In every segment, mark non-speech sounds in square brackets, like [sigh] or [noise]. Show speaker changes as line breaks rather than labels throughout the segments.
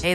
Hey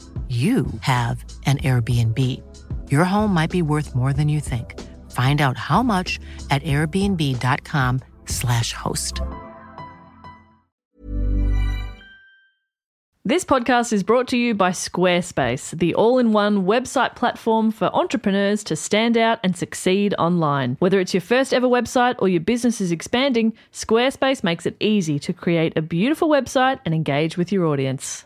you have an Airbnb. Your home might be worth more than you think. Find out how much at airbnb.com/slash host.
This podcast is brought to you by Squarespace, the all in one website platform for entrepreneurs to stand out and succeed online. Whether it's your first ever website or your business is expanding, Squarespace makes it easy to create a beautiful website and engage with your audience.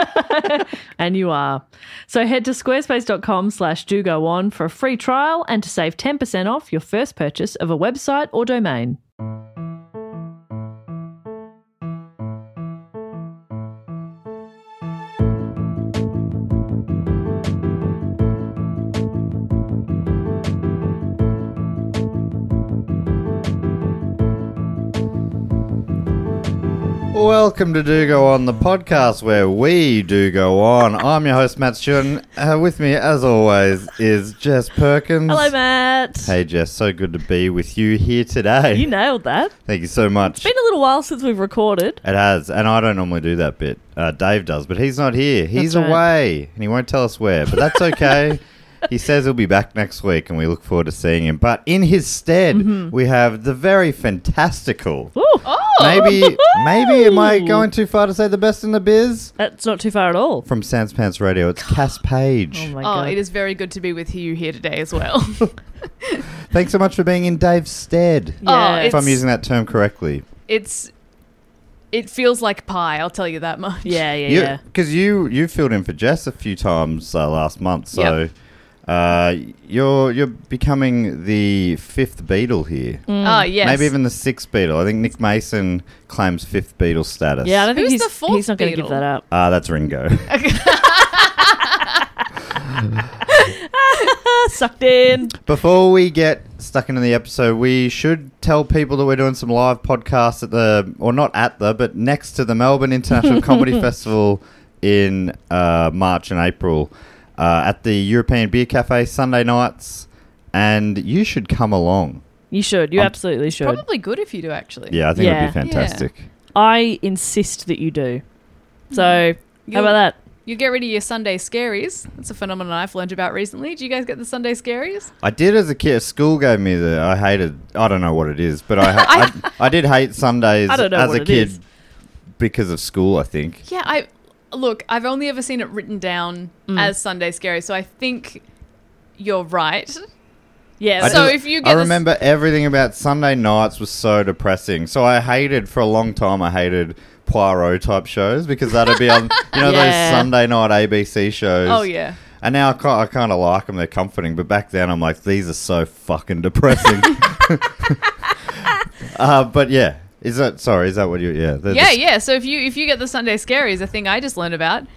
And you are. So head to squarespace.com slash do go on for a free trial and to save 10% off your first purchase of a website or domain.
[laughs] Welcome to Do Go On, the podcast where we do go on. I'm your host, Matt Stewart. and, Uh, with me, as always, is Jess Perkins.
Hello, Matt.
Hey, Jess. So good to be with you here today.
You nailed that.
Thank you so much.
Been a little while since we've recorded.
It has, and I don't normally do that bit. Uh, Dave does, but he's not here. He's
That's right.
away, and he won't tell us where. But that's okay.
[laughs]
he says he'll be back next week, and we look forward to seeing him. But in his stead,
Mm-hmm.
we have the
[laughs]
very fantastical.
Ooh.
Oh. [laughs]
Maybe, maybe am I going too far to say the best in the biz?
That's not too far at all.
From Sans Pants
[gasps]
Radio, it's Cass Page.
Oh my
Oh,
god.
it is very good to be with you here today as [laughs] well.
Thanks so much for being in Dave's stead.
Oh,
Yes.
If I'm
it's-
using that term correctly,
it's it feels like pie, I'll tell you that much. [laughs]
Yeah, yeah, yeah.
because you you filled in for Jess a few times uh, last month, so
Yep.
uh, you're you're becoming the fifth Beatle here,
Mm,
Oh, yes.
maybe even the sixth Beatle. I think Nick Mason claims fifth Beatle status.
Yeah, I don't think
Who's
he's,
the fourth
he's not going to give
Beatle?
that
[laughs]
up.
Ah, that's Ringo. [laughs]
Ah, sucked in.
Before we get stuck into the episode, we should tell people that we're doing some live podcasts at the, or not at the, but next to the
[laughs]
Melbourne International Comedy Festival in uh, March and April uh, at the European Beer Cafe Sunday nights. And you should come along.
You should. You
I'm-
absolutely should.
Probably good if you do actually.
Yeah, I think it
Yeah.
would be fantastic.
I insist that you do.
Hmm.
So,
You,
how about that?
You get rid of your Sunday scaries. That's a phenomenon I've learned about recently. Do you guys get the Sunday scaries?
I did as a kid. School gave me the. I hated. I don't know what it is, but
[laughs]
I ha- I, I did hate Sundays
I don't know
as
what
a
it
kid
is.
because of school. I think.
Yeah, I look, I've only ever seen it written down as Sunday scary, so I think you're right.
Yeah.
I
So
just-
if you
I
get this-
remember everything about Sunday nights was so depressing. So I hated for a long time. I hated Poirot type shows because that'd be
[laughs]
on you know
Yeah.
those Sunday night ABC shows.
[laughs] Oh yeah.
And now I, ki- I kind of like them. They're comforting. But back then I'm
[laughs]
like, these are so fucking depressing. [laughs] uh, but yeah, Is that sorry? Is that what you? Yeah. the- the
yeah,
s-
yeah. So if you if you get the Sunday scaries, a thing I just learned about,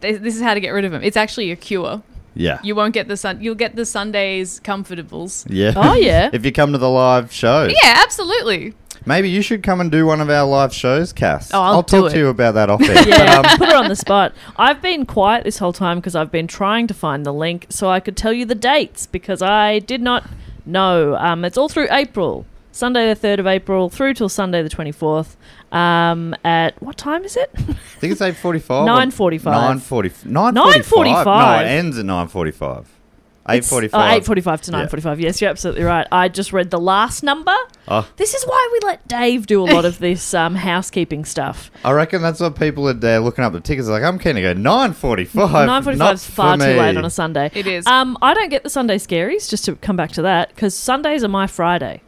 th- this is how to get rid of them. It's actually a cure.
Yeah.
You won't get the sun. You'll get the Sundays comfortables.
yeah.
Oh, yeah.
[laughs] if you come to the live show,
Yeah, absolutely.
maybe you should come and do one of our live shows, Cass.
Oh, I'll do
talk to
it.
you about that off air.
[laughs]
Yeah,
But, um,
put her on the spot. I've been quiet this whole time because I've been trying to find the link so I could tell you the dates because I did not know. Um, it's all through April, Sunday the 3rd of April through till Sunday the 24th. Um, at what time is it?
I think it's eight forty-five.
9:45.
Nine forty. Nine
9:45.
forty-five. No, it ends at nine forty-five. Eight
Oh,
forty-five.
8.45 to
Yeah.
9.45. Yes, you're absolutely right. I just read the last number.
Oh.
This is why we let Dave do a
[laughs]
lot of this um, housekeeping stuff.
I reckon that's what people are there looking up the tickets. Like, I'm keen to go nine forty-five.
Nine forty-five is far too late on a Sunday.
It is.
Um, I don't get the Sunday scaries. Just to come back to that, because Sundays are my Friday.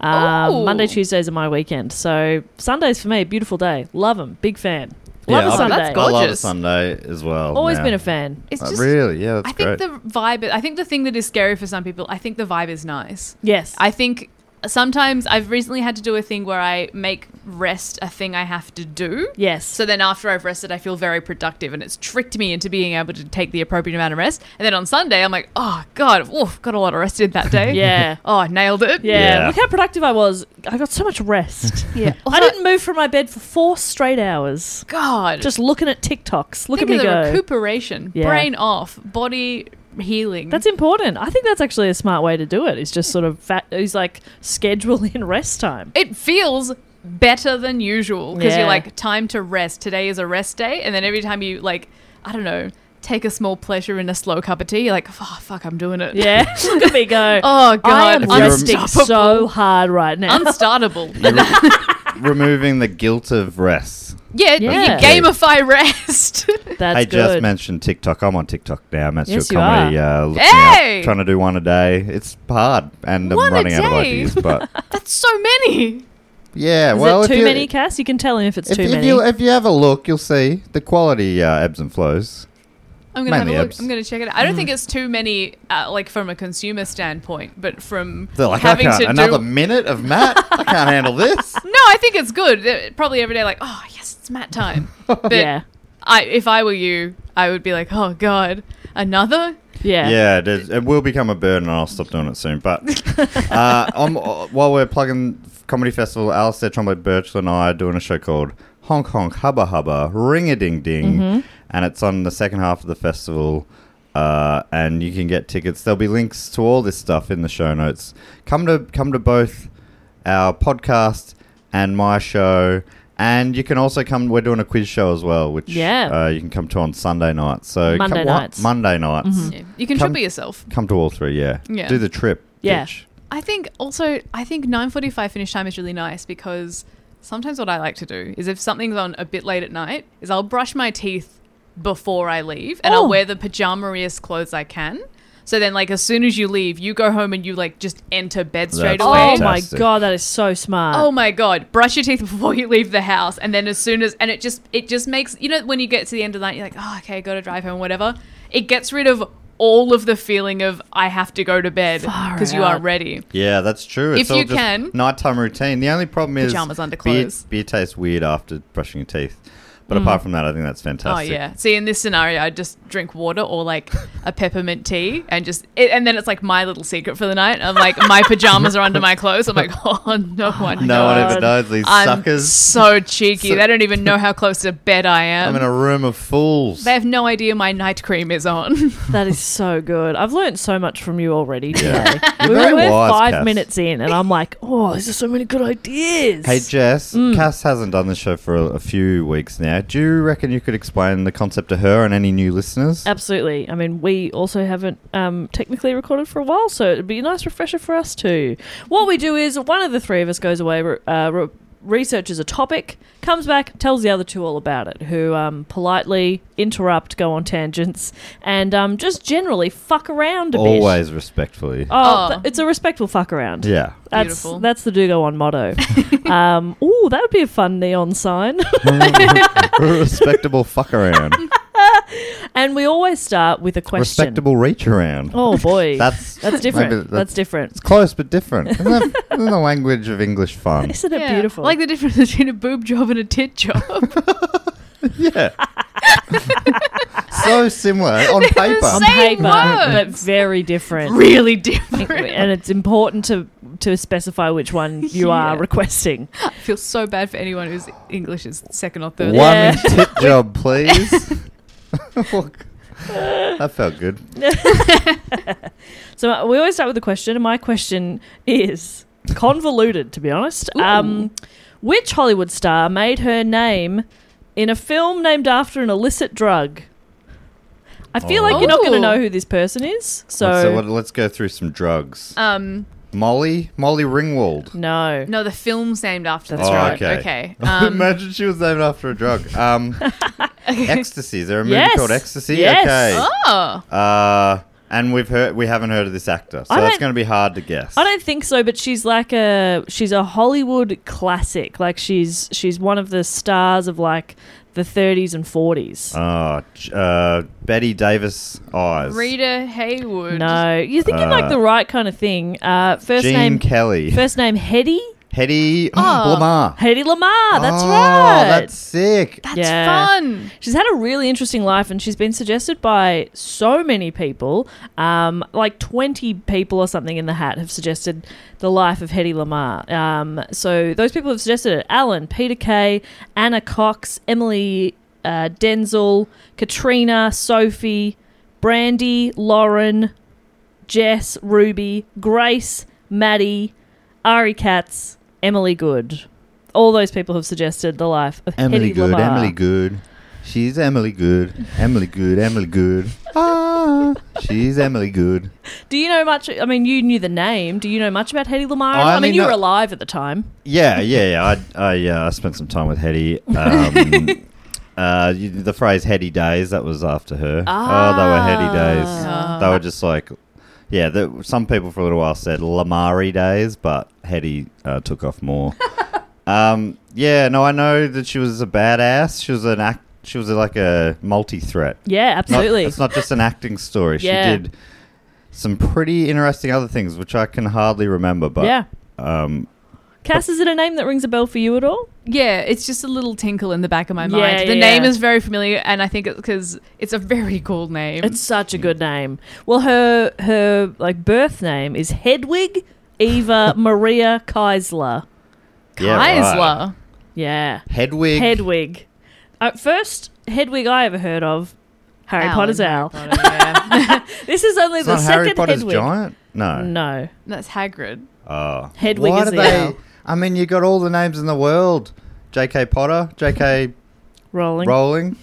Um,
Oh.
Monday, Tuesdays are my weekend. So Sundays for me, beautiful day. Love them. Big fan. Love a
I've-
Sunday.
That's
I love a
gorgeous.
Sunday as well.
Always
now.
been a fan.
It's
Uh,
just.
really, yeah, that's
I
great.
think the vibe. I think the thing that is scary for some people. I think the vibe is nice.
Yes.
I think sometimes I've recently had to do a thing where I make rest a thing I have to do.
yes.
So then after I've rested, I feel very productive, and it's tricked me into being able to take the appropriate amount of rest. And then on Sunday, I'm like, oh god, oof, got a lot of rest in that
[laughs]
day.
Yeah.
Oh, nailed it.
yeah.
Yeah.
Look how productive I was. I got so
[laughs]
much rest.
Yeah.
I didn't move from my bed for four straight hours.
God.
Just looking at TikToks. Look at
think
me
of the
go.
recuperation,
Yeah.
brain off, body healing.
That's important. I think that's actually a smart way to do it. It's just sort of fat, is like schedule in rest time.
it feels better than usual because
Yeah.
you're like time to rest. Today is a rest day, and then every time you like, I don't know, take a small pleasure in a slow cup of tea, you're like, oh fuck, I'm doing it.
Yeah,
[laughs]
look at me go.
Oh, God.
I am
If you're-
resting so hard right now. [laughs]
Unstartable.
[laughs] Removing the guilt of rest.
yeah,
Yeah.
you gamify rest. [laughs]
That's
I
good.
just mentioned TikTok. I'm on TikTok now. I'm at
Yes,
your
you
comedy. Uh, looking
Hey!
up, trying to do one a day. It's hard, and
One
I'm
a
running out of
day?
ideas.
[laughs]
But
That's so many.
yeah,
Is
well,
it too
if you,
many, Cass? You can tell him if it's
If,
too
if
many.
you if you have a look, you'll see the quality uh, ebbs and flows.
I'm gonna
Mainly
have a look.
abs.
I'm gonna check it out. I don't think
Mm.
it's too many, uh, like from a consumer standpoint, but from
They're like,
having
I can't
to
another
do.
minute of Matt. I can't handle this.
No, I think it's good. It- probably every day, like, oh yes, it's
[laughs]
mat time. But
yeah,
I, if I were you, I would be like, oh god, another.
yeah,
Yeah, it, is. it will become a burden, and I'll stop doing it soon.
[laughs]
But uh, I'm, uh, while we're plugging comedy festival, Alistair Trombley Birchall and I are doing a show called Honk Honk Hubba Hubba Ring a Ding Ding,
Mm-hmm.
and it's on the second half of the festival. Uh, and you can get tickets. There'll be links to all this stuff in the show notes. Come to come to both our podcast and my show. And you can also come. We're doing a quiz show as well, which
Yeah.
uh, you can come to on Sunday nights. So
Monday
come- what?
nights. Mm-hmm.
Monday nights.
Yeah. You can
Hmm. Come-
triple yourself.
Come to all three, yeah.
Yeah.
Do the trip.
Yeah.
bitch.
I think also, I think 9:45 finish time is really nice because sometimes what I like to do is if something's on a bit late at night, is I'll brush my teeth before I leave, and
Oh.
I'll wear the pajamariest clothes I can. So then, like as soon as you leave, you go home and you like just enter bed straight
That's
away.
Oh my
Fantastic.
god, that is so smart.
Oh my god! Brush your teeth [laughs] before you leave the house, and then as soon as and it just it just makes you know when you get to the end of the night, you're like, oh okay, got to drive home, whatever. It gets rid of all of the feeling of I have to go to bed
Far
because you are
out.
ready.
Yeah, that's true.
If you can.
Nighttime routine. The only problem is.
Pajamas under
beer,
clothes. Mm.
beer tastes weird after brushing your teeth. But apart from that, I think that's
Oh
fantastic.
yeah. See, in this scenario, I just drink water or like a peppermint tea, and just it, and then it's like my little secret for the night. I'm like, my pajamas are under my clothes. I'm like, [laughs] oh no one,
No one
knows.
ever
God.
knows these
I'm
suckers.
so cheeky.
So-
they don't even know how close to bed I
[laughs]
am.
I'm in a room of fools.
they have no idea my night cream is on. [laughs]
that is so good. I've learned so much from you already today.
[laughs]
You're
we
very
were
wise,
five
Cass.
minutes in, and I'm like, oh, there's just so many good ideas.
Hey Jess,
Mm.
Cass hasn't done this show for a, a few weeks now. Do you reckon you could explain the concept to her and any new listeners?
Absolutely. I mean, we also haven't um, technically recorded for a while, so it'd be a nice refresher for us too. What we do is one of the three of us goes away, re- uh, re- researches a topic, comes back, tells the other two all about it, who um, politely interrupt, go on tangents, and um, just generally fuck around a bit.
Always respectfully.
Oh,
Oh.
th- it's a respectful fuck around.
[laughs]
Yeah. [laughs]
That's
Beautiful.
that's the do go on motto. um, ooh, that would be a fun neon sign. [laughs]
Respectable fuck around.
And we always start with a question.
Respectable reach around.
Oh
[laughs]
boy,
That's-
that's different.
maybe
That's,
that's-
different.
It's close but
[laughs]
different. Isn't, that, isn't the language of English fun?
Isn't it
Yeah.
beautiful?
Like the difference [laughs] between a boob job and a tit job.
[laughs]
[laughs]
Yeah. so similar on paper.
on
same
paper, but
words.
very different.
really different. [laughs]
and it's important to to specify which one you are
Yeah.
requesting.
I feel so bad for anyone whose English is second or
One
third.
Yeah.
tip
[laughs]
job, please. [laughs] Look, that felt good.
So uh, we always start with a question, and my question is convoluted, to be honest. Um, which Hollywood star made her name in a film named after an illicit drug? I feel like you're not going to
Ooh.
know who this person is.
Let's-
So
uh,
Uh,
what- let's go through some drugs.
Um,
Molly, Molly Ringwald. [laughs]
no,
no, the film's named after
That's
the
Oh,
drug.
okay. [laughs]
Okay. Um,
Imagine she was named after a drug.
[laughs]
Um, Ecstasy. Is there a movie
Yes.
called Ecstasy?
Yes.
Okay.
oh,
Uh, and we've heard we haven't heard of this actor, so
I
that's
don't-
going to be hard to guess.
I don't think so, but she's like a she's a Hollywood classic. Like she's she's one of the stars of like the 30s and 40s.
Oh, j- uh, Betty Davis eyes.
Rita Haywood.
no, you're thinking like
Uh,
the right kind of thing. Uh, first
Gene
name
Kelly.
first name Hetty
Hedy
Oh.
Blamar.
Hedy Lamar. Ah, That's
Oh,
right.
That's sick.
That's
Yeah.
fun.
She's had a really interesting life, and she's been suggested by so many people. Um, like twenty people or something in the hat have suggested the life of Hedy Lamarr. Um, so those people have suggested it: Alan, Peter Kay, Anna Cox, Emily uh, Denzel, Katrina, Sophie, Brandy, Lauren, Jess, Ruby, Grace, Maddie, Ari Katz, Emily Good. All those people have suggested the life of
Emily
Hedy
Good.
Lamarr.
Emily Good. She's Emily Good. Emily Good. Emily Good. Ah, she's Emily Good.
Do you know much? I mean, you knew the name. Do you know much about Hedy Lamarr?
I
I, mean,
mean,
you were
no-
alive at the time.
Yeah, yeah, yeah. I I uh, spent some time with Hetty.
[laughs]
Um, uh, you- the phrase "Hetty days" that was after her.
Ah.
Oh, they were Hetty days.
Ah.
They were just like, yeah. The, some people for a little while said Lamari days, but Hetty uh, took off
[laughs]
more. um, yeah, no, I know that she was a badass. She was an act. She was like a multi-threat.
Yeah,
Not-
absolutely.
it's not just an acting story.
Yeah.
She did some pretty interesting other things, which I can hardly remember. But
yeah.
um,
Cass, is it a name that rings a bell for you at all?
Yeah, it's just a little tinkle in the back of my
Yeah,
mind. the
yeah,
name
yeah.
is very familiar, and I think it's because it's a very cool name.
It's such a good name. Well, her her like birth name is Hedwig
[laughs]
Eva Maria Keisler.
yeah, right.
Kaisler.
Yeah,
Hedwig.
Hedwig. Uh, first Hedwig I ever heard of. Harry
Owl
Potter's
in
owl.
Harry Potter, yeah. [laughs]
This is only
It's
the
not
second
Harry Potter's
Hedwig.
giant. No.
No,
That's Hagrid. [laughs]
Oh.
Hedwig
Why
is
do
the
they?
owl.
I mean, you got all the names in the world. J.K. Potter, J.K.
Rolling.
Rowling.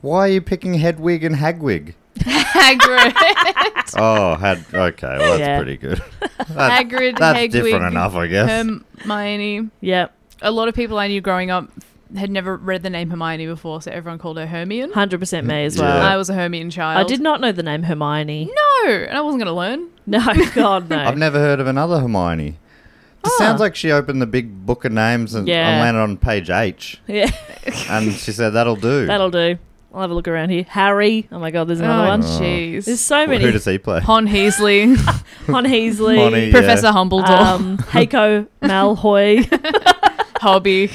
Why are you picking Hedwig and Hagwig?
Hagrid.
Oh, had okay. Well, that's
Yeah.
pretty good. That's,
Hagrid.
that's
Hagwig,
different enough, I guess.
Hermione.
Yeah,
A lot of people I knew growing up had never read the name Hermione before, so everyone called her Hermione.
hundred percent me as
Yeah.
well.
I was a Hermione child.
I did not know the name Hermione.
No, and I wasn't going to learn.
No, [laughs] God, no.
I've never heard of another Hermione. This
Ah.
sounds like she opened the big book of names and,
Yeah.
and landed on page H,
yeah,
and she said, "That'll do."
[laughs] that'll do. I'll have a look around here. Harry. Oh my God, there's
Oh,
another one. There's
jeez.
so
Well,
many.
Who does he play?
Hon
[laughs]
Heasley, [laughs]
Hon Heasley.
Monty,
Professor
yeah.
Humbledore,
Um, Heiko Malhoy.
Hobby.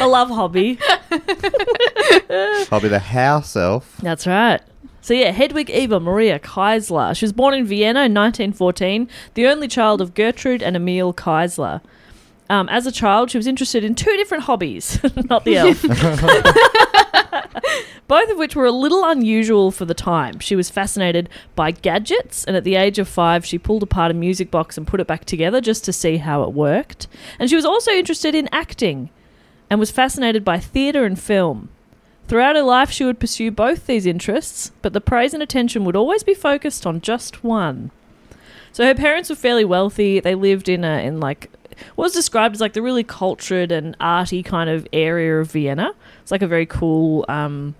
I love Hobby.
I'll be the house elf.
That's right. So yeah, Hedwig Eva Maria Keisler. She was born in Vienna in 1914, the only child of Gertrude and Emil Keisler. Um, as a child, she was interested in two different hobbies, [laughs] not the elf. Both of which were a little unusual for the time. She was fascinated by gadgets, and at the age of five, she pulled apart a music box and put it back together just to see how it worked. And she was also interested in acting and was fascinated by theatre and film. Throughout her life, she would pursue both these interests, but the praise and attention would always be focused on just one. So her parents were fairly wealthy. They lived in a in like what was described as like the really cultured and arty kind of area of Vienna. It's like a very cool, um,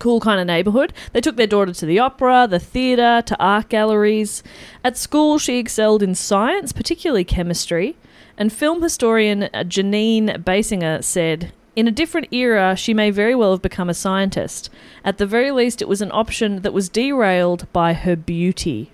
cool kind of neighborhood. They took their daughter to the opera, the theater, to art galleries. At school, she excelled in science, particularly chemistry. And film historian uh, Janine Basinger said, In a different era, she may very well have become a scientist. At the very least, it was an option that was derailed by her
[laughs]
beauty.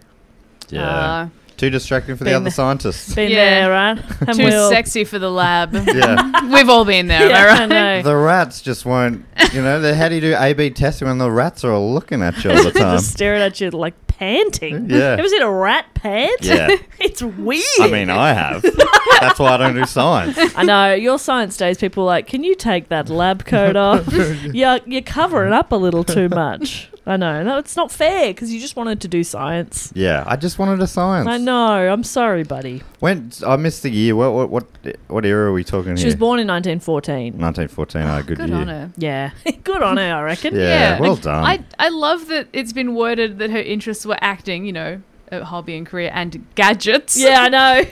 Yeah.
Uh,
Too distracting for the
Ah. Been
other
there. [laughs]
scientists.
Been
Yeah.
there,
[laughs]
right? And
too
we'll-
sexy for the lab.
yeah.
We've all been
[laughs]
there,
Yeah, I
am I right?
know.
The rats just won't, you know, they, how do you do A B testing when the rats are all looking at you all the time?
[laughs] Just staring at you like panting.
[laughs] Yeah.
Ever seen a rat [laughs] pant?
yeah.
It's weird.
I mean, I have. [laughs] That's why I don't do science.
I know your science days. People are like, can you take that lab
[laughs]
coat off? [laughs] you're, you're covering up a little too much. I know. No, it's not fair because you just wanted to do science.
Yeah, I just wanted a science.
I know. I'm sorry, buddy.
When I missed the year. What what what, what era are we talking
She
here?
was born in 1914.
1914. Ah, good,
Good
year.
on her.
Yeah, [laughs] good on her. I reckon.
Yeah, well done.
I, I love that it's been worded that her interests were acting, you know, a hobby and career and gadgets.
Yeah, I
[laughs]
know.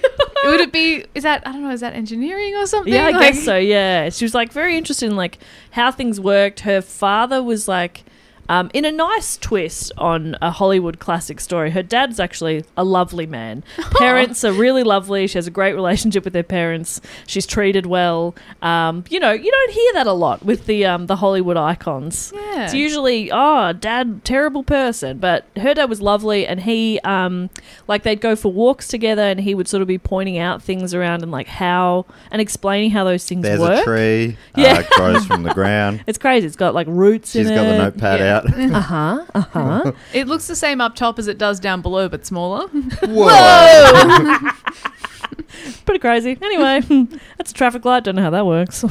[laughs]
Would it be, is that, I don't know, is that engineering or something?
yeah, I
Like-
guess so. Yeah, she was like very interested in like how things worked. Her father was like, um, in a nice twist on a Hollywood classic story. Her dad's actually a lovely
[laughs]
man. Parents are really lovely. She has a great relationship with her parents. She's treated well. Um, you know, you don't hear that a lot with the um, the Hollywood icons.
Yeah.
It's usually oh, dad, terrible person, but her dad was lovely, and he um, like they'd go for walks together, and he would sort of be pointing out things around and like how and explaining how those things
There's
work.
a tree.
Yeah.
Yeah, uh, grows from the ground.
It's crazy. It's got like roots
She's
in
got
it.
the notepad
Yeah.
[laughs]
out.
Uh huh. Uh huh.
It looks the same up top as it does down below, but smaller.
Whoa!
Pretty crazy. Anyway, that's a traffic light. Don't know how that works.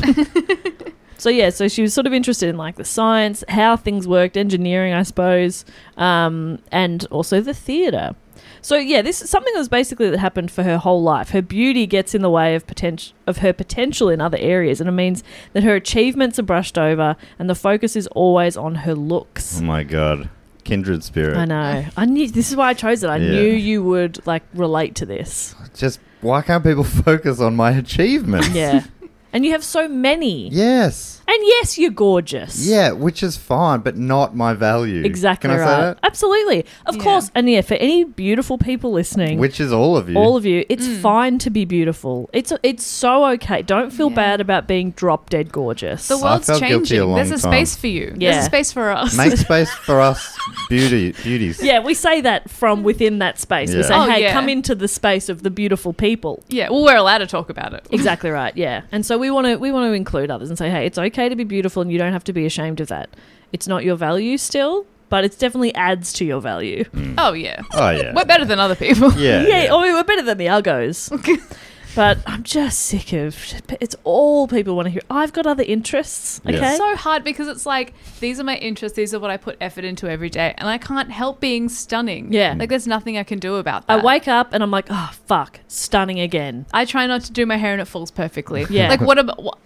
so yeah, so she was sort of interested in like the science, how things worked, engineering, I suppose, um, and also the theatre. So yeah, this is something that was basically that happened for her whole life. Her beauty gets in the way of potential of her potential in other areas, and it means that her achievements are brushed over, and the focus is always on her looks.
Oh my god, kindred spirit.
I know. I knew this is why I chose it. I
Yeah.
knew you would like relate to this.
Just why can't people [laughs] focus on my achievements?
Yeah. and you have so many.
Yes.
And yes, you're gorgeous.
Yeah, which is fine, but not my value.
Exactly
Can I
right.
say that?
Absolutely. Of
Yeah.
course. And yeah, for any beautiful people listening,
Which is all of you.
all of you, it's
Mm.
fine to be beautiful. It's it's so okay. Don't feel
Yeah.
bad about being drop dead gorgeous.
[laughs]
The world's
felt guilty a
changing.
long
There's a
time.
space for you. There's
Yeah.
a space for us.
Make space for us, beauty beauties.
yeah, we say that from within that space.
Yeah.
We say,
Oh,
"Hey,
yeah.
come into the space of the beautiful
[laughs]
people."
yeah, well, we're allowed to talk about it.
Exactly right. Yeah. And so we want to we want to include others and say, "Hey, it's okay to be beautiful and you don't have to be ashamed of that. It's not your value still, but it definitely adds to your value."
Oh, yeah.
Oh yeah.
We're better than other people.
Yeah.
yeah, I mean, we're better than the
[laughs]
Uggos. but I'm just sick of it's all people want to hear. I've got other interests,
Yeah.
okay?
It's [laughs] so hard because it's like these are my interests, these are what I put effort into every day, and I can't help being stunning.
Yeah.
like there's nothing I can do about
I
that.
wake up and I'm like, "Oh, fuck, stunning again."
I try not to do my hair and it falls perfectly.
Yeah.
like what about? What,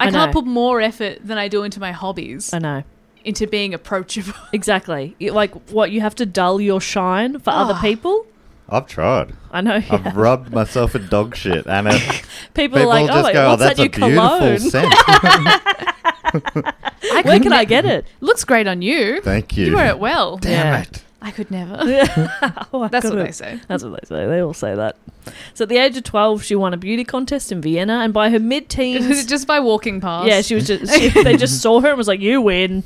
I,
I
can't
know.
put more effort than I do into my hobbies
I know.
into being approachable.
Exactly. You- Like what you have to dull your shine for other
Oh.
people.
I've
[laughs]
tried.
I know. yeah.
I've rubbed myself in dog shit, and it,
[laughs]
Um,
People,
people
are like,
just
"Oh,
go, "Oh,
what's
that's
that
a
new cologne?
beautiful scent."
[laughs]
[laughs]
Where can I get it?" [laughs]
Looks great on you.
Thank you.
You wear it well.
Damn
Yeah.
it.
I could [laughs] never.
Oh, I
That's what
gotta-
they [laughs] say.
[laughs] That's what they say. They all say that. So at the age of 12, she won a beauty contest in Vienna, and by her mid
[laughs]
teens.
Just by walking past.
Yeah, she was just. She, they just saw her and was like, "You win."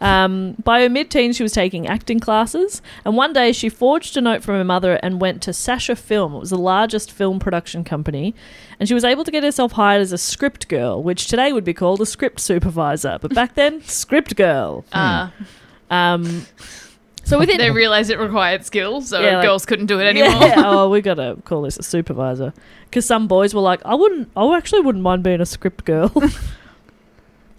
Um, by her mid-teens, she was taking acting classes, and one day she forged a note from her mother and went to Sasha Film. It was the largest film production company, and she was able to get herself hired as a script girl, which today would be called a script supervisor, but back then, script girl.
Ah.
Hmm. Um,
so within they realized it required skills, so
Yeah, like-
girls couldn't do it anymore.
[laughs] Yeah. Oh, we gotta call this a supervisor because some boys were like, I wouldn't. I actually wouldn't mind being a script
[laughs]
girl.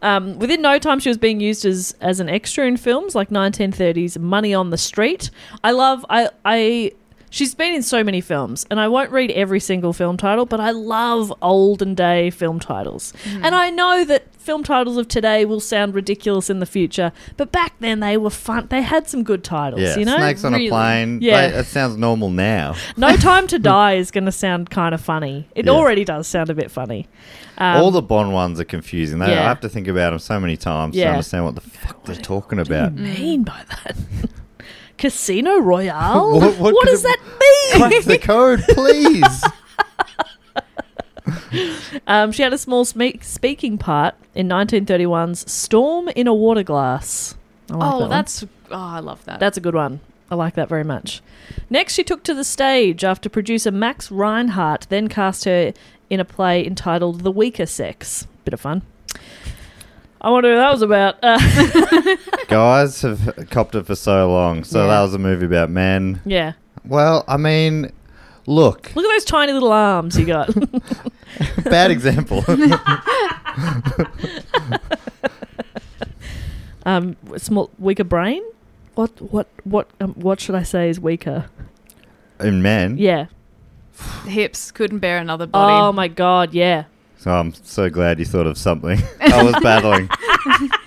um, within no time, she was being used as as an extra in films like 1930s Money on the Street. I love. I I. She's been in so many films, and I won't read every single film title, but I love olden day film titles.
Mm-hmm.
And I know that film titles of today will sound ridiculous in the future, but back then they were fun. They had some good titles,
Yeah,
you know?
snakes on
Really.
a plane.
Yeah.
Yeah, that sounds normal now.
No Time to Die is going to sound kind of funny. It
Yeah.
already does sound a bit funny. Um,
All the Bond ones are confusing. They,
yeah.
I have to think about them so many times
Yeah.
to understand what the fuck they're talking about.
mean by that. Mm. [laughs] Casino
[laughs]
Royale?
What- what
what
could
does
it-
[laughs] that mean?
Crack the code, please.
[laughs] Um, she had a small spe- speaking part in 1931's Storm in a Water Glass. I like that
oh,
one.
that's oh, I love that.
That's a good one. I like that very much. Next, she took to the stage after producer Max Reinhardt then cast her in a play entitled The Weaker Sex. Bit of fun. I wonder who that was about. [laughs] Uh,
Guys have copped it for so long. So
Yeah.
that was a movie about men.
yeah.
Well, I mean, look,
Look at those tiny little arms you [laughs] got.
bad [laughs] example.
um, small, weaker brain? What what what um, what should I say is weaker?
In men.
Yeah.
[sighs] hips couldn't bear another body.
Oh my god, [laughs] yeah.
So I'm so glad you thought of something. [laughs] I was [laughs] battling.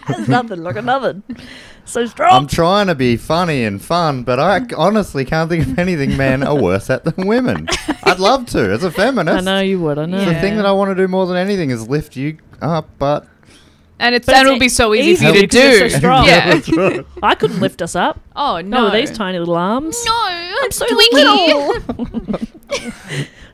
There's nothing like [laughs] nothing. So
I'm
strong.
trying to be funny and fun, but I c- honestly can't think of anything men are worse at than women. I'd love to, as a feminist.
I know you would. I know.
The
Yeah.
thing that I want to do more than anything is lift you up, but
and it's
But
and
it's e-
it'll be so easy,
easy
for you to
because
do.
it's so [laughs] strong. [laughs]
[laughs] Yeah.
I couldn't lift us [laughs] up.
Oh
No,
no.
with these tiny little arms.
No, I'm
so
[laughs]
little.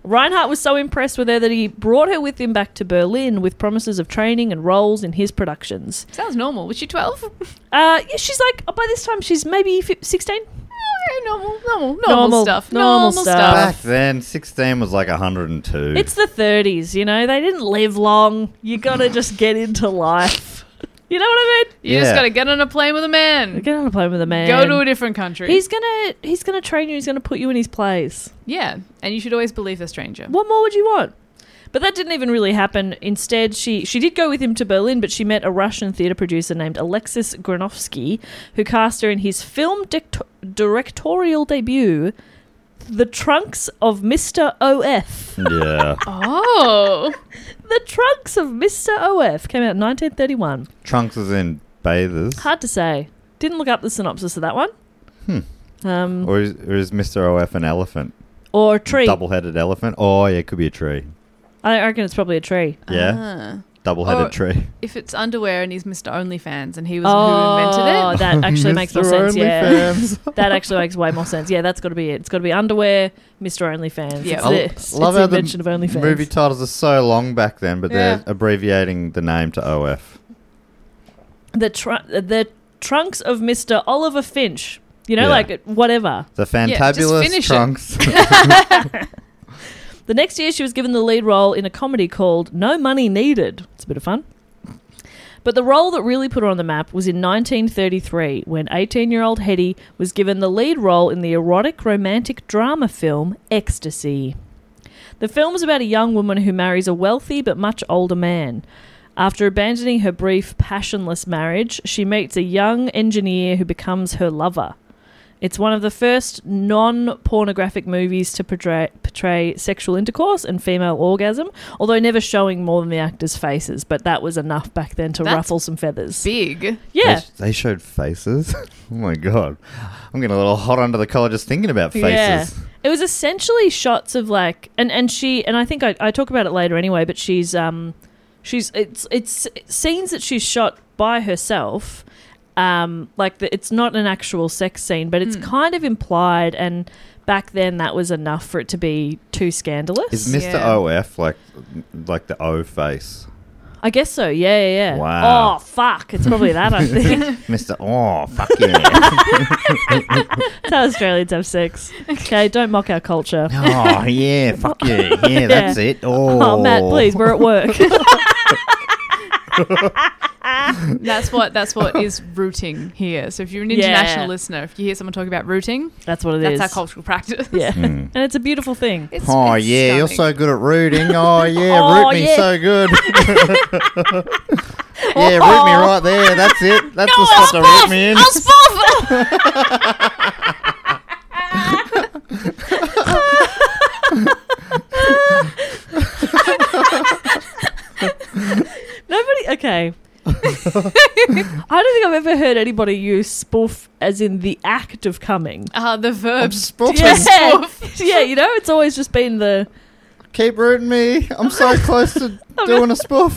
Reinhardt was so impressed with her that he brought her with him back to Berlin with promises of training and roles in his productions.
Sounds normal. Was she twelve? [laughs]
Uh, yeah, she's like, by this time, she's maybe fi- 16. Mm,
Okay, normal, normal, normal,
Normal-
stuff.
normal
Normal,
stuff.
stuff.
back then, 16 was like 102.
It's the 30s, you know? They didn't live long. You gotta just get into life. You know what I mean?
You just
Yeah.
gotta get on a plane with a man.
Get on a plane with a man.
Go to a different country.
He's gonna he's gonna train you. He's gonna put you in his plays.
yeah, and you should always believe the stranger.
What more would you want? But that didn't even really happen. Instead, she she did go with him to Berlin, but she met a Russian theater producer named Alexis Granovsky, who cast her in his film dict- directorial debut, The Trunks of Mr. OF. [laughs]
yeah.
Oh,
the Trunks of Mr. OF came out in 1931.
Trunks was in Bathers.
Hard to say. Didn't look up the synopsis of that one. Hmm. Um,
Or is, or is Mr. OF an elephant?
or a tree.
Double headed elephant? Oh, yeah, it could be a tree.
I reckon it's probably a tree.
[laughs] Yeah.
Ah.
Double headed
Or-
tree.
if it's underwear and he's Mr. OnlyFans and he was who
oh,
invented it.
that actually makes more sense. Yeah.
OnlyFans.
[laughs] That actually makes way more sense. Yeah, that's got to be it. It's got to be underwear, Mr. OnlyFans.
Yeah.
Yeah,
I
l-
it's this. Love it's the invention of OnlyFans.
movie titles are so long back then, but
Yeah.
they're abbreviating the name to OF.
the tr- the trunks of Mr. Oliver Finch. You know,
Yeah.
like whatever.
The
just
Fantabulous
finish it.
Trunks. [laughs]
The next year, she was given the lead role in a comedy called No Money Needed. It's a bit of fun. But the role that really put her on the map was in 1933 when 18 year old Hetty was given the lead role in the erotic romantic drama film Ecstasy. The film is about a young woman who marries a wealthy but much older man. After abandoning her brief, passionless marriage, she meets a young engineer who becomes her lover. It's one of the first non pornographic movies to portray, portray sexual intercourse and female orgasm, although never showing more than the actors' faces, but that was enough back then to
That's
ruffle some feathers.
Big.
They,
yeah.
sh- they showed faces. [laughs] oh my god, I'm getting a little hot under the collar just thinking about faces.
Yeah. It was essentially shots of like and and she and I think I, I talk about it later anyway, but she's um she's it's it's scenes that she's shot by herself. Um like the, it's not an actual sex scene, but
Hmm.
it's kind of implied and back then that was enough for it to be too scandalous.
Is Mr.
Yeah.
OF like like the O face?
I guess so. Yeah, yeah, yeah.
Wow.
Oh fuck, it's probably that I
[laughs]
think.
Mr. Oh fuck yeah!
That's how Australians have sex. Okay, don't mock
[laughs]
our culture.
oh yeah, fuck yeah, yeah, that's it. Oh,
Oh, Matt, please, we're
[laughs]
at work.
That's what that's
[laughs]
what is rooting here. So if you're an
Yeah.
international listener, if you hear someone talking about rooting,
That's what it
that's
is.
our cultural practice.
Yeah.
[laughs]
Hmm.
And it's a beautiful thing.
It's,
[laughs] Oh
it's
yeah, you're so
stunning.
good at rooting.
[laughs]
Oh yeah,
Oh,
root me
yeah.
so
[laughs]
good. yeah, root me right there. That's it. That's the spot to root me in.
Nobody. Okay. I don't think I've ever heard anybody use spoof as in the act of coming.
Ah, the verb.
Spoof.
[laughs]
Yeah. [laughs] yeah, you know, it's always just been the.
Keep rooting me. I'm so close
[laughs]
to doing a spoof.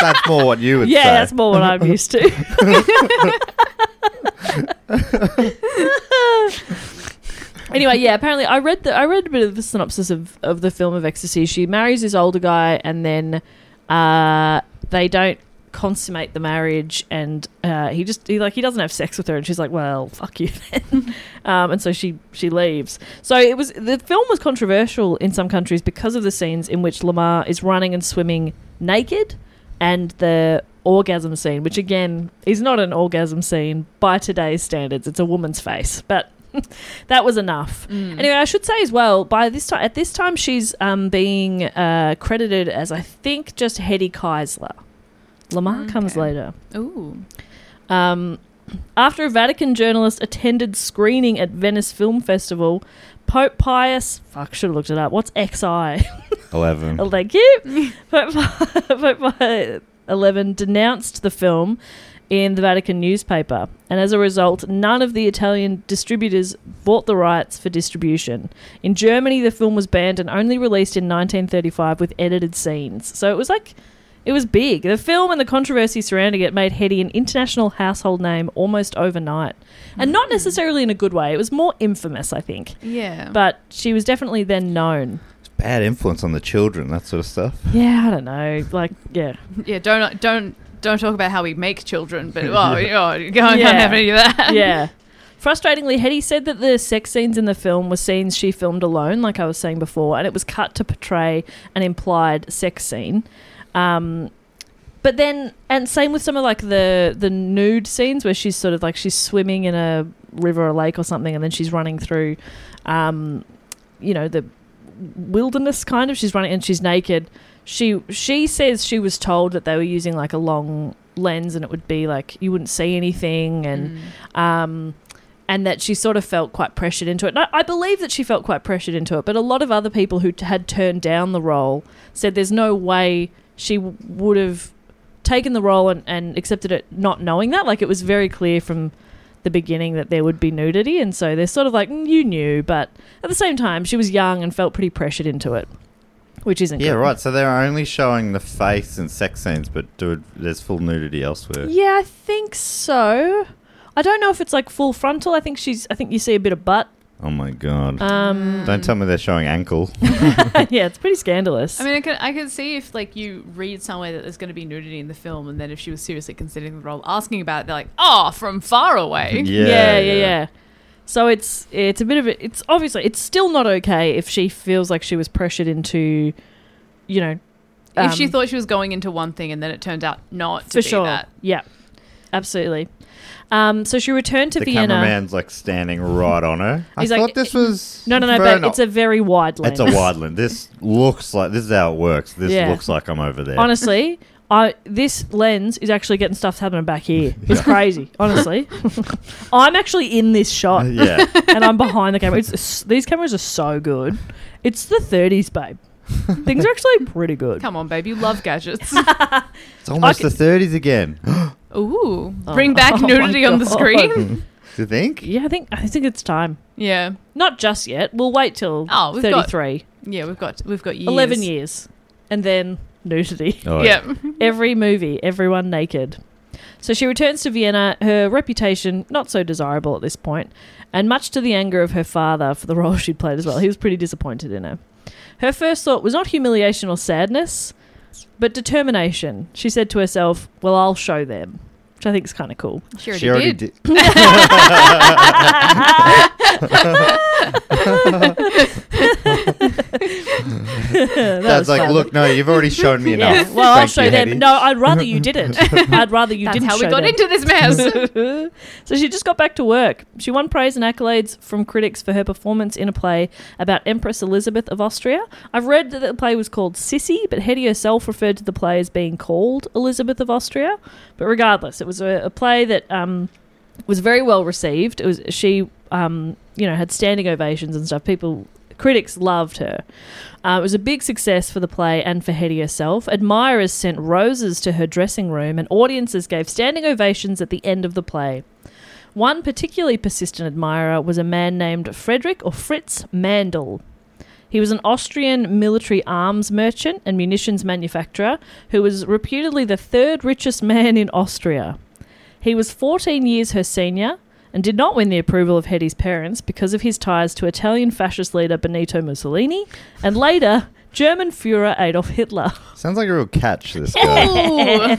That's more what you would
Yeah,
say.
that's more what I'm used to. [laughs] anyway, yeah. Apparently, I read the I read a bit of the synopsis of, of the film of Ecstasy. She marries this older guy, and then uh, they don't consummate the marriage, and uh, he just he like he doesn't have sex with her, and she's like, "Well, fuck you." Then. [laughs] um, and so she she leaves. So it was the film was controversial in some countries because of the scenes in which Lamar is running and swimming naked, and the orgasm scene, which again is not an orgasm scene by today's standards. It's a woman's face, but [laughs] that was enough.
Mm.
Anyway, I should say as well, by this time, at this time, she's um, being uh, credited as I think just Hetty Keisler. Lamar comes
Okay.
later.
Ooh.
Um, after a Vatican journalist attended screening at Venice Film Festival, Pope Pius, fuck, should have looked it up. What's XI?
Eleven.
Oh, thank you. [laughs] Pope Pi- Pope Pi- Eleven denounced the film in the Vatican newspaper, and as a result, none of the Italian distributors bought the rights for distribution. In Germany, the film was banned and only released in 1935 with edited scenes. So it was like. It was big. The film and the controversy surrounding it made Hetty an international household name almost overnight. And not necessarily in a good way. It was more infamous, I think.
Yeah.
But she was definitely then known.
Bad influence on the children, that sort of stuff.
Yeah, I don't know. Like, yeah.
yeah. Don't don't don't talk about how we make
[laughs]
children. But oh, yeah, you can't
Yeah.
have any of that. [laughs]
yeah. Frustratingly, Hetty said that the sex scenes in the film were scenes she filmed alone, like I was saying before, and it was cut to portray an implied sex scene. Um, but then, and same with some of like the the nude scenes where she's sort of like she's swimming in a river or lake or something, and then she's running through, um, you know, the wilderness kind of. She's running and she's naked. She she says she was told that they were using like a long lens and it would be like you wouldn't see anything and
Mm.
um, and that she sort of felt quite pressured into it. And I, I believe that she felt quite pressured into it, but a lot of other people who t- had turned down the role said there's no way she w- would have taken the role and, and accepted it not knowing that. Like it was very clear from the beginning that there would be nudity, and so they're sort of like, "Mm, you knew, but at the same time, she was young and felt pretty pressured into it, which isn't
Yeah,
good.
right. So they're only showing the face and sex scenes, but dude, there's full nudity elsewhere.
Yeah, I think so. I don't know if it's like full frontal. I think she's. I think you see a bit of butt.
Oh my god!
Um,
Don't tell me they're showing ankle.
[laughs] yeah, it's pretty scandalous.
I mean, I can I can see if like you read somewhere that there's going to be nudity in the film, and then if she was seriously considering the role, asking about it, they're like, oh, from
[laughs]
far away. [laughs]
Yeah,
yeah, yeah, yeah, So it's it's a bit of a, it's obviously it's still not okay if she feels like she was pressured into, you know,
if she
um,
thought she was going into one thing, and then it turned out not to
for
be
sure,
that.
yeah, absolutely. Um, so she returned to
The
Vienna.
cameraman's like standing right on her. I
He's
thought
like,
this was
No, no, no, but
Verno-
it's a very wide lens.
it's a wide lens. This looks like this is how it works. This
Yeah.
looks like I'm over there.
Honestly, I this lens is actually getting stuff happening back here.
[laughs]
It's crazy, honestly. [laughs] I'm actually in this
[laughs]
shot. [laughs]
yeah,
and I'm behind the camera. It's, it's- these cameras are so good. It's the 30s, babe. Things are actually pretty good.
Come on, babe, you
[laughs]
love gadgets.
it's almost
Okay.
the 30s again. [gasps] Do
Ooh,
Oh,
bring back
[laughs] oh my
nudity on the
God. [laughs]
screen.
you think?
Yeah, I think I think it's time.
Yeah,
Not just yet. We'll wait till
Oh, we've got
33,
yeah, we've got we've got years.
11 years, and then nudity.
Oh,
Yeah,
Every movie, everyone naked. So she returns to Vienna, her reputation not so desirable at this point, and much to the anger of her father for the [laughs] role she played as well. He was pretty disappointed in her. Her first thought was not humiliation or sadness, but determination. She said to herself, Well, I'll show them, which I think is kind of cool.
she already,
She already
did.
did. That's like,
fun.
look, no, you've already shown me enough.
[laughs] Yeah. Well, I'll
Thank
show
you,
them.
Hetty.
No, I'd rather
[laughs]
you didn't. I'd rather you
That's
didn't
how we
show
got
them.
into this [laughs] mess.
[laughs] so she just got back to work. She won praise and accolades from critics for her performance in a play about Empress Elizabeth of Austria. I've read that the play was called Sissy, but Hetty herself referred to the play as being called Elizabeth of Austria. But regardless, it was a, a play that um, was very well received. It was she, um, you know, had standing ovations and stuff. People, critics loved her. Uh, it was a big success for the play and for Hetty herself. Admirers sent roses to her dressing room, and audiences gave standing ovations at the end of the play. One particularly persistent admirer was a man named Frederick or Fritz Mandel. He was an Austrian military arms merchant and munitions manufacturer who was reputedly the third richest man in Austria. He was 14 years her senior and did not win the approval of Hetty's parents because of his ties to Italian fascist leader Benito Mussolini and later German Fuhrer Adolf Hitler.
Sounds like a real catch,
[laughs]
this guy.
Ooh.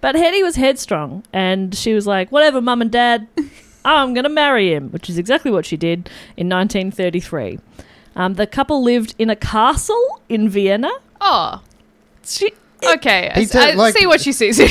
But Hetty was headstrong, and she was like, "Whatever, mum and dad, I'm gonna marry him," which is exactly what she did in 1933. Um, the couple lived in a castle in Vienna.
Oh,
She,
okay. I,
He did,
I
like-
see what she sees.
Is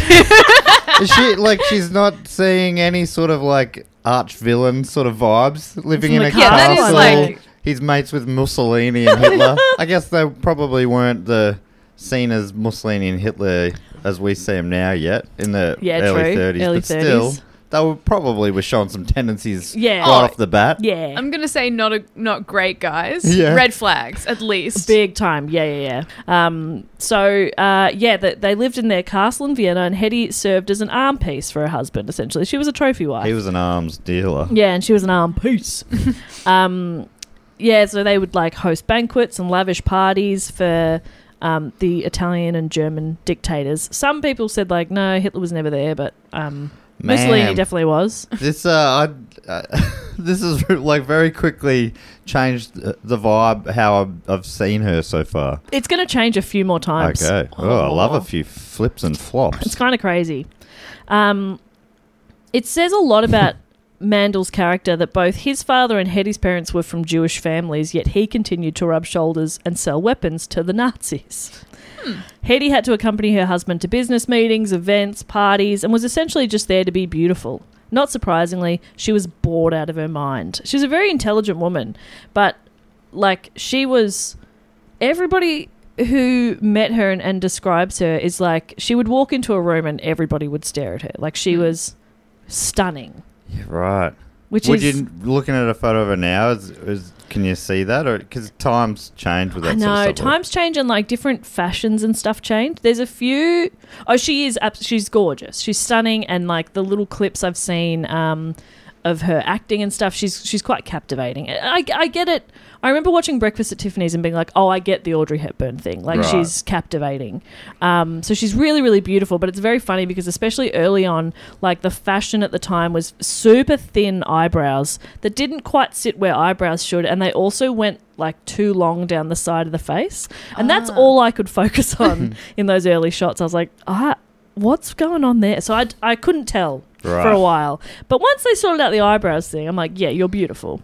she like she's not seeing any sort of like arch villain sort of vibes living
From
in
the
a
Yeah, that is
castle.
like-
He's mates with Mussolini and Hitler. I guess they probably weren't the seen as Mussolini and Hitler as we see them now yet in the
Yeah,
early
true.
30s,
Early
but still
30s.
they were probably were showing some tendencies
Yeah.
right off the bat.
yeah,
I'm gonna say not a not great guys.
Yeah.
Red flags at least.
Big time. Yeah, yeah, yeah. Um, so, uh, yeah, th they lived in their castle in Vienna, and Hetty served as an arm piece for her husband, essentially. She was a trophy wife.
He was an arms dealer.
yeah, and she was an
[laughs]
arm piece. um, yeah, so they would like host banquets and lavish parties for um, the Italian and German dictators. Some people said, like, no, Hitler was never there, but um, Mussolini
Man.
definitely was.
This uh, I, uh [laughs] this is like very quickly changed the the vibe how I've, I've seen her so far.
It's going to change a few more times.
Okay. Oh, I love
Aw.
a few flips and flops.
[laughs] It's kind of crazy. Um, it says a lot about Mandel's character that both his father and Hetty's parents were from Jewish families, yet he continued to rub shoulders and sell weapons to the Nazis. Hetty had to accompany her husband to business meetings, events, parties, and was essentially just there to be beautiful. Not surprisingly, she was bored out of her mind. She was a very intelligent woman, but like she was everybody who met her and, and describes her is like she would walk into a room and everybody would stare at her like
Hmm.
she was stunning
Right.
which
Would
is
you looking at a photo of her now? Is, is can you see that, or because times change with that?
I know
sort of stuff.
times change and like different fashions and stuff change. There's a few. Oh, she is. abs- She's gorgeous. She's stunning, and like the little clips I've seen um, of her acting and stuff, she's she's quite captivating. I, I get it. I remember watching Breakfast at Tiffany's and being like, oh, I get the Audrey Hepburn thing. Like
Right.
she's captivating. Um, so she's really really beautiful. But it's very funny because especially early on, like the fashion at the time was super thin eyebrows that didn't quite sit where eyebrows should, and they also went like too long down the side of the face. And that's all I could focus on in those early shots. I was like, ah, what's going on there? So I, d- I couldn't tell for
Right.
a while. But once they sorted out the eyebrows thing, I'm like, yeah, you're beautiful.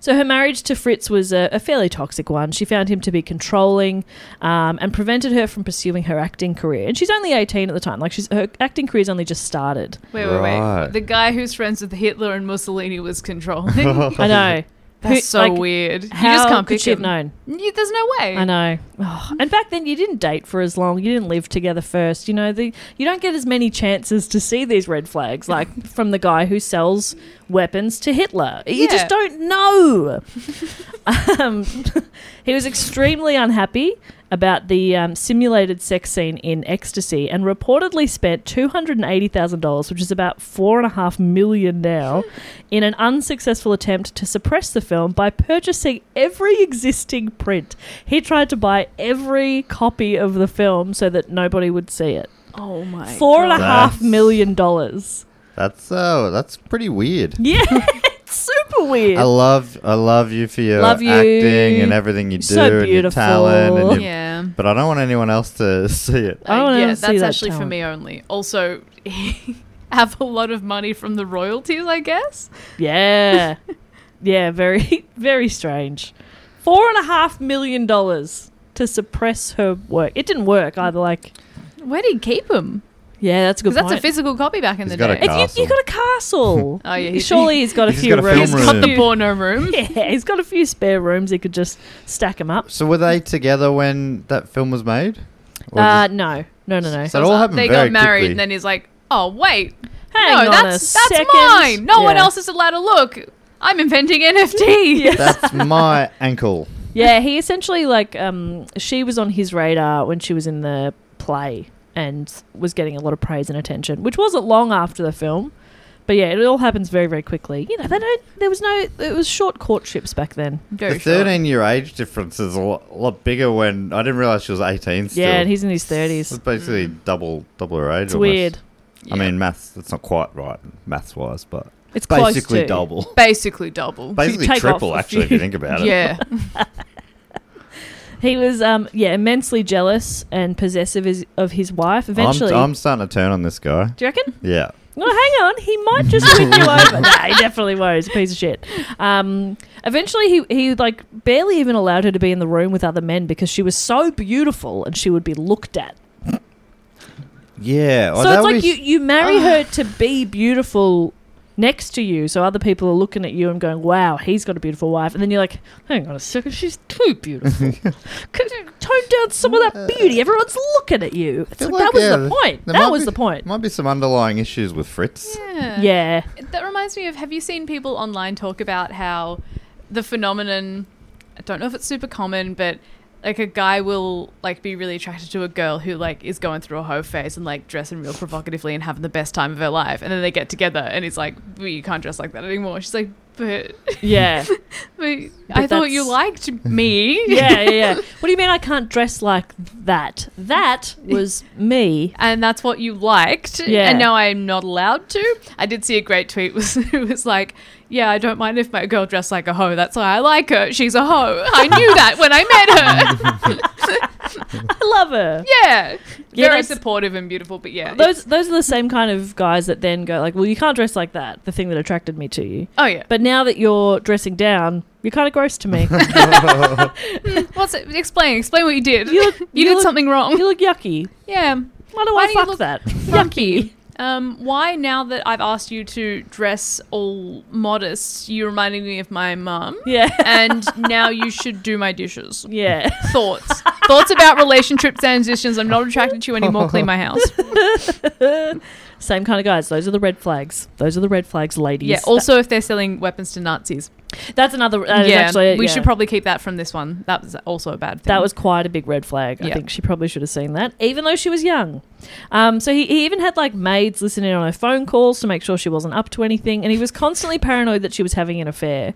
So her marriage to Fritz was a, a fairly toxic one. She found him to be controlling um, and prevented her from pursuing her acting career. And she's only 18 at the time. Like she's her acting career's only just started.
Wait, wait, wait.
Right.
The guy who's friends with Hitler and Mussolini
[laughs]
was controlling.
I know.
That's
Who-
so
like,
weird. You
How
just can't
could
pick
she have
him.
known?
You- there's no way.
I know. Oh, and back then, you didn't date for as long. You didn't live together first. You know, the, you don't get as many chances to see these red flags, like [laughs] from the guy who sells weapons to Hitler. You
Yeah.
just don't know. [laughs] um, [laughs] he was extremely unhappy about the um, simulated sex scene in Ecstasy and reportedly spent $280,000, which is about $4.5 million [laughs] now, in an unsuccessful attempt to suppress the film by purchasing every existing print. He tried to buy every copy of the film so that nobody would see it.
Oh my.
Four and a
God.
half million dollars.
That's uh, that's pretty weird.
[laughs] Yeah, it's super weird.
I love I love you for your
Love you.
acting and everything you do
So
and your
beautiful.
talent. And your,
Yeah.
But I don't want anyone else to [laughs] see it.
I
Uh,
wanna
yeah,
see
that's
that
actually for
talent.
me only. Also, [laughs] have a lot of money from the royalties, I guess. [laughs]
Yeah. yeah, very, [laughs] very strange. Four and a half million dollars to suppress her work. It didn't work either. Like,
Where did he keep him?
yeah, that's a good
Because that's a
point.
physical copy back in
He's
the
got a
day.
car.
if you, you got a
[laughs]
castle.
Oh, yeah, he-
Surely he's got a
He's
few
got a
rooms.
film
He's got the
room.
porno room.
[laughs] Yeah, he's got a few spare rooms. He could just stack them up.
So were they together when that film was made? Or
Uh,
just-
no, no, no, no.
So it all happened
They
very
got married,
quickly.
and then he's like, "Oh wait,
Hang on a
no, that's that's
second.
mine. No one
Yeah.
else is allowed to look. I'm
[laughs]
inventing NFT."
that's my ankle.
Yeah, he essentially like um she was on his radar when she was in the play and was getting a lot of praise and attention, which wasn't long after the film. But yeah, it all happens very very quickly. You know, they don't. There was no. It was short courtships back then.
Very
the
short.
thirteen-year age difference is a lot, lot bigger. When I didn't realize she was eighteen. Still.
Yeah, and he's in his
It's
thirties.
basically double double her age.
It's
almost.
weird.
I mean, maths. That's not quite right, maths wise, but
It's close
basically
to.
double.
Basically double.
Basically
take off
triple,
a
actually, if
few.
you think
[laughs]
about it.
yeah.
He was, um, yeah, immensely jealous and possessive is- of his wife.
I'm,
Eventually,
I'm starting to turn on this guy.
do you reckon?
Yeah.
No, hang on. He
[laughs]
might just win you over. Nah, he definitely won't. He's a piece of shit. Um, eventually, he, he like barely even allowed her to be in the room with other men because she was so beautiful and she would be looked at.
Yeah. well, Oh,
so
that
it's
would
like
be-
you, you marry
[sighs]
her to be beautiful next to you, so other people are looking at you and going, "Wow, he's got a beautiful wife," and then you're like, "Hang on a second, she's too
[laughs]
beautiful. Could you Tone down some of that beauty. Everyone's looking at you." It's
Uh, I feel
like, that
like,
was
yeah,
the point.
there
That
might
was
be-
the point.
Might be some underlying issues with Fritz.
yeah.
Yeah.
That reminds me of have you seen people online talk about how the phenomenon I don't know if it's super common, but like a guy will like be really attracted to a girl who like is going through a hoe phase and like dressing real provocatively and having the best time of her life and then they get together and he's like, well, you can't dress like that anymore. She's like, But, [laughs]
[laughs]
Yeah.
but I thought you
that's-
liked me.
[laughs] yeah, yeah,
[laughs]
yeah. What do you mean I can't dress like that? That was me. [laughs]
and that's what you liked.
Yeah.
And now I'm not allowed to. I did see a great tweet [laughs] was it was like, Yeah, I don't mind if my girl dressed like a hoe, that's why I like her. She's a hoe. I knew that when I met
[laughs]
her. [laughs]
I love her.
yeah.
Yeah,
Very
that's-
supportive and beautiful, but yeah.
Those those are the same kind of guys that then go like, "Well, you can't dress like that." The thing that attracted me to you.
oh yeah.
But now that you're dressing down, you're kind of gross to
[laughs]
me. [laughs]
What's it explain, explain what you did.
You
[laughs] You,
look- you
did
look-
something wrong.
you look yucky.
yeah.
Why do
Why
I
do you
fuck
look
that? [laughs]
Funky. Um, why now that I've asked you to dress all modest, you reminded me of my mum.
Yeah, [laughs]
And now you should do my dishes.
yeah.
thoughts thoughts about relationship transitions i'm not attracted to you anymore clean
[laughs]
my house
Same kind of guys. Those are the red flags. Those are the red flags, ladies.
yeah also if they're selling weapons to nazis
that's another. That is
yeah
actually,
we
yeah.
should probably keep that from this one that was also a bad thing
That was quite a big red flag. I
Yeah.
think she probably should have seen that, even though she was young. Um, so he, he even had like maids listening on her phone calls to make sure she wasn't up to anything, and he was constantly paranoid that she was having an affair.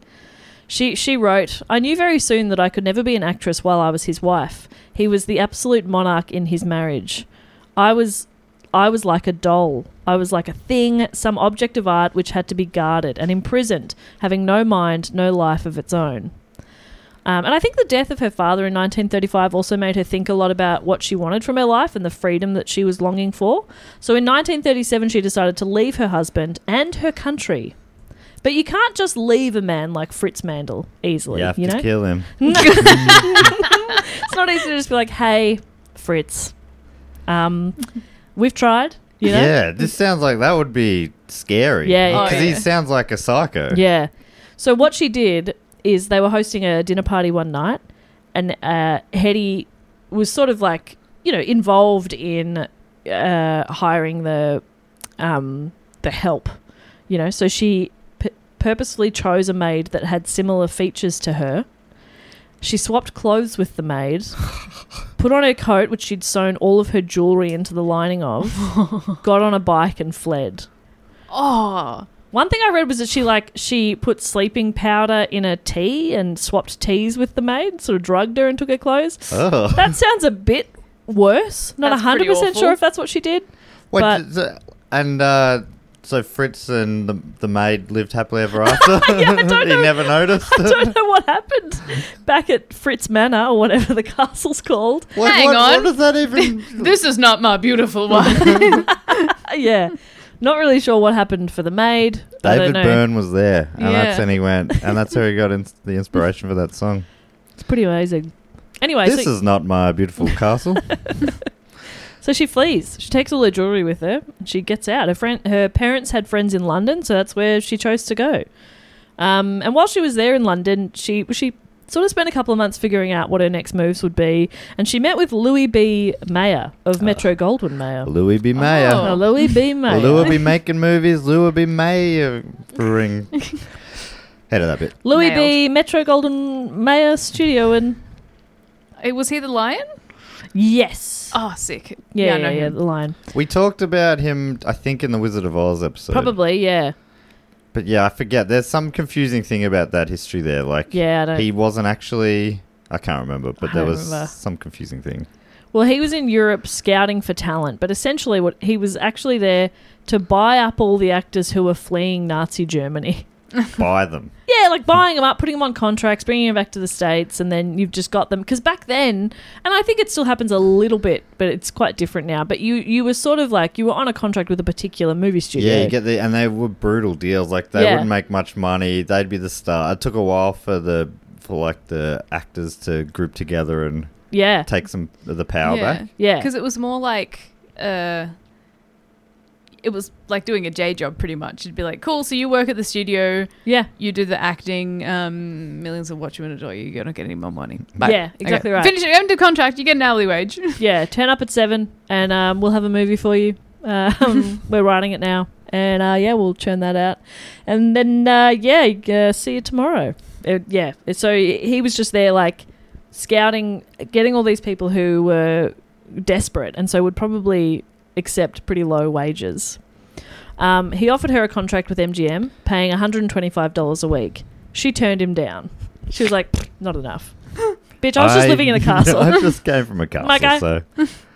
She she wrote, "I knew very soon that I could never be an actress while I was his wife. He was the absolute monarch in his marriage. I was." I was like a doll. I was like a thing, some object of art which had to be guarded and imprisoned, having no mind, no life of its own. Um, and I think the death of her father in 1935 also made her think a lot about what she wanted from her life and the freedom that she was longing for. So in 1937, she decided to leave her husband and her country. But you can't just leave a man like Fritz Mandel easily.
you have
you
to
know,
kill him.
it's not easy to just be like, "Hey, Fritz, um, we've tried." You know?
Yeah, this sounds like that would be scary.
Yeah, yeah.
because
Oh,
he
yeah.
sounds like a psycho.
Yeah. So what she did is they were hosting a dinner party one night, and uh, Hetty was sort of like you know involved in uh, hiring the um, the help, you know. So she p- purposefully chose a maid that had similar features to her. She swapped clothes with the maid, put on her coat, which she'd sewn all of her jewelry into the lining of, got on a bike and fled.
oh
One thing I read was that she like she put sleeping powder in a tea and swapped teas with the maid, sort of drugged her and took her clothes.
Oh.
[laughs]
[laughs]
That sounds a bit worse. Not
That's pretty
hundred percent sure
awful.
if that's what
[laughs]
she did.
Wait,
but-
d- d- and uh, so Fritz and the, the maid lived happily
[laughs]
ever after. [laughs]
don't
he
know.
never noticed.
[laughs] I don't know what happened back at Fritz Manor or whatever the [laughs] castle's called.
What,
Hang
what,
on.
what does that even?
this is not
[laughs]
my beautiful one
Uh, yeah, not really sure what happened for the maid. [laughs] I don't
David
know.
Byrne was there, and that's
Yeah.
and he went, and that's where he got ins the inspiration for that
[laughs]
song.
It's pretty amazing. Anyway,
This
so,
is not my beautiful
[laughs]
castle.
so she flees. She takes all her jewelry with her. And she gets out. Her friend, her parents had friends in London, so that's where she chose to go. Um, and while she was there in London, she she sort of spent a couple of months figuring out what her next moves would be, and she met with Louis B. Mayer of Metro Goldwyn Mayer.
Louis B. Mayer.
Uh. Oh.
Uh, Louis
[laughs]
B. Mayer.
Lua be making movies. Lua be mayoring.
[laughs]
Head of that bit.
Louis B. Metro Goldwyn Mayer Studio, and
Eh, was he the lion
yes,
oh sick
yeah, yeah,
I know
yeah,
him.
the lion,
We talked about him, I think, in the Wizard of Oz episode.
probably, yeah,
But yeah, I forget. There's some confusing thing about that history there. Like,
yeah. I don't.
he wasn't actually. I can't remember, but
I
there
don't
was
remember.
some confusing thing.
Well, he was in Europe scouting for talent, but essentially, what he was actually there to buy up all the actors who were fleeing Nazi Germany. [laughs]
Buy them.
Yeah, like buying them up, putting them on contracts, bringing them back to the States, and then you've just got them. Because back then, and I think it still happens a little bit, but it's quite different now. But you you were sort of like, you were on a contract with a particular movie studio.
Yeah, you get the and they were brutal deals. Like they
Yeah.
wouldn't make much money. They'd be the star. It took a while for the for like the actors to group together and
Yeah.
take some of the power back.
Yeah.
Because it was more like, uh, it was like doing a J job pretty much. It'd be like, cool, so you work at the studio,
yeah.
you do the acting, um, millions of watchmen adore you, you're not getting any more money.
Yeah, exactly right.
Finish it, end of contract, you get an hourly wage. [laughs]
Yeah, turn up at seven, and um, we'll have a movie for you. Um, we're writing it now, and uh, yeah, we'll churn that out, and then uh, yeah, uh, see you tomorrow. Uh, yeah, so he was just there, like scouting, getting all these people who were desperate, and so would probably accept pretty low wages. Um, he offered her a contract with MGM, paying one hundred and twenty-five dollars a week. She turned him down. She was like, "Not enough, bitch." I was just living in a
[laughs]
castle.
I just came
[laughs]
from a castle,
My guy-
so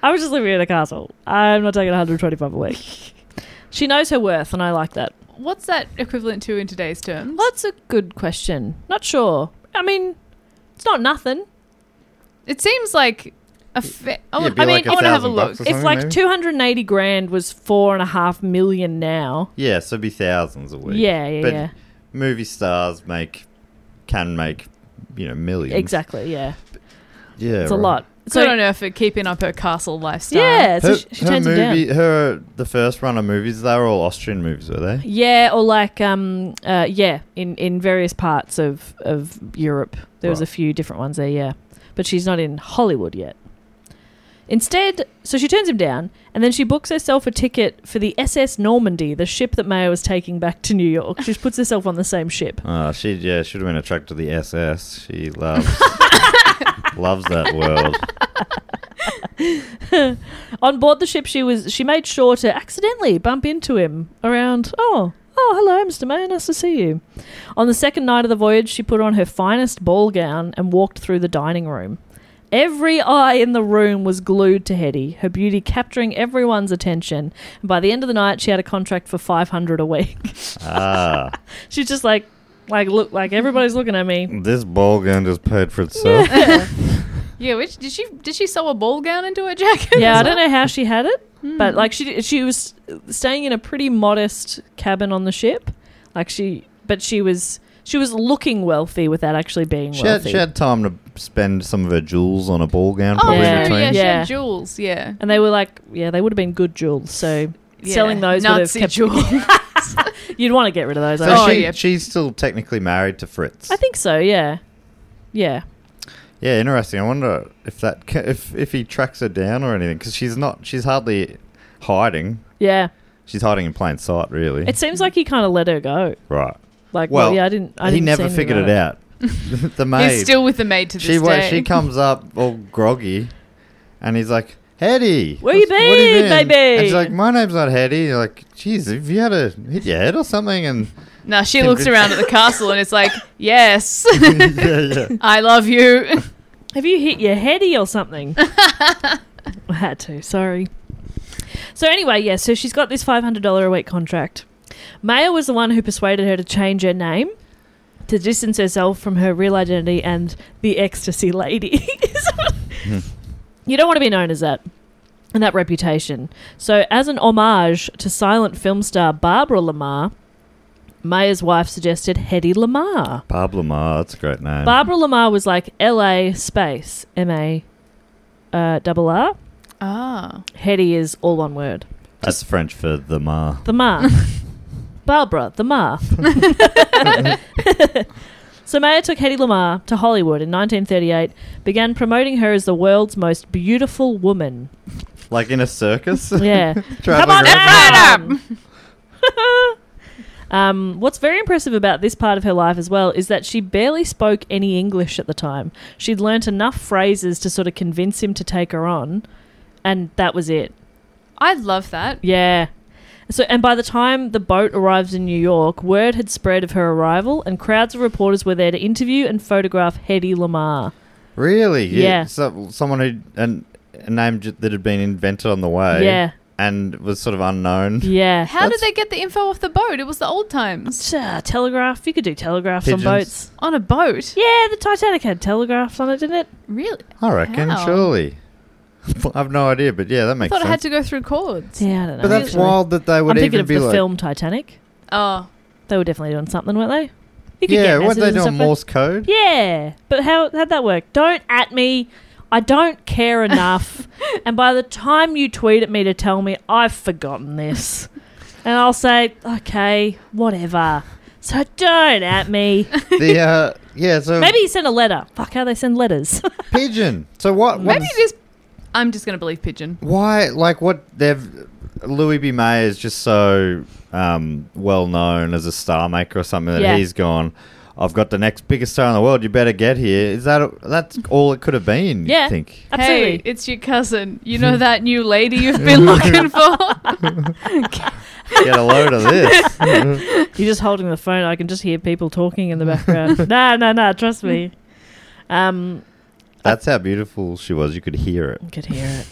I was just living in a castle. I'm not taking 125 a week. [laughs] she knows her worth, and I like that.
What's that equivalent to in today's terms?
Well, that's a good question. Not sure. I mean, it's not nothing.
It seems like a fa- I
Yeah,
want-
it'd be
I mean,
like a
I want to have a
thousand
look.
bucks or
If
something,
like
maybe?
280 grand was four and a half million now.
yeah, so it'd be thousands a week.
Yeah, yeah,
but
yeah.
movie stars make can make you know millions.
Exactly. Yeah,
Yeah,
it's a
right.
lot.
So, Good
So
on her for keeping up her castle lifestyle.
yeah, so
Her,
she, she turns him down.
movie, her the first run of movies, they were all Austrian movies, were they?
Yeah, or like um uh yeah, in in various parts of of Europe. There was a
Right.
few different ones there, yeah. But she's not in Hollywood yet. Instead, so she turns him down and then she books herself a ticket for the SS Normandy, the ship that Mayo was taking back to New York. She just puts herself on the same ship.
Oh, she yeah, should have been attracted to the SS. She
[laughs]
loves loves that world.
On board the ship she was she made sure to accidentally bump into him around oh Oh, hello, Mr. Mayo. Nice to see you. On the second night of the voyage, she put on her finest ball gown and walked through the dining room. Every eye in the room was glued to Hetty, her beauty capturing everyone's attention. And by the end of the night, she had a contract for 500 a week. [laughs]
Ah,
She's just like, like, look, like everybody's looking at me.
this ball gun just paid for itself.
yeah. Which did she did she sew a ball gown into her jacket?
yeah, I don't know how she had it, but
Hmm.
like she she was staying in a pretty modest cabin on the ship. Like she, but she was she was looking wealthy without actually being
She had,
wealthy.
she had time to spend some of her jewels on a ball gown,
Oh,
probably
Yeah.
yeah,
in between.
yeah, she
Yeah.
had jewels. Yeah,
and they were like, yeah, they would have been good jewels. So
Yeah.
selling those would have
Nazi
[laughs]
kept
jewels.
You'd want to get rid of those. I
So
reckon.
Oh,
she,
yeah.
she's still technically married to Fritz.
I think so. Yeah, yeah.
yeah, interesting. I wonder if that ca- if if he tracks her down or anything because she's not she's hardly hiding.
Yeah,
She's hiding in plain sight, really.
it seems like he kind of let her go.
right.
Like, well,
Well,
yeah, I didn't. I
he
didn't see
never
anything
figured it
about [laughs]
out. [laughs] the maid.
He's still with the maid to this
she wa-
day.
she
[laughs]
comes up all groggy, and he's like, "Hetty,
Where you
what's- what have
been, baby?"
And she's like, "My name's not Hetty." You're like, "Jeez, have you had a hit your head or something?" And
now she looks around at the castle and it's
[laughs]
like, yes,
yeah, yeah.
[laughs] I love you.
[laughs] Have you hit your heady or something? I had to, sorry. So anyway, yeah, so she's got this five hundred dollar a week contract. Maya was the one who persuaded her to change her name to distance herself from her real identity and the ecstasy lady. [laughs] you don't want to be known as that. And that reputation. So, as an homage to silent film star Barbara Lamar, Maya's wife suggested Hetty Lamar.
Pablo Mar, that's a great name.
Barbara Lamar was like L A space M A uh, double R.
Ah,
Hetty is all one word.
that's French for the Mar.
The Mar. Barbara, the Mar. so Mayer took Hetty Lamar to Hollywood in 1938, began promoting her as the world's most beautiful woman.
Like in a
[laughs]
circus.
Yeah.
Traveling
Come on
around.
down! [laughs] Um, what's very impressive about this part of her life as well is that she barely spoke any English at the time. She'd learnt enough phrases to sort of convince him to take her on, and that was it.
I love that.
Yeah. So, and by the time the boat arrives in New York, word had spread of her arrival, and crowds of reporters were there to interview and photograph Hedy Lamar.
Really?
Yeah.
So, someone who and a name j- that had been invented on the way.
Yeah.
And was sort of unknown.
Yeah.
[laughs] How did they get the info off the boat? It was the old times.
Uh, telegraph. You could do telegraphs
Pigeons.
on boats.
On a boat?
Yeah, the Titanic had telegraphs on it, didn't it?
Really?
I reckon,
How?
surely. [laughs] I've no idea, but yeah, that
I
makes
thought
sense.
it had to go through cords.
Yeah, I don't know.
but that's
actually.
wild that they
I'm
would
thinking
even
of
be
the
like.
film Titanic.
Oh,
They were definitely doing something, weren't they? You could
yeah,
get
what
messages
they doing
and stuff, right?
Morse code?
Yeah, but how how'd that work? Don't at me. I don't
[laughs]
care enough. and by the time you tweet at me to tell me I've forgotten this, and I'll say, okay, whatever. So don't
[laughs]
at me.
the uh, yeah, so
[laughs] Maybe you send a letter. Fuck how they send letters. [laughs]
pigeon. So what?
maybe
what's-
this. I'm just going to believe pigeon.
Why? Like what? They've Louis B. May is just so um, well known as a star maker or something that
Yeah.
he's gone. I've got the next biggest star in the world. You better get here. Is that that's all it could have been? you
Yeah.
think
Absolutely.
[laughs] Hey, it's your cousin. You
Hmm.
know that new lady
[laughs]
you've been looking for?
[laughs]
get a load of this.
You're just holding the phone. I can just hear people talking in
[laughs]
the background. no, no, no. Trust me. Um,
That's how beautiful she was. You could hear it.
I could hear it.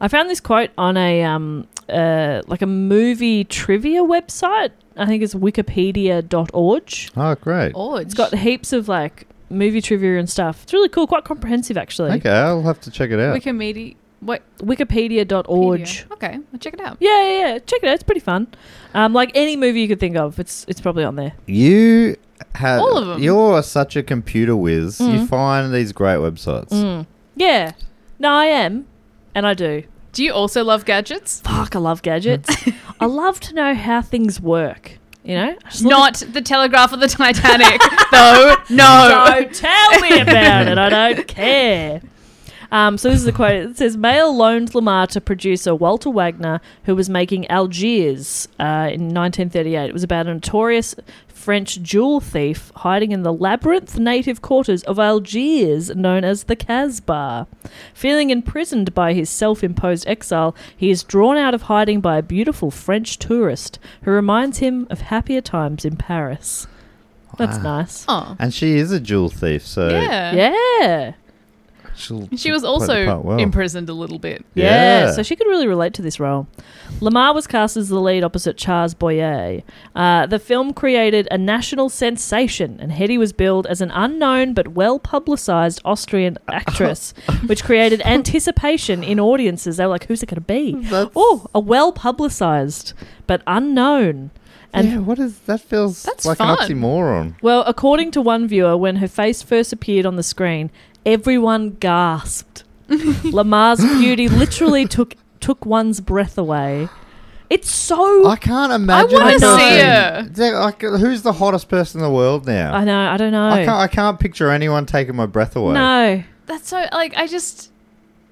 I found this quote on a um, uh, like a movie trivia website. I think it's wikipedia.org.
Oh, great.
oh,
It's got heaps of like movie trivia and stuff. It's really cool, quite comprehensive actually.
Okay, I'll have to check it out.
Wikimedia. What?
Wikipedia.org.
Pedia. Okay, I'll check it out.
Yeah, yeah, yeah. Check it out. It's pretty fun. Um, like any movie you could think of, it's it's probably on there.
You have
All of 'em.
You're such a computer whiz.
Mm-hmm.
You find these great websites.
Yeah. No, I am, and I do.
Do you also love gadgets?
Fuck, I love gadgets. I love to know how things work. You know, I just love
Not the Telegraph or
[laughs]
the Titanic, though. No.
So tell me about it. I don't care. Um, so this is the quote. It says, "Mail loaned Lamar to producer Walter Wagner, who was making Algiers uh, in 1938. It was about a notorious French jewel thief hiding in the labyrinth native quarters of Algiers, known as the Casbah. Feeling imprisoned by his self-imposed exile, he is drawn out of hiding by a beautiful French tourist who reminds him of happier times in Paris. That's nice.
[laughs] Oh,
And she is a jewel thief, so
yeah.
Yeah.
she'll-
She was
play the
also
part well.
imprisoned a little bit.
Yeah. So she could really relate to this role. Lamar was cast as the lead opposite Charles Boyer. Uh, the film created a national sensation, and Hetty was billed as an unknown but well publicized Austrian actress, which created anticipation in audiences. They were like, who's it going to be?
That's-
Oh, a well publicized but unknown. And
yeah, what is that? Feels
That's
like
fun.
an oxymoron.
Well, according to one viewer, when her face first appeared on the screen, everyone
[laughs]
gasped.
[gasps]
Lamar's beauty literally took took one's breath away. It's so
I can't imagine.
wanna
a person-
see her.
They're Like, who's the hottest person in the world now?
I know, I don't know.
I can't. I can't picture anyone taking my breath away.
no.
That's so, like, I just.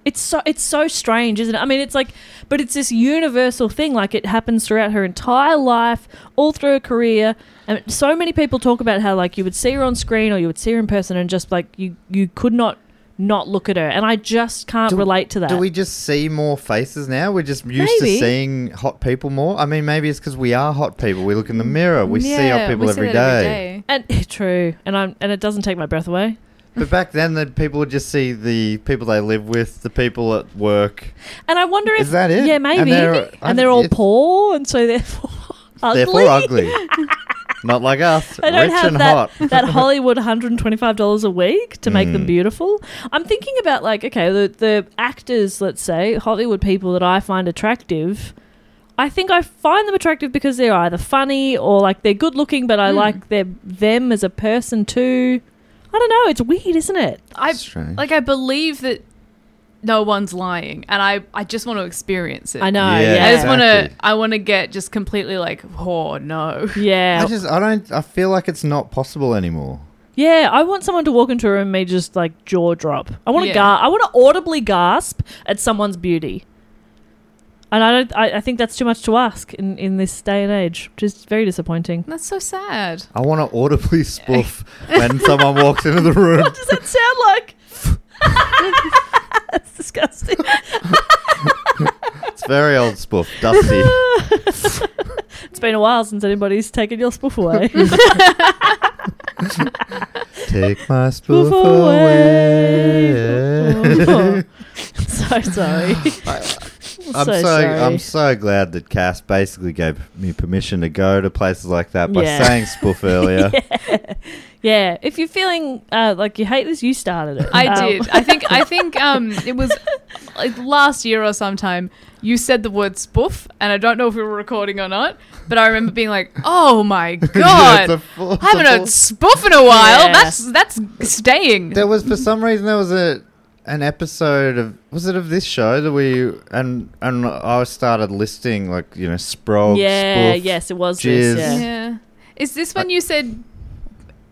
It's so it's so strange, isn't it? I mean, it's like, but it's this universal thing. Like it happens throughout her entire life, all through her career. And so many people talk about how like you would see her on screen or you would see her in person, and just like you you could not not look at her. And I just can't
Do-
relate to that.
Do we just see more faces now? We're just used
Maybe.
to seeing hot people more. I mean, maybe it's because we are hot people. We look in the mirror. We see
Yeah,
hot people
we see
every,
that
day.
And [laughs] true, and I'm and it doesn't take my breath away.
But back then, the people would just see the people they live with, the people at work.
And I wonder if
Is that it?
Yeah,
And
maybe. And
they're-
they're,
I-
all
it's-
poor, and so therefore [laughs] ugly.
Therefore, ugly. Not like us,
They don't
rich
have
and
that,
hot. Hmm.
that Hollywood $125 a week to make them beautiful. I'm thinking about, like, okay, the, the actors, let's say, Hollywood people that I find attractive, I think I find them attractive because they're either funny or, like, they're good looking, but I
Hmm.
like their, them as a person too. I don't know. It's weird, isn't it?
I
Strange.
like I believe that no one's lying and I I just want to experience it.
I know.
Yeah,
Yeah.
I just want to
Exactly.
I want to get just completely like oh no.
yeah.
I just, I don't, I feel like it's not possible anymore.
Yeah, I want someone to walk into a room and me just like jaw drop. I want to
Yeah.
ga- I want to audibly gasp at someone's beauty. And I don't. I, I think that's too much to ask in, in this day and age, which is
[laughs]
very disappointing.
That's so sad.
I want to audibly spoof when someone walks into the room.
Does that sound like? [laughs] that's disgusting.
It's very old spoof, dusty.
It's been a while since anybody's taken eh? your spoof away.
Take my spoof
spoof
away.
away. so [laughs] so sorry.
I'm so, I'm so glad that Cass basically gave me permission to go to places like that by
Yeah.
saying spoof earlier. [laughs]
yeah, if you're feeling uh, like you hate this, you started it.
I
Um,
did. I think. I think um, it was like last year or sometime. You said the word spoof, and I don't know if we were recording or not. But I remember being like, "Oh
[laughs]
my god,
it's a full-
I haven't
it's a
heard
full-
spoof in a while.
Yeah.
That's that's staying."
There was for some reason there was a an episode of was it of this show that we and and I started listing like you know Sprog.
Yeah,
spoof.
yes, it was
jizz.
this. Yeah.
yeah. Is this when you said?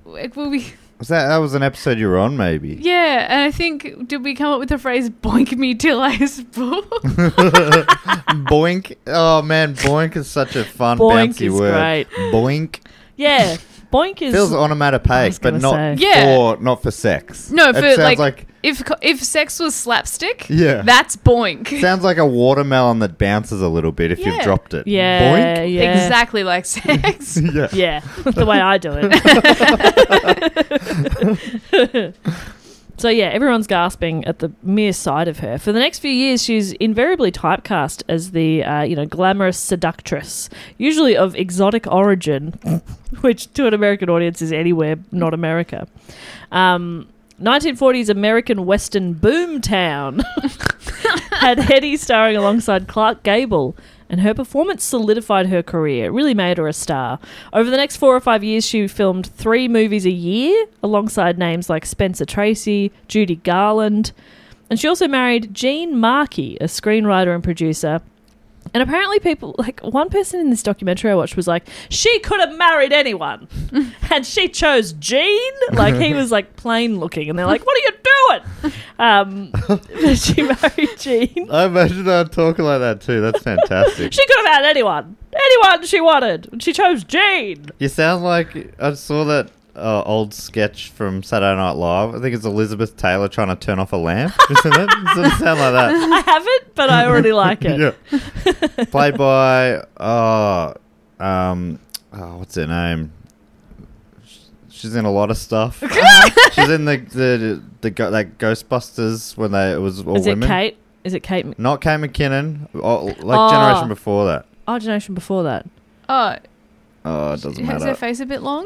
Like, will we?
Was that that was an episode you were on maybe?
Yeah, and I think did we come up with the phrase "boink me till I [laughs] spoof"?
[laughs] Boink. Oh man, boink is such a fun
Boink
bouncy
is
word.
great.
Boink
yeah. Boink is.
feels
I
onomatopoeic,
was
but
gonna
not
say. Yeah.
for not for sex.
No,
it
for,
sounds
like-
like
if co- if sex was slapstick,
Yeah.
that's boink.
[laughs] sounds like a watermelon that bounces a little bit if you've
Yeah.
dropped it.
yeah,
Boink. [laughs]
yeah.
Exactly like sex.
Yeah.
Yeah, the way I do it.
[laughs]
so yeah, everyone's gasping at the mere sight of her. For the next few years, she's invariably typecast as the uh, you know glamorous seductress, usually of exotic origin, [laughs] which to an American audience is anywhere not America. Um, 1940s American Western boomtown had Hetty starring alongside Clark Gable, and her performance solidified her career. It really made her a star. Over the next four or five years, she filmed three movies a year alongside names like Spencer Tracy, Judy Garland, and she also married Gene Markey, a screenwriter and producer. And apparently, people like one person in this documentary I watched was like, she could have married anyone, and she chose Gene. Like he was like plain looking, and they're like, what are you doing? Um, but she married Gene.
I imagine her talking like that too. That's fantastic.
She could have had anyone, anyone she wanted. and She chose Gene.
You sound like I saw that uh, old sketch from Saturday Night Live. I think it's Elizabeth Taylor trying to turn off a lamp. [laughs] Isn't it? It sort of sound like that.
I haven't, but I already like it.
[laughs] Yeah. Played by uh, um, oh, what's her name? Sh- She's in a lot of stuff. She's in the the the go- that Ghostbusters when they it was all
Is
women.
it Kate? Is it Kate? Mc-
Not Kate McKinnon. Oh, like
Oh.
generation before that.
Oh, generation before that.
Oh,
Oh, it doesn't
has
matter.
her face a bit long?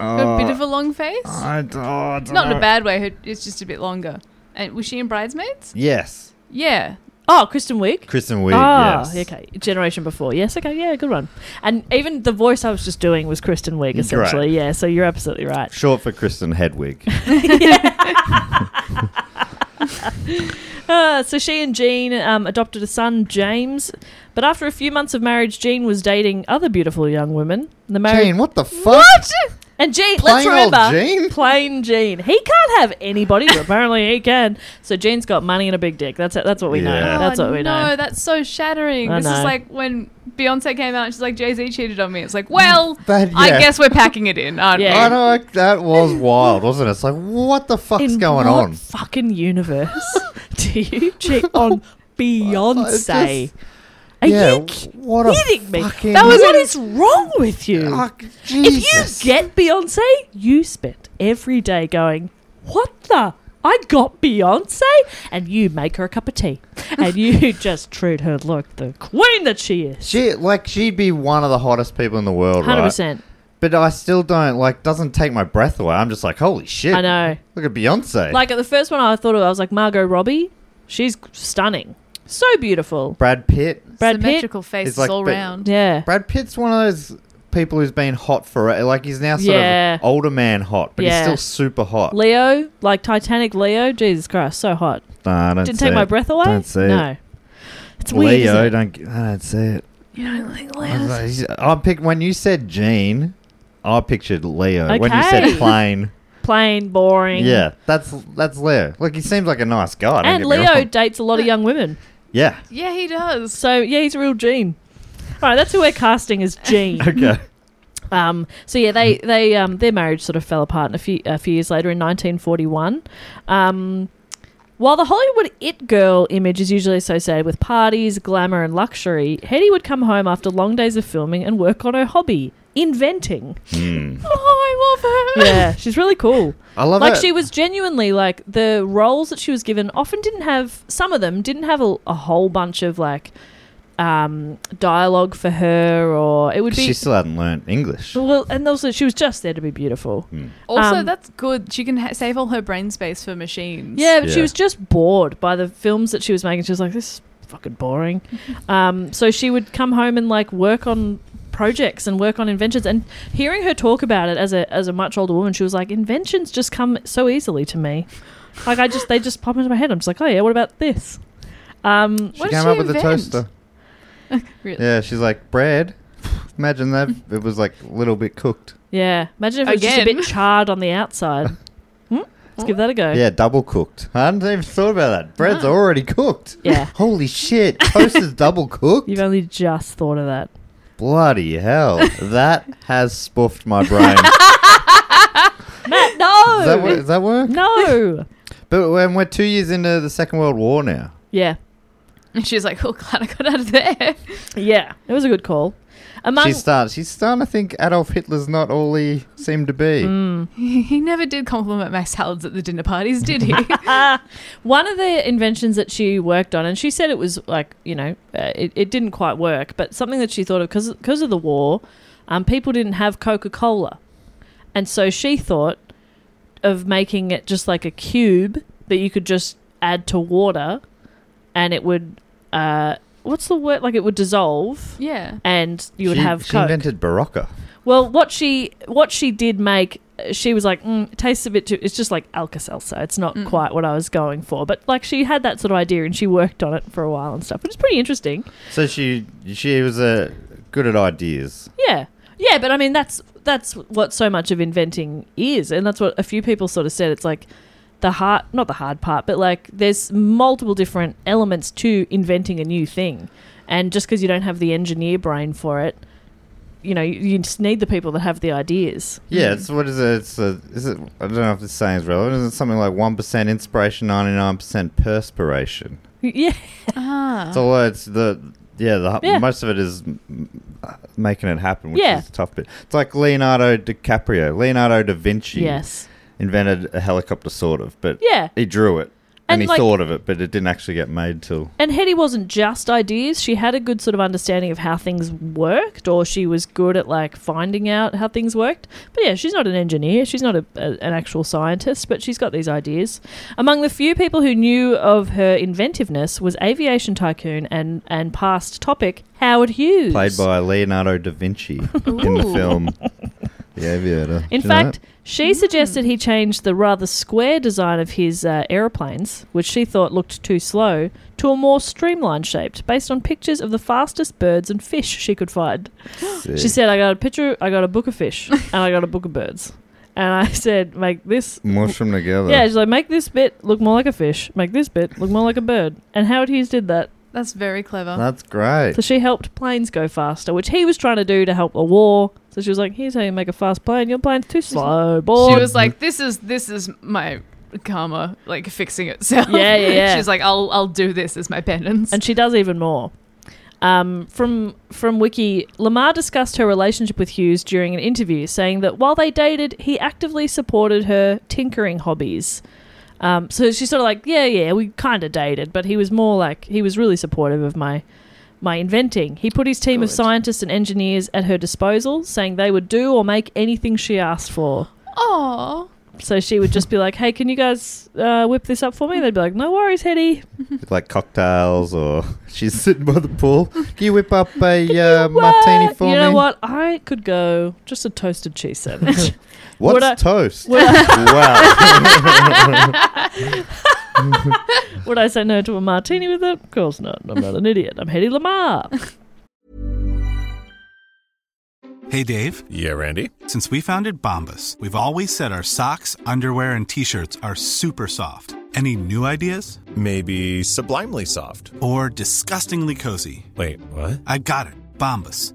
Uh,
a bit of a long face?
I d- oh, I don't
Not in
know.
a bad way. her- It's just a bit longer. And was she in Bridesmaids?
Yes,
Yeah.
Oh, Kristen Wiig.
Kristen Wiig.
Ah,
yes.
okay. Generation before. Yes, okay. Yeah, good one. And even the voice I was just doing was Kristen Wiig,
Right.
essentially. Yeah, so you're absolutely right.
Short for Kristen
[laughs]
Hedwig.
Uh, so she and Jean um, adopted a son, James. But after a few months of marriage, Jean was dating other beautiful young women. The marriage
Jane, what the fuck? What?
and Jean, let's
Plain old
remember,
Jean?
plain Jean. He can't have anybody, but apparently he can. So Jean's got money and a big dick. That's it. That's what we
Yeah.
know. That's what we
Oh, no,
know.
that's so shattering.
I
this
know.
is like when Beyonce came out and she's like, Jay Z cheated on me. It's like, well,
[laughs] But, yeah.
I guess we're packing it in, aren't
Yeah.
we?
I know like, that was wild, wasn't it? It's like, what the fuck's
In
going
what
on? [laughs]
Fucking universe. Do you cheat on
Oh,
Beyonce?
Just-
Are
yeah,
you k-
what a
kidding me?
fucking- [laughs]
That was what is wrong with you?
Fuck,
If
Jesus.
you get Beyonce, you spend every day going, What the? I got Beyonce? And you make her a cup
[laughs]
of tea. And you just treat her like the queen that she is.
she like she'd be one of the hottest people in the world, right?
100%.
But I still don't like. Doesn't take my breath away. I'm just like, holy shit!
I know.
Look at Beyonce.
Like at the first one I thought of, I was like, Margot Robbie, she's stunning. So beautiful.
Brad Pitt.
Brad Pitt?
Symmetrical faces
like
all
ba-
round.
Yeah.
Brad Pitt's one of those people who's been hot forever. Like he's now sort
Yeah.
of older man hot, but
Yeah.
he's still super hot.
Leo, like Titanic Leo, Jesus Christ, so hot.
Nah, I don't
Didn't
see
take my
it.
breath away?
Don't see
no.
it.
It's
Leo,
weird. isn't it?
don't. I don't see it.
You don't like
I was
Leo's?
like, he's- I pick when you said Gene, I pictured Leo. When you said
Okay.
plain,
Plain, boring.
yeah, that's that's Leo. Look, he seems like a nice guy. don't
And
get me
Leo
wrong.
dates a lot of young women.
yeah.
Yeah, he does.
So yeah, he's a real Gene. All right, that's who we're casting as
[laughs]
Gene. [laughs]
Okay.
Um, so yeah, they they um, their marriage sort of fell apart in a few a few years later in 1941. Um, While the Hollywood it girl image is usually associated with parties, glamour, and luxury, Hetty would come home after long days of filming and work on her hobby, inventing.
Oh, I love her.
Yeah, she's really cool.
Hmm. I love
like
it.
she was genuinely like the roles that she was given often didn't have some of them didn't have a, a whole bunch of like um, dialogue for her or it would be
she still hadn't learned English. Hmm.
well and also she was just there to be beautiful.
Also,
Um,
that's good. She can ha- save all her brain space for machines.
Yeah, but she
Yeah.
was just bored by the films that she was making. She was like, this is fucking boring. um, so she would come home and like work on projects and work on inventions. And hearing her talk about it as a as a much older woman, she was like, inventions just come so easily to me. Like I just they just pop into my head. I'm just like, oh yeah, what about this? Um,
She
What did
came
she
up with the
[laughs]
invent?
toaster.
Really?
Yeah, she's like bread. Imagine
[laughs]
that it was like a little bit cooked.
yeah, imagine if it was just a
Again.
bit charred on the outside. Hmm? Let's give that a go.
Yeah, double cooked. I hadn't even thought about that. Bread's already cooked.
Ah. Yeah.
[laughs] Holy shit! Toast is double cooked.
You've only just thought of that.
Bloody
[laughs]
hell! That has spoofed my brain.
Matt, no,
Does that, wo- does that work? [laughs]
no,
But when we're two years into the Second World War now,
yeah.
And she's like, oh, glad I got out of there.
Yeah, it was a good call. Among [laughs]
she starts. She's starting to think Adolf Hitler's not all he seemed to be.
Mm,
[laughs] he never did compliment my salads at the dinner parties,
[laughs]
did he?
uh, one of the inventions that she worked on, and she said it was like you know, uh, it, it didn't quite work, but something that she thought of because because of the war, um, people didn't have Coca Cola, and so she thought of making it just like a cube that you could just add to water, and it would uh, what's the word like it would dissolve.
yeah.
And you would
she,
have
She
Coke.
invented Barocca.
Well, what she what she did make, uh, she was like, mm, it tastes a bit too. It's just like Alka Seltzer. It's not quite what I was going for. But like, she had that sort of idea and she worked on it for a while and stuff, which is pretty interesting.
So she she was uh, good at ideas.
Yeah, yeah. But I mean, that's that's what so much of inventing is, and that's what a few people sort of said. It's like the hard, not the hard part, but like there's multiple different elements to inventing a new thing, and just because you don't have the engineer brain for it. You know, you, you just need the people that have the ideas.
Yeah, it's what is it? It's a, is it? I don't know if this saying is relevant. Is it something like one percent inspiration, ninety nine percent perspiration?
Yeah.
Ah.
It's all it's the yeah the
Yeah.
most of it is mm, uh, making it happen, which
Yeah.
is a tough bit. It's like Leonardo DiCaprio, Leonardo da Vinci.
Yes.
invented a helicopter, sort of, but
Yeah.
he drew it
And,
and, he
like-
thought of it, but it didn't actually get made till
And Hetty wasn't just ideas. She had a good sort of understanding of how things worked, or she was good at like finding out how things worked. But yeah, she's not an engineer. She's not a, a, an actual scientist, but she's got these ideas. Among the few people who knew of her inventiveness was aviation tycoon and, and past topic Howard Hughes.
played by Leonardo da Vinci in the
[laughs]
film The Aviator.
In
Do you know
fact, she suggested he change the rather square design of his uh, aeroplanes, which she thought looked too slow, to a more streamlined shaped, based on pictures of the fastest birds and fish she could find.
that?
She said, "I got a picture, I got a book of fish, and I got a book of birds." And I said, "Make this."
mush them together.
Yeah, she's like, make this bit look more like a fish, make this bit look more like a bird. And Howard Hughes did that.
That's very clever.
that's
[laughs]
great.
So she helped planes go faster, which he was trying to do to help the war. So she was like, here's how you make a fast plane. Your plane's too slow, boy.
she was like, "This is this is my karma, like fixing itself."
Yeah, yeah, yeah.
[laughs] She's like, "I'll I'll do this as my penance."
and she does even more. Um, from from Wiki, Lamar discussed her relationship with Hughes during an interview, saying that while they dated, he actively supported her tinkering hobbies. Um, so she's sort of like, yeah, yeah, we kind of dated, but he was more like he was really supportive of my my inventing. He put his team of
Good.
scientists and engineers at her disposal, saying they would do or make anything she asked for.
oh,
So she would just be like, hey, can you guys uh, whip this up for me? They'd be like, no worries, Hetty.
like cocktails or [laughs] she's sitting by the pool. Can you whip up a uh,
What?
martini for
you
me?
know what? I could go just a toasted cheese
[laughs]
sandwich.
What's
Would I-
toast?
would, I,
[laughs] wow.
would I say no to a martini with it? Of course not. I'm not an idiot. I'm Hedy Lamar.
Hey, Dave.
Yeah, Randy.
Since we founded Bombus, we've always said our socks, underwear, and t shirts are super soft. Any new ideas?
Maybe sublimely soft.
Or disgustingly cozy?
Wait, what?
I got it. Bombus.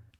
[laughs]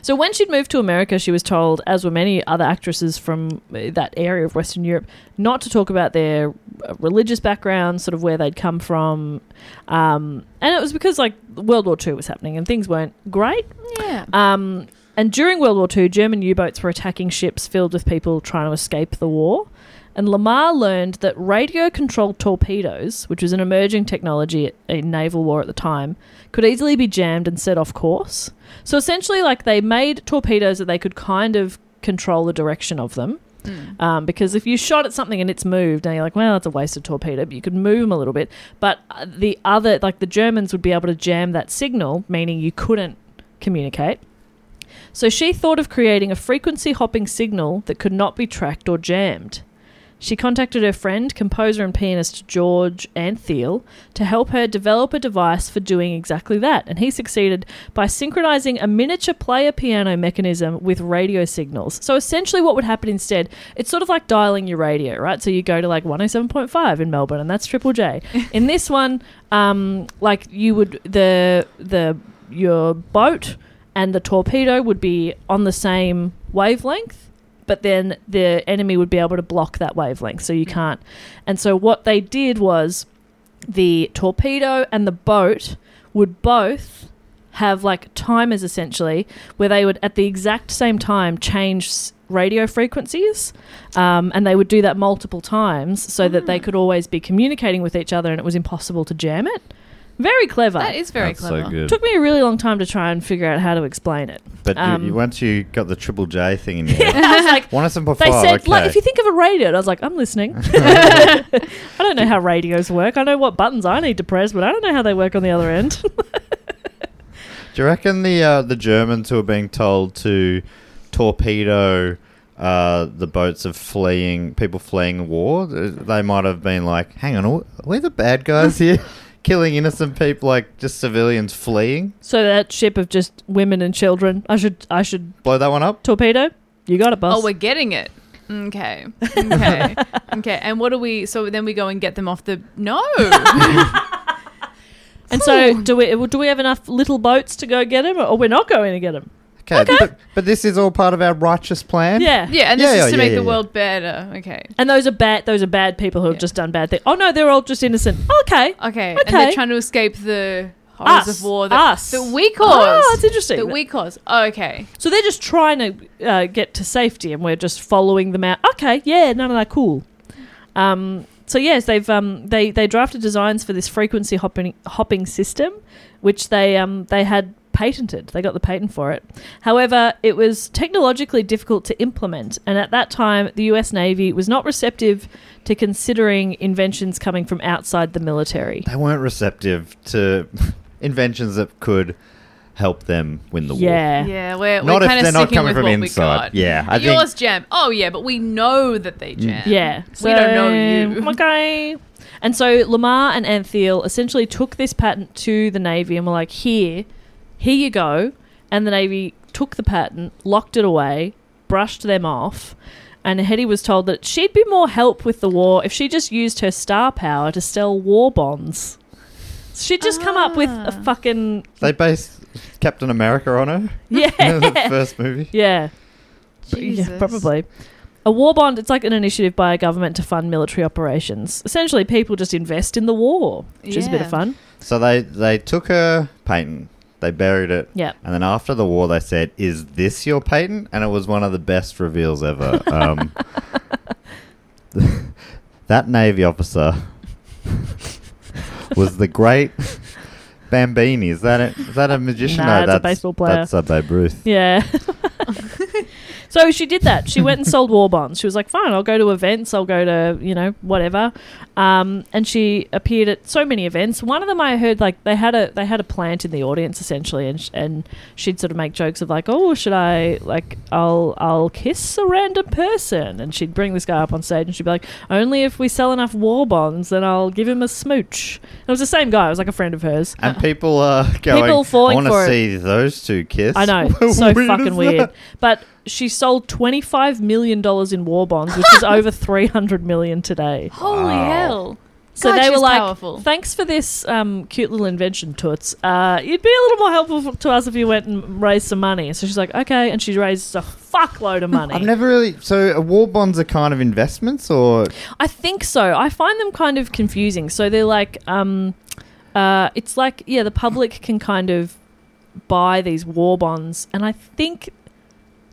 So when she'd moved to America, she was told, as were many other actresses from uh, that area of Western Europe, not to talk about their uh, religious background, sort of where they'd come from. Um, and it was because like World War II was happening and things weren't great.
Yeah.
Um, and during World War II, German U boats were attacking ships filled with people trying to escape the war. And Lamar learned that radio controlled torpedoes, which was an emerging technology in naval war at the time, could easily be jammed and set off course. So essentially, like they made torpedoes that they could kind of control the direction of them. Um, because if you shot at something and it's moved, and you're like, well, that's a wasted torpedo, but you could move them a little bit. But uh, the other, like the Germans would be able to jam that signal, meaning you couldn't communicate. So she thought of creating a frequency hopping signal that could not be tracked or jammed. She contacted her friend, composer and pianist George Antheil, to help her develop a device for doing exactly that, and he succeeded by synchronizing a miniature player piano mechanism with radio signals. So essentially what would happen instead, it's sort of like dialing your radio, right? So you go to like 107.5 in Melbourne and that's Triple J. in this one, um, like you would the the your boat and the torpedo would be on the same wavelength, but then the enemy would be able to block that wavelength, so you
Mm.
can't. And so what they did was the torpedo and the boat would both have like timers essentially where they would at the exact same time change s- radio frequencies um, and they would do that multiple times so that
Ah.
they could always be communicating with each other and it was impossible to jam it very clever
that is [laughs] very
That's
clever.
so good.
Took me a really long time to try and figure out how to explain
[laughs]
it.
But
Um,
you, you, once you got the triple J thing
[laughs]
in your head,
I was like,
one of them before.
they said,
Oh, okay.
like, if you think of a radio, and I was like, I'm listening. [laughs] I don't know how radios work. I know what buttons I need to press, but I don't know how they work on the other end. [laughs]
Do you reckon the uh, the Germans who are being told to torpedo uh, the boats of fleeing people fleeing war? th- They might have been like, "Hang on, are we the bad
[laughs]
guys here, [laughs] killing innocent people like just civilians fleeing?
so that ship of just women and children, I should, I should
Blow that one up."
torpedo. You got it, boss.
Oh, we're getting it. Okay.
[laughs]
Okay. okay. And what do we? So then we go and get them off the.
[laughs]
No.
and so, do we? Do we have enough little boats to go get him, or we're not going to get him?
Okay, But, but this is all part of our righteous plan.
Yeah,
yeah. And this
Yeah,
is
yeah,
to
yeah,
make
yeah,
the
yeah.
world better. Okay.
And those are bad. Those are bad people who have
Yeah.
just done bad things. Oh no, they're all just innocent. Okay,
Okay. And they're
Okay.
trying to escape the horrors
Us.
of war that,
Us.
that we
Oh,
caused.
Ah,
that's interesting.
That we caused. Oh, okay.
So they're just trying to uh, get to safety, and we're just following them out. Okay, yeah, none of that cool. Um, so yes, they've um, they they drafted designs for this frequency hopping hopping system, which they um, they had patented. They got the patent for it. However, it was technologically difficult to implement, and at that time, the U.S. Navy was not receptive to considering inventions coming from outside the military.
they weren't receptive to [laughs] inventions that could help them win the war.
Yeah.
Yeah. We're,
Not
we're
if
kind
they're
of sticking
not coming
with
from
what
inside.
we got.
Yeah, I think- Mm.
Yours jam. Oh yeah, but we know that they jam.
Yeah.
We don't know you.
Okay. And so Lamar and Antheil essentially took this patent to the Navy and were like, here, here you go. And the Navy took the patent, locked it away, brushed them off, and Hetty was told that she'd be more help with the war if she just used her star power to sell war bonds. She'd just come up with a
Ah.
fucking
They based Captain America on her [laughs]
[laughs]
in the
yeah,
first movie.
yeah. But yeah,
Jesus.
probably. A war bond, it's like an initiative by a government to fund military operations. Essentially, people just invest in the war, which is a bit
Yeah.
of fun.
So they they took her patent, they buried it,
Yeah.
and then after the war, they said, "Is this your patent?" And it was one of the best reveals ever. Um, [laughs] that navy officer [laughs] was the great Bambini. Is that it? Is that a magician?
Nah,
no,
it's a
that's
baseball player.
That's a Babe Ruth.
Yeah. so she did that. She went and sold war bonds. She was like, fine, I'll go to events. I'll go to, you know, whatever. Um, and she appeared at so many events. One of them I heard, like, they had a they had a plant in the audience, essentially. And, sh- and she'd sort of make jokes of, like, oh, should I, like, I'll, I'll kiss a random person. And she'd bring this guy up on stage and she'd be like, only if we sell enough war bonds, then I'll give him a smooch. And it was the same guy. It was like a friend of hers. [laughs]
And people are going.
People falling
I want
for
to see
it."
those two kiss.
I know,
[laughs] How
it's so
weird
fucking
is
weird.
that?
But she sold twenty five million dollars in war bonds, which
[laughs]
is over three hundred million today.
Holy hell.
So
God,
they were
she's
like,
powerful.
"Thanks for this um, cute little invention, Toots. Uh, you'd be a little more helpful f- to us if you went and raised some money." So she's like, "Okay," and she raised a fuckload of money.
I've never really. So, uh, war bonds are kind of investments, or
I think so. I find them kind of confusing. So they're like, um, uh, it's like, yeah, the public can kind of buy these war bonds, and I think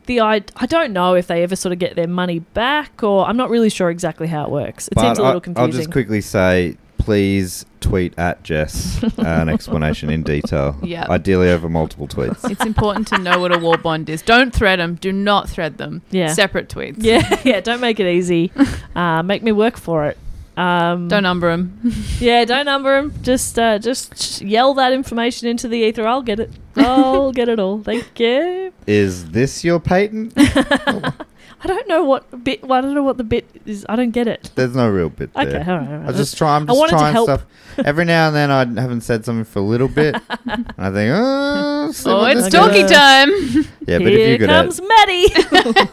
the I I don't know if they ever sort of get their money back, or I'm not really sure exactly how it works. It seems a little
I'll
confusing.
just quickly say, please tweet at Jess uh,
[laughs]
an explanation in detail.
Yeah.
Ideally over multiple tweets.
It's important to know what a war bond is. Don't thread them. Do not thread them.
Yeah.
Separate tweets.
yeah, [laughs] yeah. Don't make it easy. Uh, make me work for it. Um,
Don't number them.
yeah, don't number them. Just uh, just yell that information into the ether. I'll get it. I'll get it all. Thank you.
Is this your patent?
I don't know what bit. Well, I don't know what the bit is. I don't get it.
There's no real bit
Okay,
there.
all right. All right.
I just try. I'm
I
just
wanted to
trying
help.
stuff. Every now and then, I haven't said something for a little
[laughs]
bit, and I think, oh, see
oh,
what
it's
this
talkie
is."
[laughs]
time.
Yeah, but if
Here
you could,
comes
edit,
Maddie.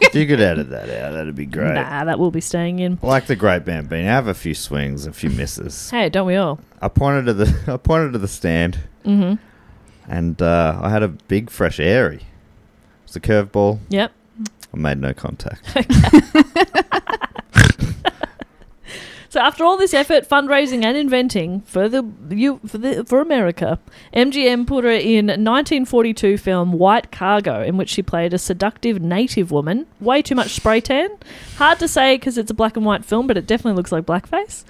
[laughs]
if you could edit that out, that'd be [laughs] great.
nah, that will be staying in.
I Like the great Bambino, I have a few swings, a few misses.
Hey, don't we all?
I pointed to the [laughs] I pointed to the stand,
Mm-hmm.
and uh, I had a big fresh airy. It's a curveball.
Yep.
I made no contact.
So after all this effort, fundraising and inventing for the you for the for America, MGM put her in 1942 film White Cargo, in which she played a seductive native woman. Way too much spray tan. Hard to say because it's a black and white film, but it definitely looks like blackface.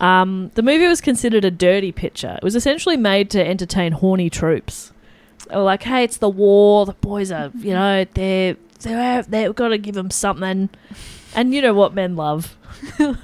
Um, the movie was considered a dirty picture. It was essentially made to entertain horny troops. They were like, hey, it's the war. The boys are, you know, they're they're they've got to give them something. And you know what men love.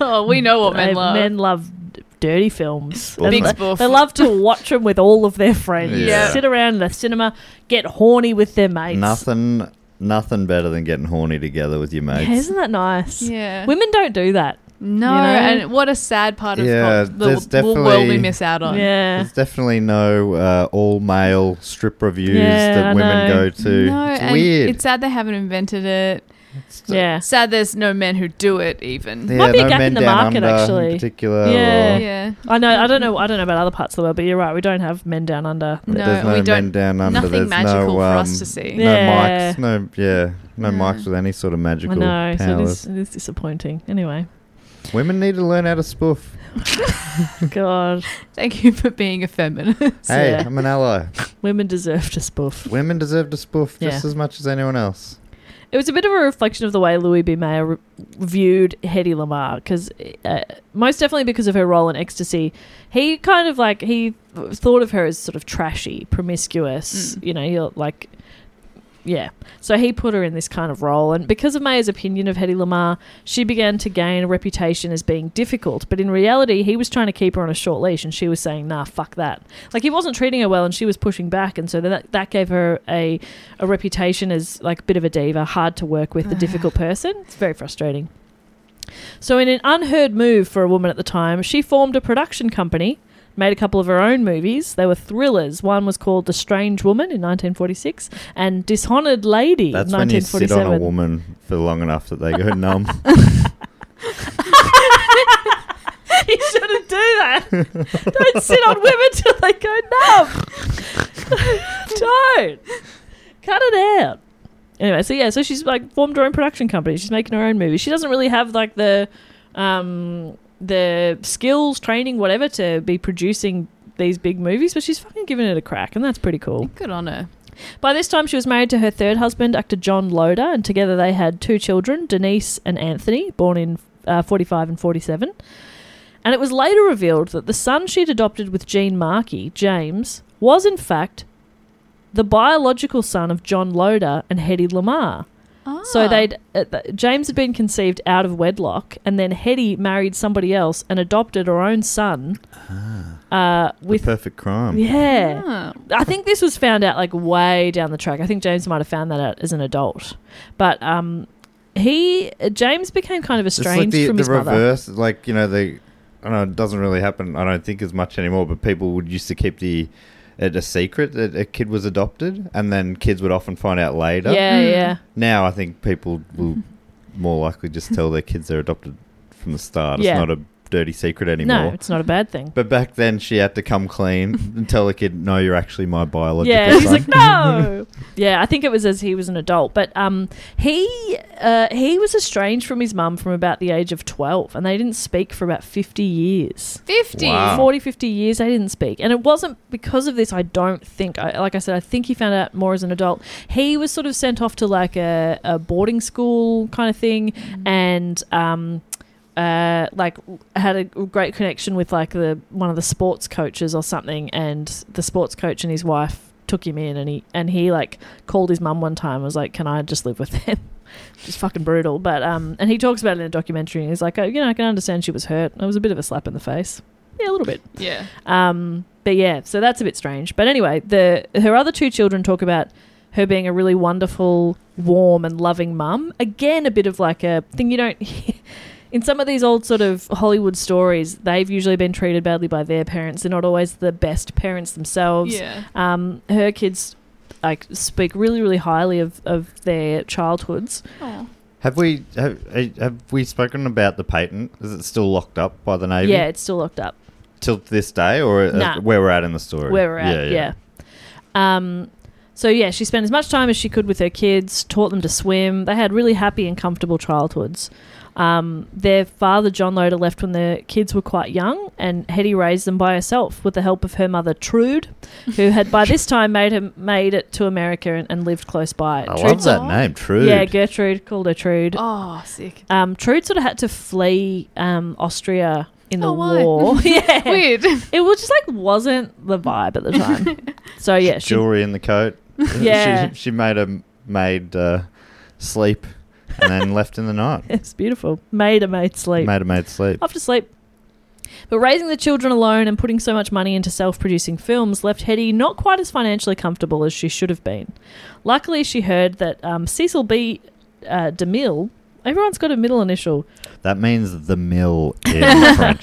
Oh, we know what
They-
men love.
Men love d- dirty films.
Big
And they-
spoof.
They love to watch them with all of their friends.
Yeah.
Sit around in the cinema, get horny with their mates.
nothing, nothing better than getting horny together with your mates.
Yeah, isn't that nice?
Yeah.
Women don't do that.
no,
you know?
and what a sad part of
Yeah,
pop- the,
there's
the world we
definitely-
miss out on.
Yeah.
There's definitely no uh, all male strip reviews
Yeah, I
that women
know.
go to.
No,
it's
and
weird.
it's sad they haven't invented it.
Yeah.
Sad there's no men who do it even.
yeah,
might be a
no
gap
men
in the
down
market,
under
actually.
in particular.
Yeah.
Yeah.
Yeah.
I know. I don't know. I don't know about other parts of the world, but you're right. We don't have men down under.
No,
There's no
we
men
don't.
down under.
nothing
There's
magical
no,
for
um,
us to see.
No
Yeah.
mics. No, yeah, no mics with any sort of
I
magical
know. So it
powers.
is, it is disappointing. Anyway, [laughs]
Women need to learn how to spoof.
God,
Thank you for being a feminist.
hey,
yeah.
I'm an ally.
women deserve to spoof.
Women deserve to spoof just
Yeah.
as much as anyone else.
It was a bit of a reflection of the way Louis B. Mayer re- viewed Hedy Lamarr, because uh, most definitely because of her role in Ecstasy, he kind of like he thought of her as sort of trashy, promiscuous.
Mm.
You know, you're like, yeah. So he put her in this kind of role, and because of Mayer's opinion of Hedy Lamarr, she began to gain a reputation as being difficult. But in reality, he was trying to keep her on a short leash, and she was saying, "Nah, fuck that." Like he wasn't treating her well, and she was pushing back, and so that that gave her a a reputation as like a bit of a diva, hard to work with, a difficult person. It's very frustrating. So, in an unheard move for a woman at the time, she formed a production company made a couple of her own movies. They were thrillers. One was called The Strange Woman in 1946 and Dishonored Lady
That's
in
when you sit on
1947.
a woman for long enough that they
[laughs]
go numb.
you shouldn't do that. Don't sit on women till they go numb. [laughs] Don't. Cut it out. Anyway, so yeah, so she's like formed her own production company. She's making her own movie. She doesn't really have like the um the skills, training, whatever to be producing these big movies, but she's fucking giving it a crack and that's pretty cool.
[laughs] Good on her.
By this time, she was married to her third husband, actor John Loder, and together they had two children, Denise and Anthony, born in uh, 45 and 47. And it was later revealed that the son she'd adopted with Jean Markey, James, was in fact the biological son of John Loder and Hetty Lamar.
Ah.
So they'd uh, th- James had been conceived out of wedlock, and then Hetty married somebody else and adopted her own son. Uh,
the
with
perfect crime.
yeah.
Ah.
I think this was found out like way down the track. I think James might have found that out as an adult, but um, he uh, James became kind of
It's like
estranged
the,
from
the
his mother.
reverse, like you know the. I don't know it doesn't really happen. I don't think as much anymore. But people would used to keep the it a secret that a kid was adopted, and then kids would often find out later.
Yeah,
Mm.
yeah.
Now I think people
[laughs]
will more likely just tell their kids they're adopted from the start.
Yeah.
It's not a dirty secret
No,
anymore.
it's not a bad thing.
but back then, she had to come clean and tell the kid, "No, you're actually my biological
Yeah,
son."
he's like
[laughs]
no. yeah, I think it was as he was an adult, but um, he uh, he was estranged from his mum from about the age of twelve, and they didn't speak for about fifty years.
50.
Wow.
40, 50 years they didn't speak. And it wasn't because of this, I don't think. I, like I said, I think he found out more as an adult. He was sort of sent off to like a, a boarding school kind of thing Mm-hmm. and um, uh, like had a great connection with like the one of the sports coaches or something. And the sports coach and his wife took him in and he and he like called his mum one time and was like can i just live with [laughs] them which is fucking brutal but um and he talks about it in a documentary and he's like oh, you know i can understand she was hurt it was a bit of a slap in the face yeah, a little bit.
Yeah.
Um, but yeah, so that's a bit strange. But anyway, the her other two children talk about her being a really wonderful, warm, and loving mum. Again, a bit of like a thing you don't. [laughs] In some of these old sort of Hollywood stories, they've usually been treated badly by their parents. They're not always the best parents themselves.
Yeah.
Um, her kids like speak really, really highly of, of their childhoods.
Oh.
have we have, have we spoken about the patent? Is it still locked up by the navy?
Yeah, it's still locked up.
till this day or uh,
Nah.
where we're at in the story?
where we're at. Yeah. Um, so yeah, she spent as much time as she could with her kids, taught them to swim. They had really happy and comfortable childhoods. Um, their father, John Loder, left when the kids were quite young, and Hetty raised them by herself with the help of her mother, Trude, who had by this time made her made it to America and, and lived close by.
I
Trude-
love that name, True.
Yeah, Gertrude called her Trude.
Oh, sick.
Um, Trude sort of had to flee um, Austria in the
Oh, why? [laughs]
war. [laughs] yeah,
Weird.
it was just like wasn't the vibe at the time. so yeah, she
jewelry in the coat.
Yeah.
she, she made a made uh, sleep and then
[laughs]
left in the night.
[laughs] it's beautiful. Made a maid sleep.
Made a maid sleep.
Off to sleep. But raising the children alone and putting so much money into self producing films left Hetty not quite as financially comfortable as she should have been. Luckily, she heard that um, Cecil B. Uh, DeMille, everyone's got a middle initial,
That means the
[laughs]
mill in French.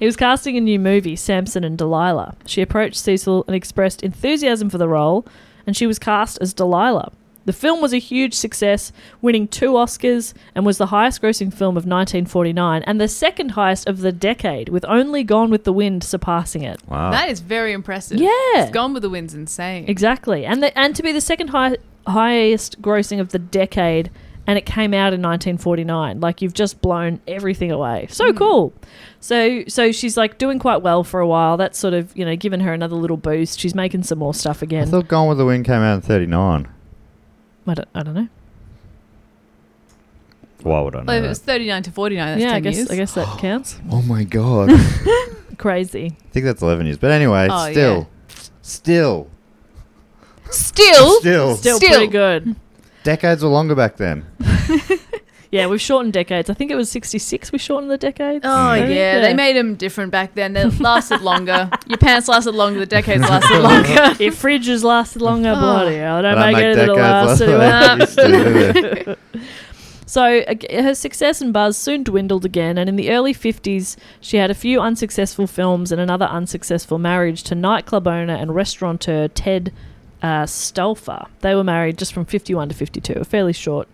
He was casting a new movie, Samson and Delilah. She approached Cecil and expressed enthusiasm for the role, and she was cast as Delilah. The film was a huge success, winning two Oscars, and was the highest grossing film of 1949 and the second highest of the decade, with only Gone with the Wind surpassing it.
Wow.
That is very impressive.
Yeah.
It's Gone with the Wind's insane.
Exactly. And, the, and to be the second high, highest grossing of the decade, and it came out in 1949. Like, you've just blown everything away.
Mm.
So cool. So, so she's like doing quite well for a while. That's sort of, you know, given her another little boost. She's making some more stuff
I
again.
thought Gone with the Wind came out in 39.
I don't, I don't know.
Why would I know
Well, if it
that?
was 39 to 49, that's
yeah,
10
I guess,
years.
I guess
[gasps]
that counts.
Oh my
[laughs]
god. I
Crazy.
think that's 11 years. But anyway,
Oh,
still. Still.
Still,
Still.
Still,
Oh. Still.
pretty good.
Decades were longer back then.
Yeah, we've shortened decades. I think it was 66 we shortened the decades.
Oh
Hmm.
yeah,
Very
they
good.
made them different back then. They lasted longer. Your pants lasted longer. The decades
[laughs]
lasted longer.
Your fridges lasted longer,
Oh.
bloody hell. Don't
But [laughs] I
make,
[laughs]
make
anything
decades
last
last
anymore.
used to.
[laughs] So ag- her success and buzz soon dwindled again, and in the early 50s, she had a few unsuccessful films and another unsuccessful marriage to nightclub owner and restaurateur Ted uh, Stolfer. They were married just from 51 to 52, a fairly short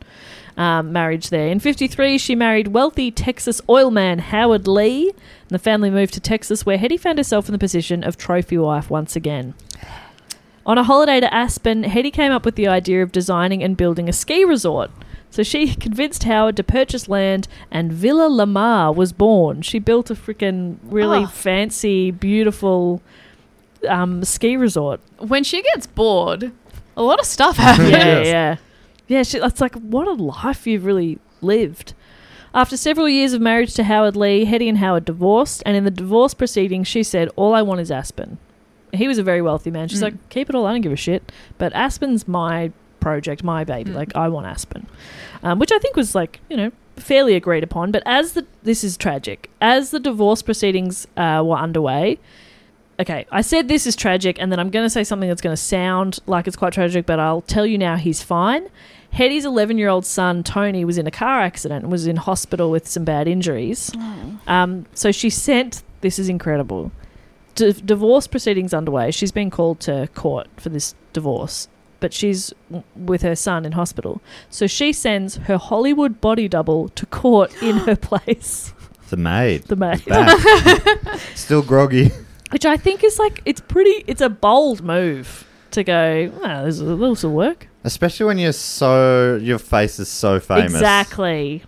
um, marriage there. In 53, she married wealthy Texas oil man Howard Lee, and the family moved to Texas, where Hetty found herself in the position of trophy wife once again. On a holiday to Aspen, Hetty came up with the idea of designing and building a ski resort. So she [laughs] convinced Howard to purchase land, and Villa Lamar was born. She built a freaking really
Oh.
fancy, beautiful um, ski resort.
When she gets bored, a lot of stuff happens.
Yeah, yeah. Yeah, she, it's like, what a life you've really lived. After several years of marriage to Howard Lee, Hetty and Howard divorced, and in the divorce proceedings, she said, All I want is Aspen. He was a very wealthy man. She's like, Keep it all, I don't give a shit. But Aspen's my project, my baby. Like, I want Aspen. Um, which I think was, like, you know, fairly agreed upon. But as the, this is tragic, as the divorce proceedings uh, were underway, okay, I said this is tragic, and then I'm going to say something that's going to sound like it's quite tragic, but I'll tell you now he's fine. Hetty's 11 year old son, Tony, was in a car accident and was in hospital with some bad injuries. Um, so she sent, this is incredible, D- divorce proceedings underway. She's been called to court for this divorce, but she's w- with her son in hospital. So she sends her Hollywood body double to court in her place,
The maid.
the maid. [laughs]
Back. Still groggy.
which I think is like it's pretty. It's a bold move to go. Well, there's a little to work.
Especially when you're so your face is so famous.
Exactly.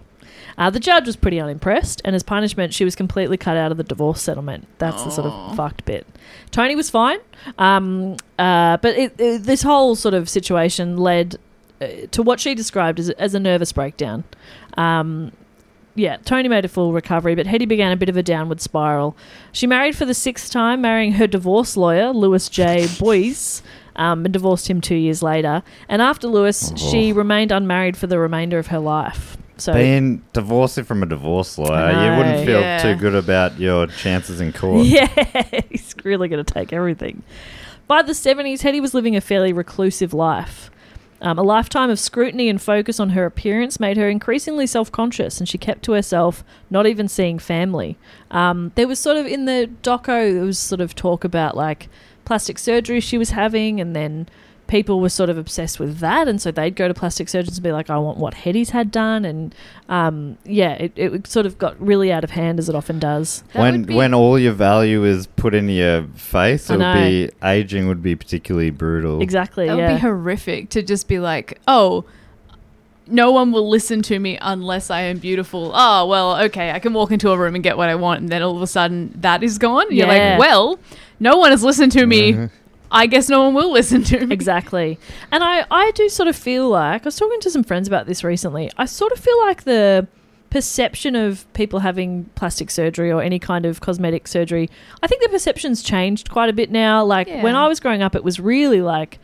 Uh, the judge was pretty unimpressed, and as punishment, she was completely cut out of the divorce settlement. That's the sort of fucked bit. Tony was fine, um, uh, but it, it, this whole sort of situation led uh, to what she described as, as a nervous breakdown. Um, yeah, Tony made a full recovery, but Hetty began a bit of a downward spiral. She married for the sixth time, marrying her divorce lawyer, Lewis J. Boyce, um, and divorced him two years later. And after Lewis, she remained unmarried for the remainder of her life. So,
Being divorced from a divorce lawyer,
I
you wouldn't
know.
feel
Yeah.
too good about your chances in court.
yeah, [laughs] he's really going to take everything. By the 70s, Hetty was living a fairly reclusive life. Um, a lifetime of scrutiny and focus on her appearance made her increasingly self conscious, and she kept to herself, not even seeing family. Um, there was sort of in the doco, there was sort of talk about like plastic surgery she was having, and then people were sort of obsessed with that. And so they'd go to plastic surgeons and be like, I want what Hetty's had done. And um, yeah, it, it sort of got really out of hand, as it often does.
[laughs] That
when
would be-
when all your value is put into your face,
I
it would
know.
be aging would be particularly brutal.
Exactly.
That
yeah.
would be horrific to just be like, oh, no one will listen to me unless I am beautiful. Oh, well, okay, I can walk into a room and get what I want. And then all of a sudden that is gone. You're
Yeah.
like, well, no one has listened to
Mm-hmm.
me. I guess no one will listen to [laughs] me.
exactly. And I, I do sort of feel like, I was talking to some friends about this recently. I sort of feel like the perception of people having plastic surgery or any kind of cosmetic surgery, I think the perception's changed quite a bit now. Like
Yeah.
when I was growing up, it was really like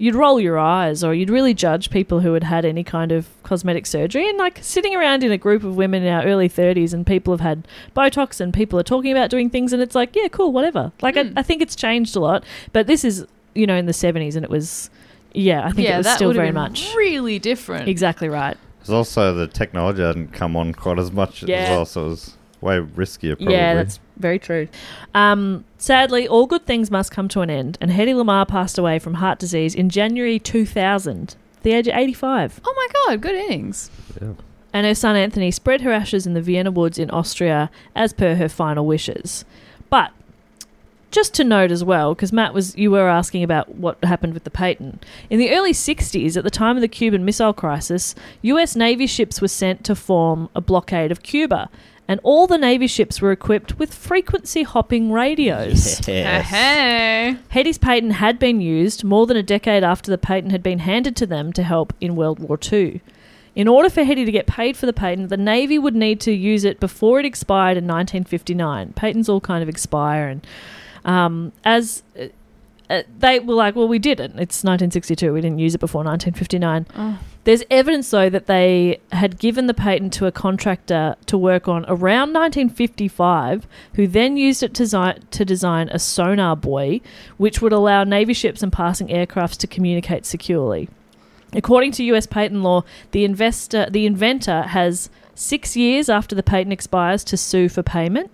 you'd roll your eyes or you'd really judge people who had had any kind of cosmetic surgery. And like sitting around in a group of women in our early 30s and people have had Botox and people are talking about doing things and it's like, yeah, cool, whatever. Like I, I think it's changed a lot. But this is, you know, in the 70s and it was, yeah, I think it
Yeah,
was
that
still
would have
very
been
much.
really different.
exactly right.
Because also the technology hadn't come on quite as much as
Yeah.
well, so it was way riskier probably.
Yeah, that's very true. Um, sadly, all good things must come to an end, and Hedy Lamar passed away from heart disease in January 2000, at the age of 85.
Oh my God, good innings.
And her son Anthony spread her ashes in the Vienna woods in Austria as per her final wishes. But just to note as well, because Matt was you were asking about what happened with the patent. In the early 60s, at the time of the Cuban Missile Crisis, U.S. Navy ships were sent to form a blockade of Cuba, and all the Navy ships were equipped with frequency hopping radios.
Hey.
Hetty's patent had been used more than a decade after the patent had been handed to them to help in World War II. In order for Hetty to get paid for the patent, the Navy would need to use it before it expired in 1959. Patents all kind of expire, and um, as uh, uh, they were like, well, we didn't. It's 1962. We didn't use it before 1959. There's evidence, though, that they had given the patent to a contractor to work on around 1955, who then used it to design, to design a sonar buoy, which would allow Navy ships and passing aircrafts to communicate securely. According to US patent law, the investor the inventor has 6 years after the patent expires to sue for payment.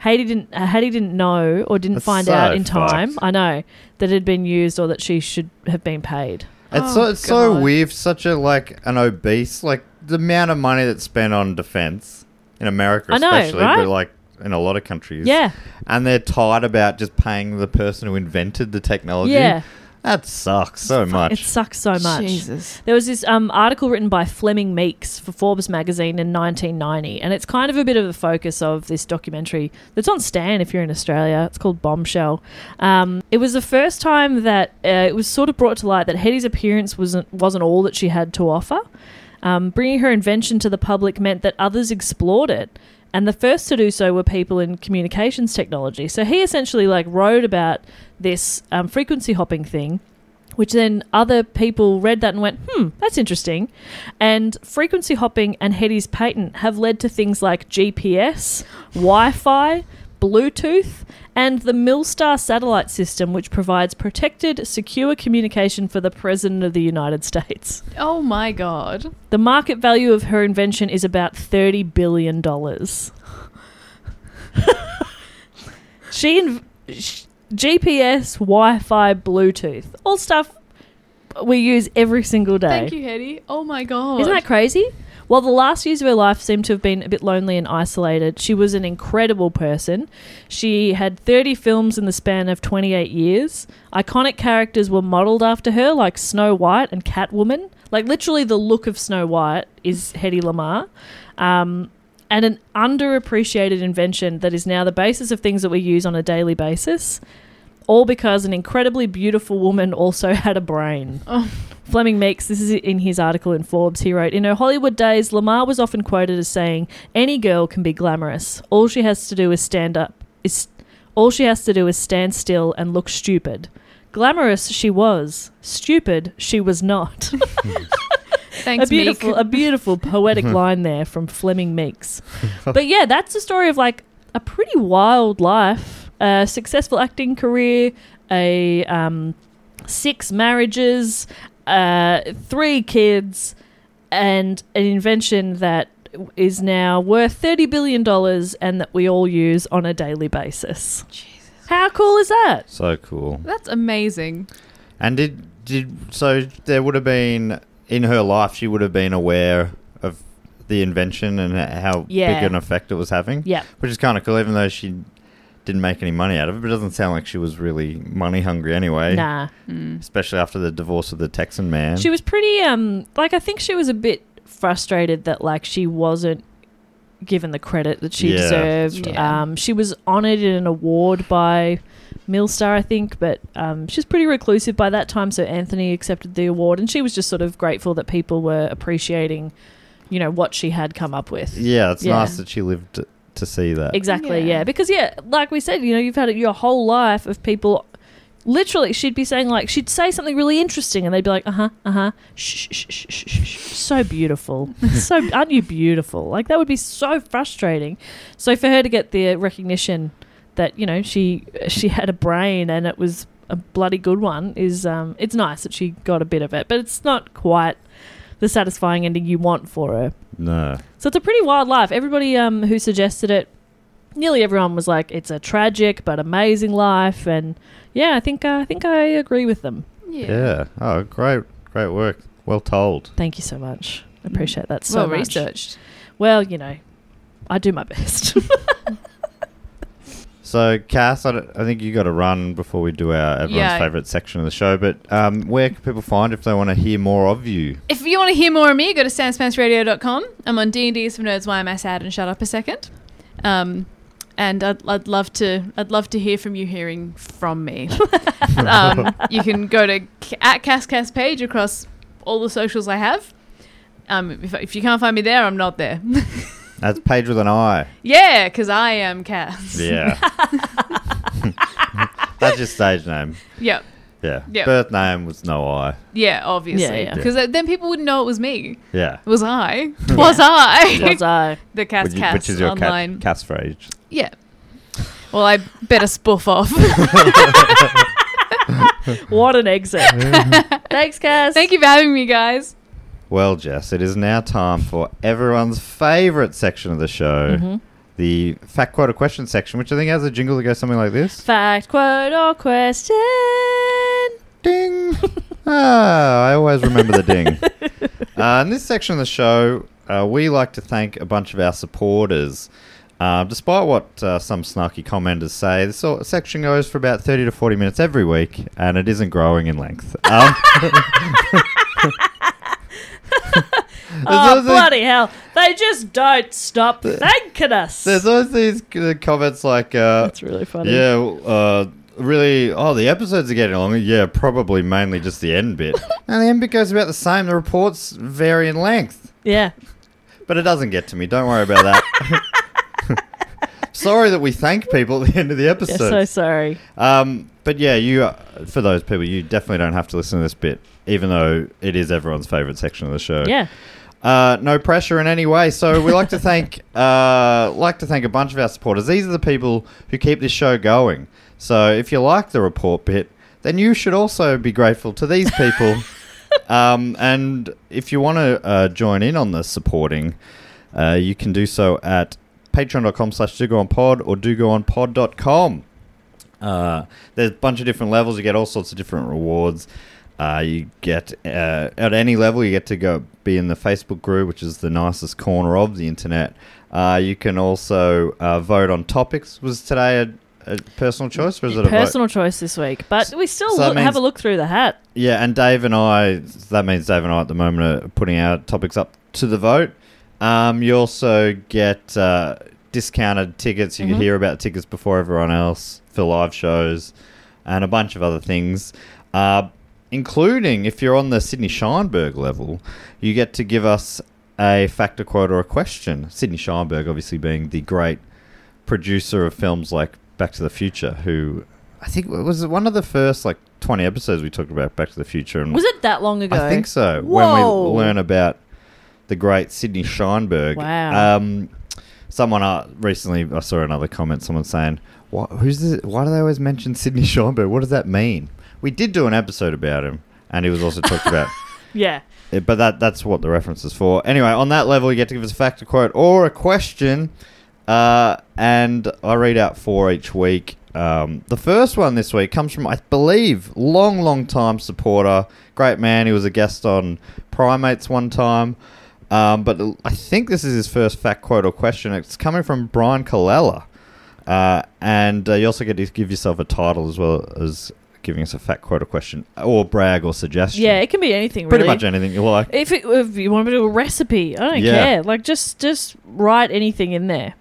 Haiti didn't uh, Haiti didn't know or didn't
That's
find
so
out in
fucked.
time, I know, that it had been used or that she should have been paid.
It's so it's so weird. Such a like an obese like the amount of money that's spent on defense in America,
I know,
especially,
right?
but like in a lot of countries,
Yeah.
And they're tired about just paying the person who invented the technology.
Yeah.
that sucks so much.
It sucks so much.
Oh, Jesus.
There was this um, article written by Fleming Meeks for Forbes magazine in 1990, and it's kind of a bit of the focus of this documentary that's on Stan if you're in Australia. It's called Bombshell. Um, it was the first time that uh, it was sort of brought to light that Hetty's appearance wasn't wasn't all that she had to offer. Um, bringing her invention to the public meant that others explored it, and the first to do so were people in communications technology. So he essentially like wrote about this um, frequency hopping thing which then other people read that and went, hmm, that's interesting. And frequency hopping and Hetty's patent have led to things like GPS, Wi Fi, Bluetooth, and the Milstar satellite system, which provides protected, secure communication for the President of the United States.
Oh my god.
The market value of her invention is about $30 billion. [laughs] she inv- sh- GPS, Wi Fi, Bluetooth, all stuff we use every single day.
Thank you, Hetty. Oh my god.
Isn't that crazy? While the last years of her life seemed to have been a bit lonely and isolated, she was an incredible person. She had 30 films in the span of 28 years. Iconic characters were modelled after her, like Snow White and Catwoman. Like, literally, the look of Snow White is Hedy Lamarr. Um, and an underappreciated invention that is now the basis of things that we use on a daily basis, all because an incredibly beautiful woman also [laughs] had a brain. Fleming Meeks, this is in his article in Forbes, he wrote In her Hollywood days, Lamar was often quoted as saying, Any girl can be glamorous. All she has to do is stand up. Is, all she has to do is stand still and look stupid. Glamorous she was. Stupid she was not. [laughs]
Thanks,
a beautiful,
Meek.
a
[laughs]
beautiful poetic line there from Fleming Meeks. But yeah, that's a story of like a pretty wild life, a successful acting career, a um, six marriages, uh, three kids, and an invention that is now worth thirty billion dollars and that we all use on a daily basis. How cool is that?
so cool.
That's amazing.
And did did so there would have been in her life she would have been aware of the invention and how
Yeah.
big an effect it was having.
Yeah.
Which is kind of cool even though she didn't make any money out of it, but it doesn't sound like she was really money hungry anyway.
Nah.
Especially after the divorce of the Texan man.
She was pretty um like I think she was a bit frustrated that like she wasn't given the credit that she
Yeah, that's
deserved.
right.
Um she was honored in an award by Milstar I think, but um she was pretty reclusive by that time so Anthony accepted the award and she was just sort of grateful that people were appreciating you know what she had come up with.
yeah, it's
Yeah.
nice that she lived to, to see that.
Exactly, yeah.
Yeah.
Because yeah, like we said, you know, you've had it your whole life of people literally she'd be saying like she'd say something really interesting and they'd be like, "Uh-huh, uh-huh. Shh, shh, shh, shh, shh, shh. So beautiful. so aren't you beautiful?" Like that would be so frustrating. So for her to get the recognition that, you know, she she had a brain and it was a bloody good one is um it's nice that she got a bit of it, but it's not quite the satisfying ending you want for her.
no.
So it's a pretty wild life. Everybody um, who suggested it, nearly everyone was like, "It's a tragic but amazing life," and yeah, I think uh, I think I agree with them.
Yeah. Oh, great great work. Well told.
Thank you so much. I appreciate that so
Mm. well
much.
researched.
Well, you know, I do my best. [laughs]
So, Cass, I, don't- I think you got to run before we do our everyone's
Yeah.
favorite section of the show. But um, where can people find if they want to hear more of you?
If you want to hear more of me, go to sanspantsradio.com. I'm on D&D's for Nerds. Why am I sad? And shut up a second. Um, and I'd, I'd love to I'd love to hear from you hearing
[laughs]
from me. um, you can go to c- at CasCast page across all the socials I have. Um, if, if you can't find me there, I'm not there. [laughs]
That's Paige with an I.
yeah, because I am Cass. [laughs]
Yeah. That's your stage name.
Yep.
Yeah.
Yeah.
Birth name was no I.
Yeah, obviously.
yeah.
Because then people wouldn't know it was me.
Yeah.
Was
[laughs]
I? [laughs] Was I?
Was I?
the Cass
Which is-
Cass
which is your
online.
cat, cat's phrase.
[laughs] Yeah. Well, I better spoof off.
what
[laughs]
an exit. [laughs] Thanks, Cass.
Thank you for having me, guys.
Well, Jess, it is now time for everyone's favourite section of the show the fact, quote, or question section, which I think has a jingle that goes something like
[laughs]
this
Fact, quote, or question.
Ding! [laughs] ah, I always remember the ding. Uh, in this section of the show, uh, we like to thank a bunch of our supporters. Uh, despite what uh, some snarky commenters say, this sort of section goes for about 30 to 40 minutes every week, and it isn't growing in length. Um,
Oh,
always these-
bloody hell. They just don't stop thanking us.
There's always these uh, comments like, uh,
That's really funny.
Yeah, w- uh, really. Oh, the episodes are getting longer. Yeah, probably mainly just the end bit. and the end bit goes about the same. The reports vary in length,
Yeah.
but it doesn't get to me. Don't worry about that. Sorry that we thank people at the end of the
Yeah, so
episode.
sorry.
Um, but yeah, you uh, for those people, you definitely don't have to listen to this bit, even though it is everyone's favorite section of the show.
Yeah.
Uh, no pressure in any way. So we like to thank [laughs] uh, like to thank a bunch of our supporters. These are the people who keep this show going. So if you like the report bit, then you should also be grateful to these people. um, and if you want to uh, join in on the supporting, uh, you can do so at patreon.com slash dogoonpod or dogoonpod.com. Uh, there's a bunch of different levels. You get all sorts of different rewards. Uh, you get uh, at any level, you get to go be in the Facebook group, which is the nicest corner of the internet. Uh, you can also uh, vote on topics. Was today a, a personal choice, or is it a vote?
Personal choice this week, but we still
so that
look, have
means-
a look through the hat.
Yeah, and Dave and I, that means Dave and I at the moment are putting our topics up to the vote. Um, you also get uh, discounted tickets.
Mm-hmm.
You can hear about tickets before everyone else for live shows and a bunch of other things. Uh, including if you're on the Sydney Scheinberg level, you get to give us a factor quote or a question. Sydney Scheinberg, obviously, being the great producer of films like Back to the Future, who I think was one of the first like 20 episodes we talked about Back to the Future. And
Was it that long ago?
Mm. I think so.
Whoa.
When we learn about the great Sydney Scheinberg.
Wow.
Um, someone uh, recently, I saw another comment, someone saying, what, who's this, why do they always mention Sydney Scheinberg? What does that mean? We did do an episode about him, and he was also talked about. Yeah,
Yeah.
Eh, but that that's what the reference is for. Anyway, on that level, you get to give us a fact, a quote, or a question, uh, and I read out four each week. Um, the first one this week comes from, I believe, long, long time supporter, great man. He was a guest on Primates one time, um, but I think this is his first fact, quote, or question. It's coming from Brian Colella. Uh, and uh, you also get to give yourself a title as well as giving us a fact, quote, or question, or brag or suggestion.
Yeah, it can be anything,
Pretty
really.
much anything you like.
If, it, if you want to do a recipe, I don't
Yeah.
care. Like, just just write anything in there.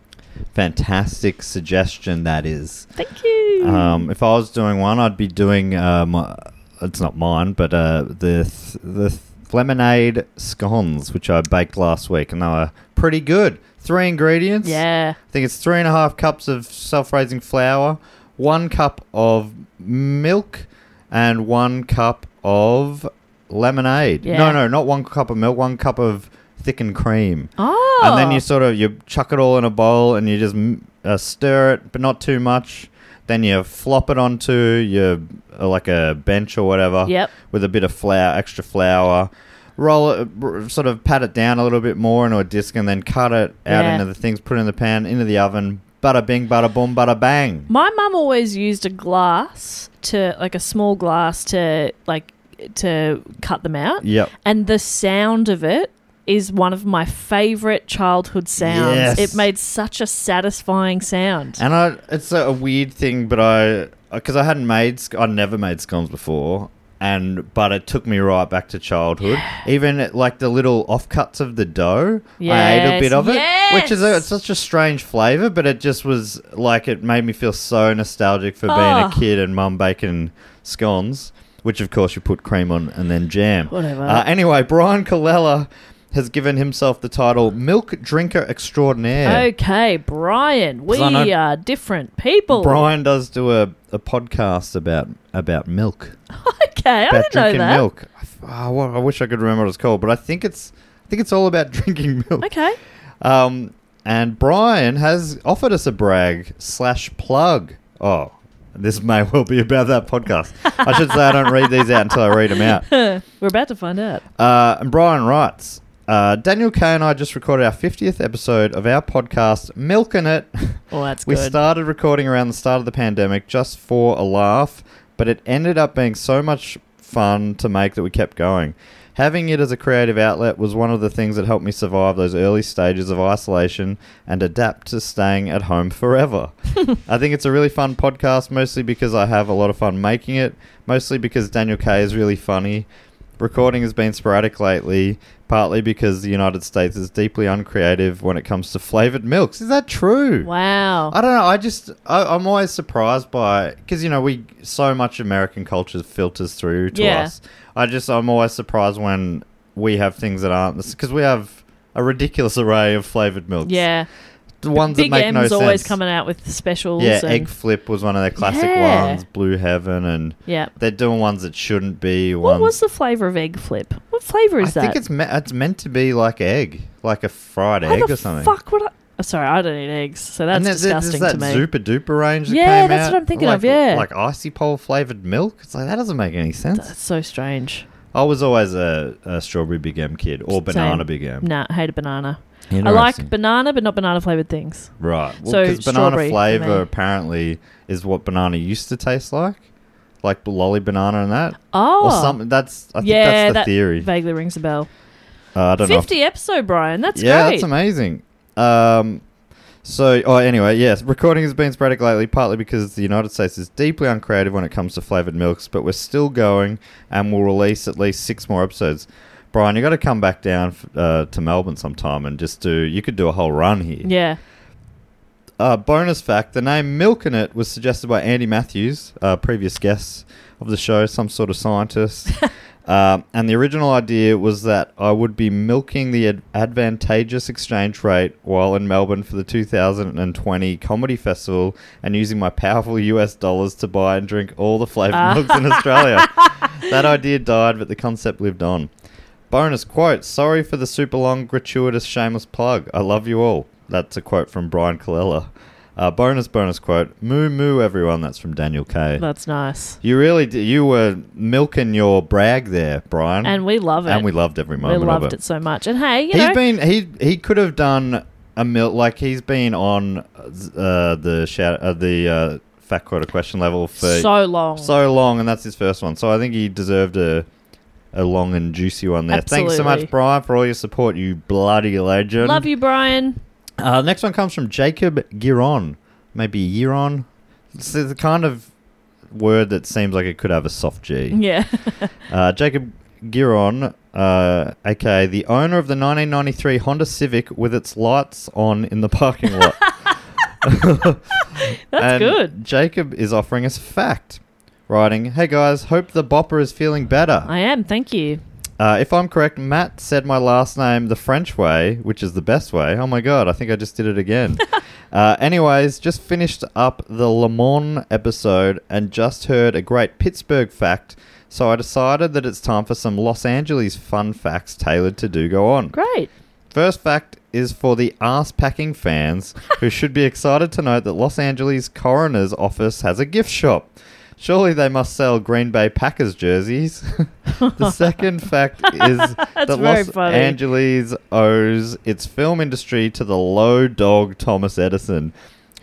Fantastic suggestion that is.
Thank you.
Um, if I was doing one, I'd be doing. Uh, my, it's not mine, but uh, the th- the th- lemonade scones which I baked last week, and they were pretty good. Three ingredients.
yeah.
I think it's three and a half cups of self-raising flour, one cup of milk, and one cup of lemonade.
Yeah.
No, no, not one cup of milk. One cup of thickened cream.
Oh.
and then you sort of you chuck it all in a bowl and you just m- uh, stir it but not too much then you flop it onto your uh, like a bench or whatever
Yep.
with a bit of flour extra flour roll it r- sort of pat it down a little bit more into a disc and then cut it out
Yeah.
into the things put it in the pan into the oven bada bing bada boom bada bang
My mum always used a glass to, like, a small glass to, like, to cut them out.
yep
and the sound of it is one of my favorite childhood sounds.
Yes.
It made such a satisfying sound.
And I, it's a, a weird thing, but I, because I hadn't made, sc- I never made scones before, and but it took me right back to childhood. Even like the little offcuts of the dough, I ate a
Yes,
bit of it, which is a,
yes.
it's such a strange flavor, but it just was like it made me feel so nostalgic for being
Ah.
a kid and mum baking scones. Which of course you put cream on and then jam.
Whatever.
Uh, anyway, Brian Colella has given himself the title Milk Drinker Extraordinaire.
Okay, Brian, we
'Cause I know-
are different people.
Brian does do a, a podcast about about milk.
[laughs] okay, I
about
didn't know
drinking
that.
milk. I f- ah, well, I wish I could remember what it's called, but I think it's I think it's all about [laughs] drinking milk.
Okay,
Um, and Brian has offered us a brag slash plug. Oh, This may well be about that podcast. I should say I don't read these out until I read them out.
[laughs] We're about to find out.
Uh, and Brian writes uh, Daniel K and I just recorded our 50th episode of our podcast, Milking It.
Oh, that's
we
good.
started recording around the start of the pandemic just for a laugh, but it ended up being so much fun to make that we kept going. Having it as a creative outlet was one of the things that helped me survive those early stages of isolation and adapt to staying at home
[laughs]
forever. I think it's a really fun podcast, mostly because I have a lot of fun making it, mostly because Daniel K is really funny. Recording has been sporadic lately, partly because the United States is deeply uncreative when it comes to flavored milks. Is that true?
wow.
I don't know. I just I, I'm always surprised by because you know we so much American culture filters through to
Yeah.
us. I just I'm always surprised when we have things that aren't because we have a ridiculous array of flavored milks.
yeah.
the ones
Big
that make
M's
no
always
sense.
coming out with specials.
yeah,
and,
egg flip was one of their classic
Yeah.
ones. Blue heaven and
Yeah.
they're doing ones that shouldn't be.
What
ones-
was the flavor of egg flip? What flavor
I
is that?
think it's me- it's meant to be like egg, like a fried
How
egg
the
or something.
Fuck would I? Oh, sorry, I don't eat eggs, so that's
and there- there-
disgusting
there's
to
that
me.
Super duper range. That
Yeah,
came
that's what
out,
I'm thinking
like-
of, yeah.
like icy pole flavored milk. It's like that doesn't make any sense.
That's so strange.
I was always a, a strawberry big M kid or banana
Same.
big M.
Nah, hate a banana. I like banana, but not banana flavored things.
right. Well,
so
because banana
strawberry for
flavor
me.
apparently is what banana used to taste like, like lolly banana and that
Oh,
or something. That's I think
yeah,
that's the
that
theory.
vaguely rings a bell.
uh, I don't know. if-
Fifty episode, Brian. That's
yeah,
great.
that's amazing. Um, so, oh, anyway, yes, recording has been sporadic lately, partly because the United States is deeply uncreative when it comes to flavored milks, but we're still going and we'll release at least six more episodes. Brian, you got to come back down f- uh, to Melbourne sometime and just do. You could do a whole run here.
Yeah,
Uh, bonus fact: the name "milk in it" was suggested by Andy Matthews, uh, previous guest of the show, some sort of scientist. um, and the original idea was that I would be milking the ad- advantageous exchange rate while in Melbourne for the 2020 Comedy Festival, and using my powerful US dollars to buy and drink all the flavoured milks in Australia. that idea died, but the concept lived on. Bonus quote Sorry for the super long, gratuitous, shameless plug. I love you all. That's a quote from Brian Colella. Uh, bonus, bonus quote Moo moo, everyone. That's from Daniel K.
that's nice,
you really did. You were milking your brag there, Brian.
and we love it.
Mm. And we loved every
We
moment
loved
of
it so much. And hey, you
He's
know,
been he he could have done a mil like he's been on uh, the shout uh, the uh, fat quarter question level for
so long.
so long, and that's his first one. So I think he deserved a a long and juicy one there. Thanks so
Absolutely.
much, Brian, for all your support. You bloody legend.
love you, Brian.
Uh, next one comes from Jacob Giron, maybe Giron. It's the kind of word that seems like it could have a soft G.
Yeah, [laughs]
Uh, Jacob Giron, uh, aka the owner of the 1993 Honda Civic with its lights on in the parking lot.
[laughs]
[laughs]
that's
And
good.
Jacob is offering us a fact, writing, "Hey guys, hope the bopper is feeling better.
I am. Thank you.
Uh, if I'm correct, Matt said my last name the French way, which is the best way. Oh my god, I think I just did it again. uh, anyways, just finished up the Le Mans episode and just heard a great Pittsburgh fact, so I decided that it's time for some Los Angeles fun facts tailored to do go on.
Great.
First fact is for the ass packing fans who should be excited to note that Los Angeles Coroner's Office has a gift shop. Surely they must sell Green Bay Packers jerseys. [laughs] the second fact is that
very
Los
funny.
Angeles owes its film industry to the low dog Thomas Edison,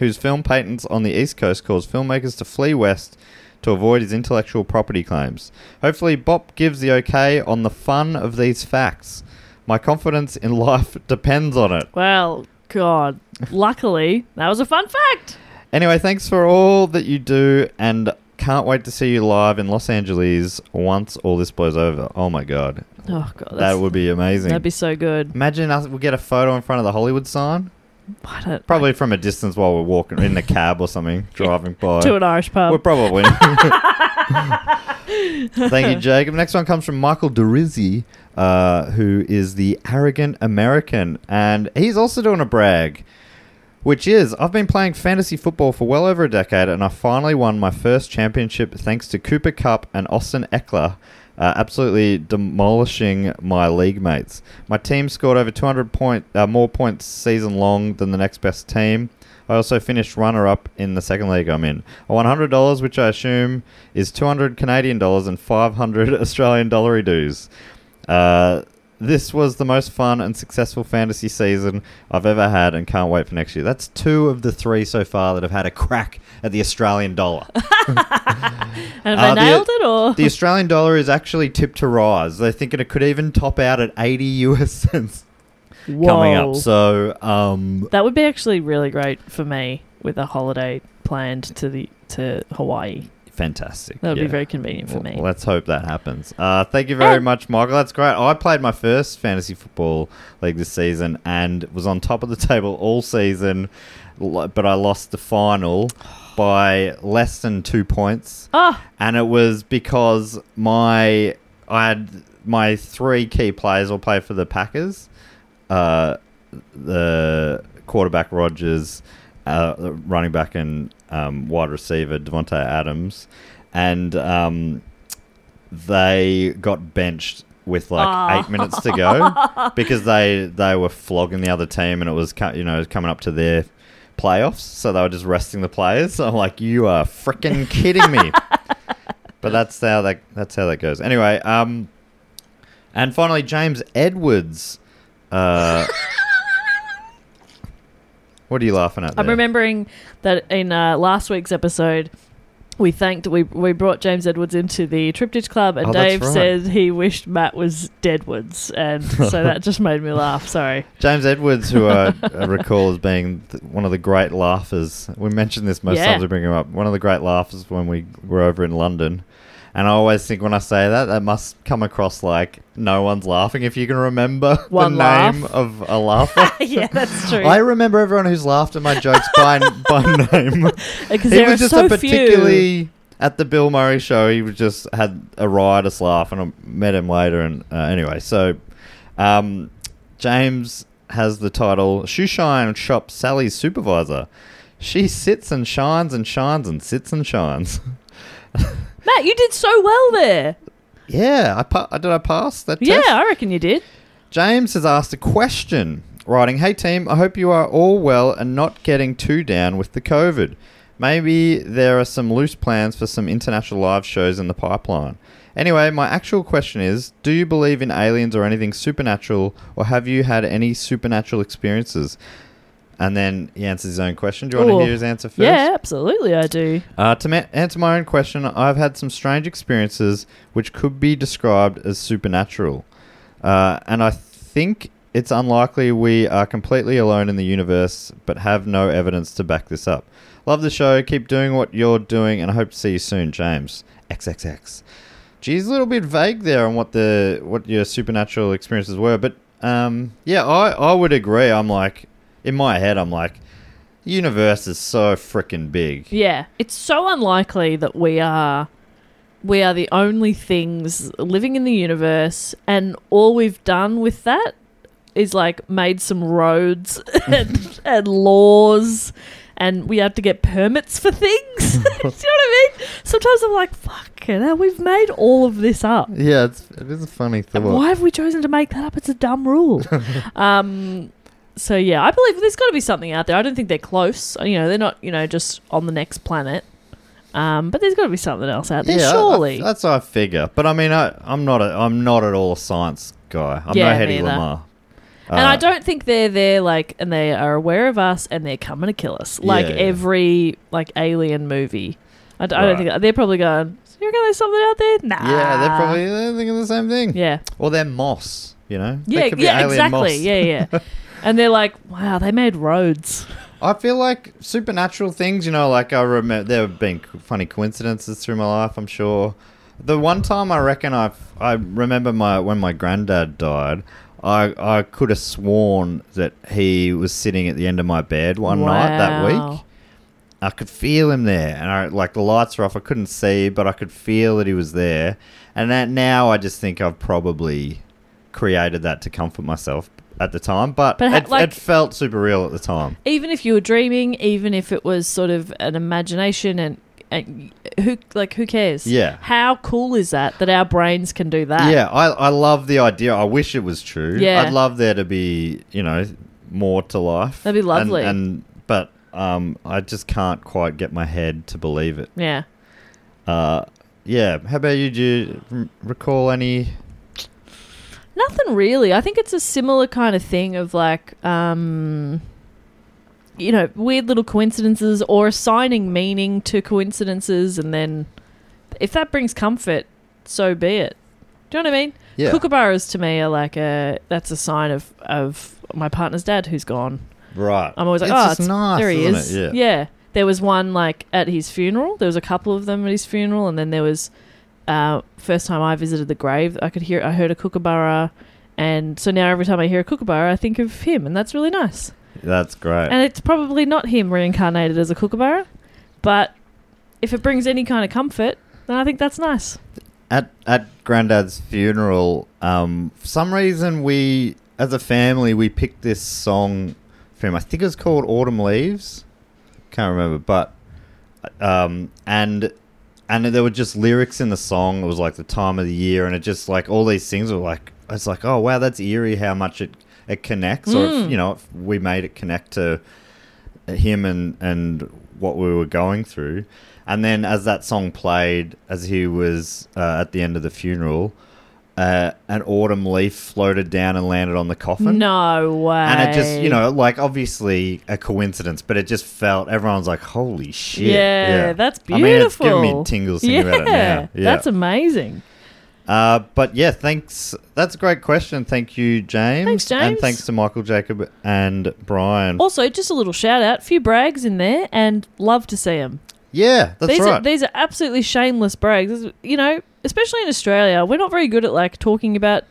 whose film patents on the East Coast caused filmmakers to flee west to avoid his intellectual property claims. Hopefully, Bop gives the okay on the fun of these facts. My confidence in [laughs] life depends on it.
Well, God. Luckily, that was a fun fact.
Anyway, thanks for all that you do and can't wait to see you live in Los Angeles once all this blows over. Oh my god.
Oh God, that's,
That would be amazing.
that'd be so good.
Imagine us we get a photo in front of the Hollywood sign.
I don't,
Probably from a distance while we're walking in a cab or something, driving by.
to an Irish pub.
We're probably. Thank you, Jacob. Next one comes from Michael DeRizzi, uh, who is the arrogant American, and he's also doing a brag, which is I've been playing fantasy football for well over a decade, and I finally won my first championship thanks to Cooper Cup and Austin Eckler. Uh, absolutely demolishing my league mates. My team scored over 200 point uh, more points season long than the next best team. I also finished runner up in the second league I'm in. A $100, which I assume is 200 Canadian dollars and 500 [laughs] Australian dollary dues. Uh, this was the most fun and successful fantasy season I've ever had and can't wait for next year. That's two of the three so far that have had a crack at the Australian
[laughs]
dollar.
And
Uh,
have
the-
I nailed it or?
the Australian dollar is actually tipped to rise. They're thinking it could even top out at 80 US cents coming
Whoa.
up. So, um,
that would be actually really great for me with a holiday planned to the to Hawaii.
fantastic.
That would
Yeah.
be very convenient for me. Oh!
Well, let's hope that happens. Uh, thank you very much, Michael. That's great. I played my first fantasy football league this season and was on top of the [laughs] table all season, l- but I lost the
[gasps]
final by less than two points.
Oh.
And it was because my I had my three key players all play for the Packers. Uh, the quarterback Rogers, uh, the running back and um, wide receiver Devontae Adams, and um, they got benched with like eight minutes to go because they they were flogging the other team and it was co- you know it was coming up to their playoffs, so they were just resting the players. So I'm like, you are freaking kidding me. but that's how that that's how that goes. Anyway, um, and finally James Edwards. Uh, what are you laughing at?
I'm
there?
remembering that in uh, last week's episode, we thanked we we brought James Edwards into the Triptych Club, and
Oh, that's
Dave
right.
said he wished Matt was Deadwoods,
[laughs]
and so that just made me laugh. Sorry,
James Edwards, who I, I recall as being th- one of the great laughers. We mentioned this most
Yeah.
times we bring him up. One of the great laughers when we were over in London. And I always think when I say that, that must come across like no one's laughing. If you can remember [laughs]
One
the
laugh.
name of a
[laughs]
laugher,
[laughs] yeah, that's true.
I remember everyone who's laughed at my jokes by by [laughs] name.
Because
He
there
was
are
just
so
a
few.
particularly at the Bill Murray show. He was just had a riotous laugh, and I met him later. And uh, anyway, so um, James has the title Shoeshine Shop Sally's supervisor. She sits and shines and shines and sits and shines. [laughs]
Matt, you did so well there.
Yeah, I pa- did. I pass that.
Yeah,
test?
I reckon you did.
James has asked a question, writing, Hey team, I hope you are all well and not getting too down with the COVID. Maybe there are some loose plans for some international live shows in the pipeline. Anyway, my actual question is Do you believe in aliens or anything supernatural, or have you had any supernatural experiences? And then he answers his own question. Do you want
Ooh.
to hear his answer first?
Yeah, absolutely, I do.
Uh, to ma- answer my own question, I've had some strange experiences which could be described as supernatural. Uh, and I think it's unlikely we are completely alone in the universe, but have no evidence to back this up. Love the show. Keep doing what you're doing, and I hope to see you soon, James. XXX. Geez, a little bit vague there on what the what your supernatural experiences were, but um, yeah, I, I would agree. I'm like, in my head, I'm like, the universe is so freaking big.
Yeah, it's so unlikely that we are we are the only things living in the universe, and all we've done with that is like made some roads [laughs] and, and laws, and we have to get permits for things. [laughs] Do you know what I mean? Sometimes I'm like, fuck, now we've made all of this up.
Yeah, it's, it is a funny thought.
Why have we chosen to make that up? It's a dumb
[laughs]
rule. um, so yeah, I believe there's got to be something out there. I don't think they're close. Uh, You know, they're not. You know, just on the next planet. Um, but there's got to be something else out there,
Yeah, I-
surely.
I- that's what I figure. But I mean, I, I'm not. A, I'm not at all a science guy. I'm
Yeah,
no Hedy Uh,
neither.
Lamar.
and I don't think they're there, like, and they are aware of us, and they're coming to kill us, like
Yeah, yeah.
every like alien movie. I, d- I
Right.
don't think they're probably going. So you reckon there's something out there? Nah.
Yeah, they're probably they're thinking the same thing.
Ah. Yeah.
Or they're moss. You know. They
Yeah.
could be
Yeah.
alien
Exactly.
moss.
Yeah.
[laughs]
Yeah. and they're like, wow, they made roads.
I feel like supernatural things, you know, like I remember there have been co- funny coincidences through my life, I'm sure. The one time I reckon I I remember my when my granddad died, I I could have sworn that he was sitting at the end of my bed one night that week.
Wow.
I could feel him there, and I like the lights were off. I couldn't see, but I could feel that he was there. And that now I just think I've probably created that to comfort myself at the time, but,
But ha-
it,
like-
it felt super real at the time.
even if you were dreaming, even if it was sort of an imagination, and, and who like who cares?
Yeah.
How cool is that that our brains can do that?
Yeah, I, I love the idea. I wish it was true.
Yeah.
I'd love there to be, you know, more to life.
That'd be lovely.
And, and but Um, I just can't quite get my head to believe it.
Yeah.
Uh, yeah. How about you? Do you r- recall any?
Nothing really. I think it's a similar kind of thing of like, um, you know, weird little coincidences or assigning meaning to coincidences. And then if that brings comfort, so be it. Do you know what I mean?
Yeah.
Kookaburras to me are like a, that's a sign of, of my partner's dad who's gone.
Right.
I'm always like, oh,
just
it's- there he
isn't
is.
it? Yeah.
yeah. There was one like at his funeral. There was a couple of them at his funeral, and then there was uh, first time I visited the grave. I could hear. I heard a kookaburra, and so now every time I hear a kookaburra, I think of him, and that's really nice.
That's great.
And it's probably not him reincarnated as a kookaburra, but if it brings any kind of comfort, then I think that's nice.
At at Grandad's funeral, um, for some reason we, as a family, we picked this song for him. I think it was called "Autumn Leaves." Can't remember, but um, and and there were just lyrics in the song. It was like the time of the year, and it just like all these things were like it's like oh wow, that's eerie how much it it connects, or if, you know, if we made it connect to him and and what we were going through. And then as that song played, as he was uh, at the end of the funeral, uh, an autumn leaf floated down and landed on the coffin.
No way.
And it just, you know, like obviously a coincidence, but it just felt everyone's like, "Holy shit!"
Yeah, that's
I mean, it's
beautiful.
giving me tingles thinking about it now. Yeah,
that's amazing.
uh, but yeah, thanks. That's a great question. Thank you, James.
Thanks, James.
And thanks to Michael, Jacob, and Brian.
Also, just a little shout out, few brags in there, and love to see them.
yeah, that's
these
right.
are these are absolutely shameless brags. This- You know, especially in Australia, we're not very good at like talking about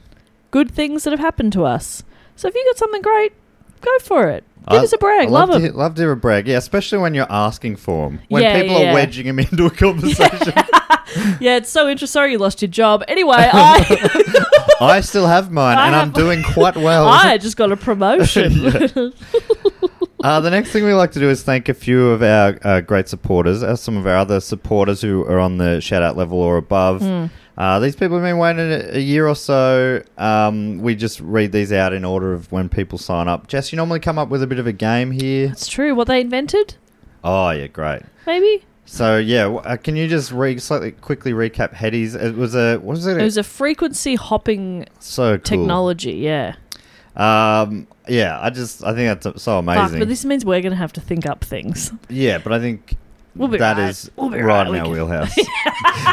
good things that have happened to us. So if you got something great, go for it. Give
I-
us a brag.
I
love
to
them.
hear- Love to hear a brag. Yeah, especially when you're asking for them. When
Yeah,
people
yeah.
are wedging them
[laughs]
into a conversation.
Yeah, it's so interesting. Sorry you lost your job.
[laughs]
Anyway, I
I still have mine,
I
and I'm
have-
doing quite well.
[laughs] I just got
[laughs]
a promotion.
Uh, the next thing we like to do is thank a few of our uh, great supporters, uh, some of our other supporters who are on the shout out level or above.
Hmm.
Uh, these people have been waiting a, a year or so. Um, we just read these out in order of when people sign up. Jess, you normally come up with a bit of a game here.
It's true. What they invented,
Oh, yeah, great.
maybe
So, yeah, w- uh, can you just re- slightly quickly recap Hetty's? It was a, what was it?
it was a frequency hopping
so cool.
technology. Yeah.
Um, yeah, I just, I think that's so amazing.
Fuck, but this means we're going to have to think up things. [laughs]
yeah, but I think
We'll be
that
right.
is
We'll be
right,
right.
in
We
our
can-
wheelhouse.
[laughs]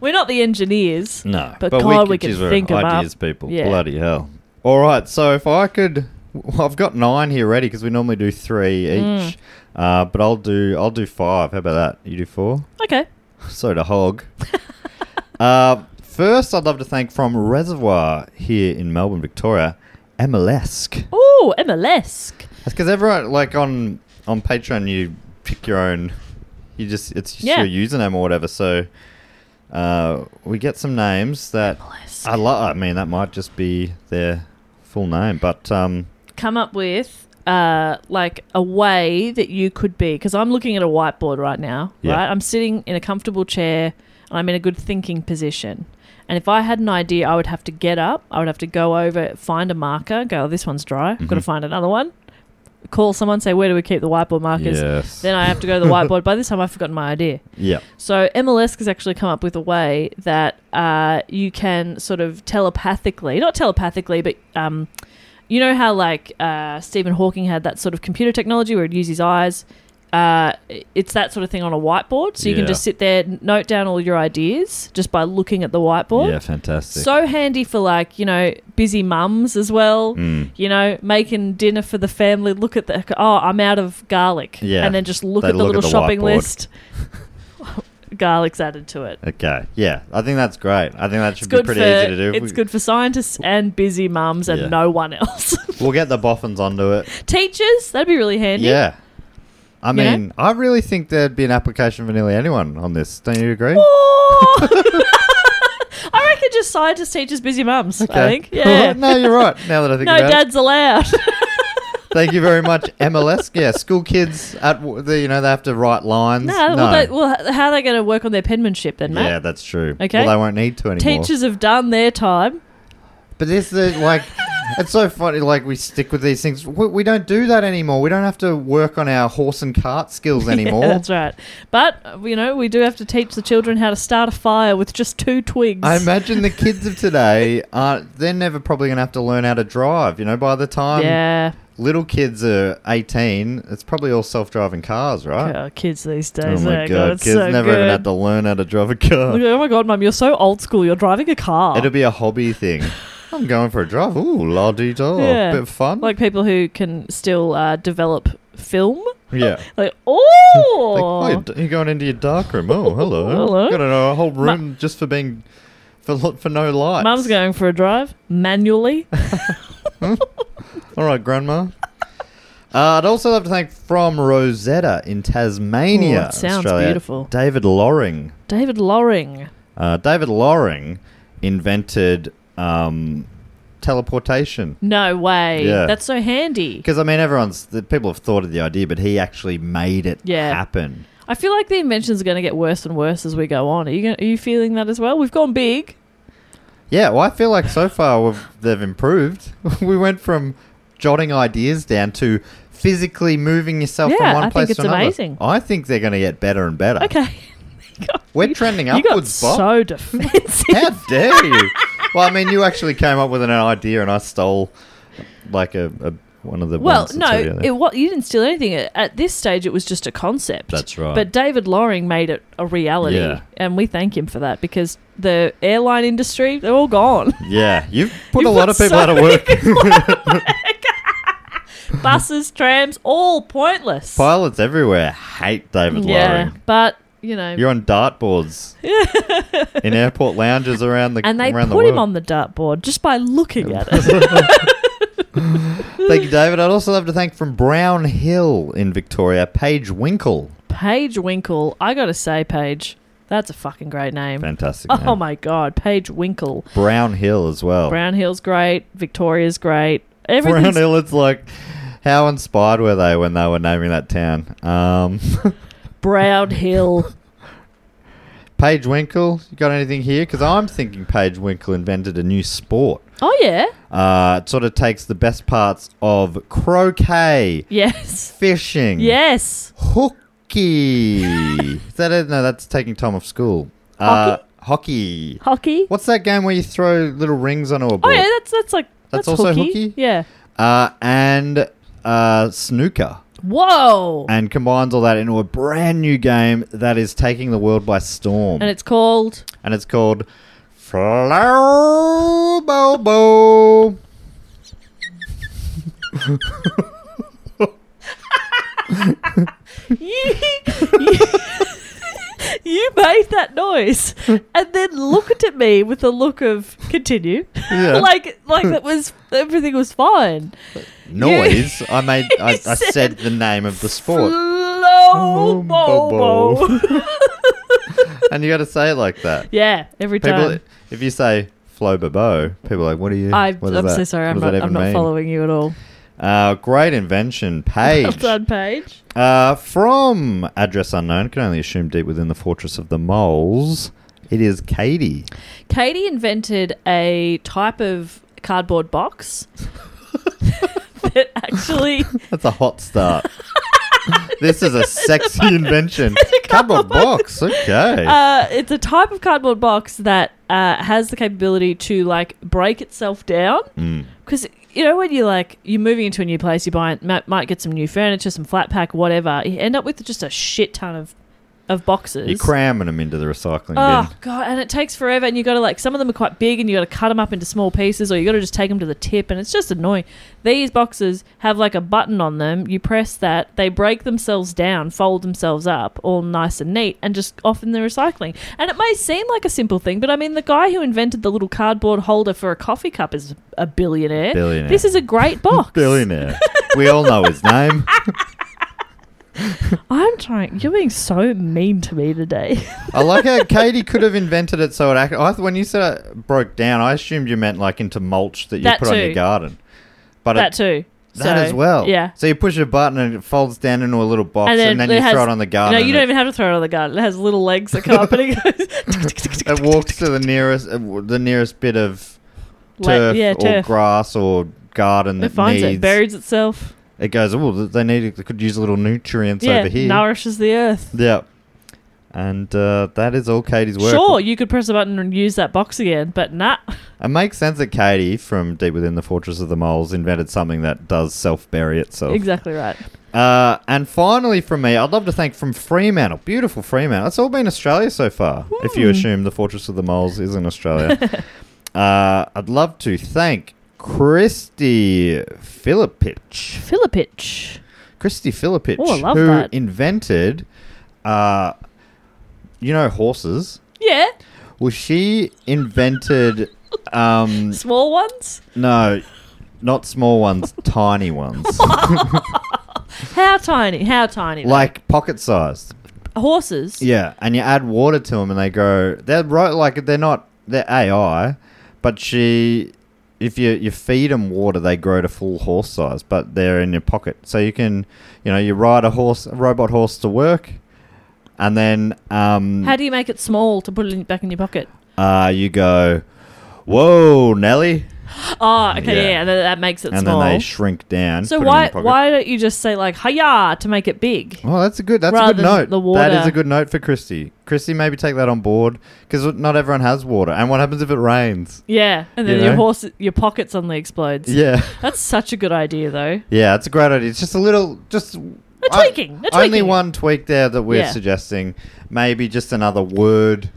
We're not the engineers.
No,
But God, we
could
could
choose our
think 'em up.
ideas, people.
Yeah.
Bloody hell! All right, so if I could, well, I've got nine here ready because we normally do three
Mm.
each. Uh, but I'll do I'll do five. How about that? You do four. [laughs]
Okay.
So to
[laughs]
hog. uh, first, I'd love to thank from Reservoir here in Melbourne, Victoria, Emalesk.
Oh, MLS.
That's because everyone like on on Patreon, you pick your own. You just it's just
Yeah.
your username or whatever. So uh, we get some names that I love. I mean, that might just be their full name, but um,
come up with uh, like a way that you could be because I'm looking at a whiteboard right now.
Yeah.
Right, I'm sitting in a comfortable chair and I'm in a good thinking position. And if I had an idea, I would have to get up. I would have to go over, find a marker, go, oh, this one's dry. I've got to find another one. Call someone, say, where do we keep the whiteboard markers?
Yes.
Then I have to go to the whiteboard. By this time, I've forgotten my idea.
yeah,
So MLS has actually come up with a way that uh, you can sort of telepathically, not telepathically, but um, you know how like uh, Stephen Hawking had that sort of computer technology where he'd use his eyes. Uh, it's that sort of thing on a whiteboard, so you
Yeah.
can just sit there, n- note down all your ideas just by looking at the whiteboard.
yeah, fantastic.
So handy for like you know busy mums as well.
Mm.
You know making dinner for the family. Look at the oh I'm out of garlic.
Yeah.
and then just look
They
at the
look at
little
the
shopping
whiteboard.
list. [laughs] Garlic's added to it.
okay, yeah, I think that's great. I think that
It's
should be
good for
pretty easy to do. If
it's
we-
good for scientists and busy mums and
Yeah.
no one else.
[laughs]
[laughs]
We'll get the boffins onto it.
Teachers that'd be really handy. [laughs]
Yeah. I
know?
mean, I really think there'd be an application for nearly anyone on this. Don't you agree?
Oh! I reckon just scientists, teachers, busy mums.
[laughs]
I think. Yeah.
no, you're right. Now that I think
no
about it.
dad's allowed. [laughs]
Thank you very much, MLS. Yeah, school kids at w- the, you know they have to write lines.
no. Well, they, well, h- how are they going to work on their penmanship then, Matt?
yeah, that's true.
Okay.
well, they won't need to anymore.
Teachers have done their time.
but this is like It's so funny. Like we stick with these things. We, we don't do that anymore. We don't have to work on our horse and cart
[laughs]
skills anymore.
That's right. But, uh, you know, we do have to teach the children how to start a fire with just two twigs.
I imagine the kids of today aren't. They're never probably going to have to learn how to drive. You know, by the time
yeah.
little kids are eighteen, it's probably all self-driving cars, right?
Oh, kids these
Oh
days. eh,
my god,
it's
kids
so
never
good.
even had to learn how to drive a car.
Look, oh my god, mum, you're so old school. You're driving a
[laughs]
car.
It'll be a hobby
[laughs]
thing. I'm going for a drive. Ooh, la di da.
Yeah.
Bit of fun.
like people who can still uh, develop film.
yeah. [laughs]
Like, [laughs]
Like,
oh,
oh, you're d- you're going into your dark room.
[laughs]
Oh, hello.
Hello.
Got a, a whole room just for being for lo- for no lights.
oh! mum's going for a drive
[laughs]
manually.
All right, Grandma. Uh, I'd also love to thank from Rosetta in Tasmania.
Oh, that sounds
Australia,
beautiful.
David Loring.
David Loring.
Uh, David Loring invented um, teleportation.
No way.
Yeah.
That's so handy.
Because I mean, everyone's the people have thought of the idea, but he actually made it
Yeah.
happen.
I feel like the inventions are going to get worse and worse as we go on. Are you gonna, are you feeling that as well? We've gone big.
Yeah, well, I feel like so far we've, they've improved. [laughs] we went from jotting ideas down to physically moving yourself
Yeah,
from one
I think
place
it's
to another.
amazing.
I think they're going to get better and better.
Okay.
We're trending
[laughs] you got
upwards, Bob.
so defensive.
[laughs] How dare you? well, I mean, you actually came up with an idea, and I stole like a, a one of the
Well,
ones that's
no,
already out there.
it, what, you didn't steal anything. At- At this stage, it was just a concept.
That's right.
But David Loring made it a reality,
Yeah.
and we thank him for that because the airline industry, they're
[laughs]
all gone.
yeah, you've put
You've
a lot
put
of people
so
out of
[laughs]
work.
Buses, trams, all pointless.
Pilots everywhere hate David
yeah,
Loring.
but you know,
You're on dartboards
[laughs]
in airport lounges around the
and they
around
put
the world.
him on the dartboard just by looking at it. [laughs]
Thank you, David. I'd also love to thank from Brown Hill in Victoria, Paige Winkle.
Paige Winkle, I gotta say, Paige, that's a fucking great name.
Fantastic.
oh
name.
my god, Paige Winkle.
Brown Hill as well.
Brown Hill's great. Victoria's great. Everything's
Brown Hill. It's like how inspired were they when they were naming that town? Um,
Brown Hill.
Paige Winkle, you got anything here? Because I'm thinking Paige Winkle invented a new sport.
[laughs] Oh yeah.
Uh, it sort of takes the best parts of croquet,
Yes.
fishing,
Yes.
hooky. Is that it? No, that's taking time off school. Uh, hockey.
Hockey.
What's that game where you throw little rings onto a
Oh
board?
yeah, that's that's like
That's also hooky?
Yeah.
uh, and uh, snooker,
Whoa.
and combines all that into a brand new game that is taking the world by storm.
And
[laughs]
it's called
and it's called Flobobo.
you, [laughs] you, you made that noise and then looked at me with a look of continue.
Yeah.
[laughs] like like that was everything was fine. [laughs]
Noise. I made. I, I
said
said the name of the sport,
Slow
Bobo.
bobo.
and you got to say it like that.
[laughs] yeah, every
People,
time.
if you say Flobobo, people are like, "What are you?"
I,
what is
I'm so
that?
sorry.
What
I'm
does
not.
that even
I'm not
mean?
following you at all.
Uh, great invention,
[laughs] Well
Paige.
done, Paige.
Uh, from address unknown, can only assume deep within the fortress of the moles. It is Katie.
Katie invented a type of cardboard box that actually
That's a hot
[laughs]
start. this is a sexy invention. Cardboard box. Okay.
uh, it's a type of cardboard box that uh, has the capability to like break itself down
Mm.
because you know when you like you're moving into a new place you buy might, might get some new furniture some flat pack whatever you end up with just a shit ton of of boxes
You're cramming them into the recycling
Oh
bin.
god, and it takes forever, and you got to like some of them are quite big, and you got to cut them up into small pieces, or you got to just take them to the tip, and it's just annoying. These boxes have like a button on them. You press that, they break themselves down, fold themselves up, all nice and neat, and just off in the recycling. And it may seem like a simple thing, but I mean, the guy who invented the little cardboard holder for a coffee cup is a billionaire.
Billionaire.
This is
[laughs]
a great box.
Billionaire. we all know his
[laughs]
name.
I'm trying. You're being so mean to me today.
I like how Katie could have invented it so it. Act- I, th- when you said it broke down, I assumed you meant like into mulch that you
That
put on your
too.
garden. But
[laughs] that
it,
too.
That
So,
as well.
Yeah.
So you push a button and it folds down into a little box, and
and
then,
then,
you
it has-
throw it on the garden.
No, you
and
don't
it-
even have to throw it on the garden. It has little
[laughs]
[laughs] legs that come up and it goes
It walks to the nearest uh, w- the nearest bit of
La-
turf
yeah,
or
turf.
grass or garden
It
that
finds
needs
it, buries itself.
it goes, oh, they need they could use a little nutrients
yeah,
over here.
nourishes the earth.
yeah. And uh, that is all Katie's work.
Sure, you could press a button and use that box again, but nah.
It makes sense that Katie from Deep Within the Fortress of the Moles invented something that does self bury itself.
[laughs] Exactly right.
Uh, and finally, from me, I'd love to thank from Fremantle, beautiful Fremantle. It's all been Australia so far, if you assume the Fortress of the Moles is in
[laughs]
Australia. uh, I'd love to thank Christy Philippich.
Philippich.
Christy Philippich,
Oh, I love
who
that.
invented, uh, you know, horses.
Yeah,
Well, she invented, um,
small ones.
no, not small
[laughs]
ones, tiny ones,
How tiny? How tiny?
like pocket sized.
horses.
Yeah, and you add water to them, and they go. They're right, like they're not they're AI, but she, if you you feed them water, they grow to full horse size, but they're in your pocket, so you can, you know, you ride a horse, a robot horse to work, and then um,
How do you make it small to put it in, back in your pocket?
uh, you go, whoa, Nelly,
Oh, okay,
Mm, Yeah.
yeah, yeah, that, that makes it
and
small.
then they shrink down.
so
put 'em in
why
your pocket.
why don't you just say like hiya to make it big?
Well, that's a good. That's
Rather
a good
than
note.
the water.
That is a good note for Christy. Christy, maybe take that on board because not everyone has water. And what happens if it rains?
Yeah, and then
You
your
know?
horse your pocket suddenly explodes.
Yeah. [laughs]
That's such a good idea though.
Yeah, it's a great idea. It's just a little, just
A tweaking, a
Only
tweaking.
one tweak there that we're
Yeah.
suggesting. Maybe just another word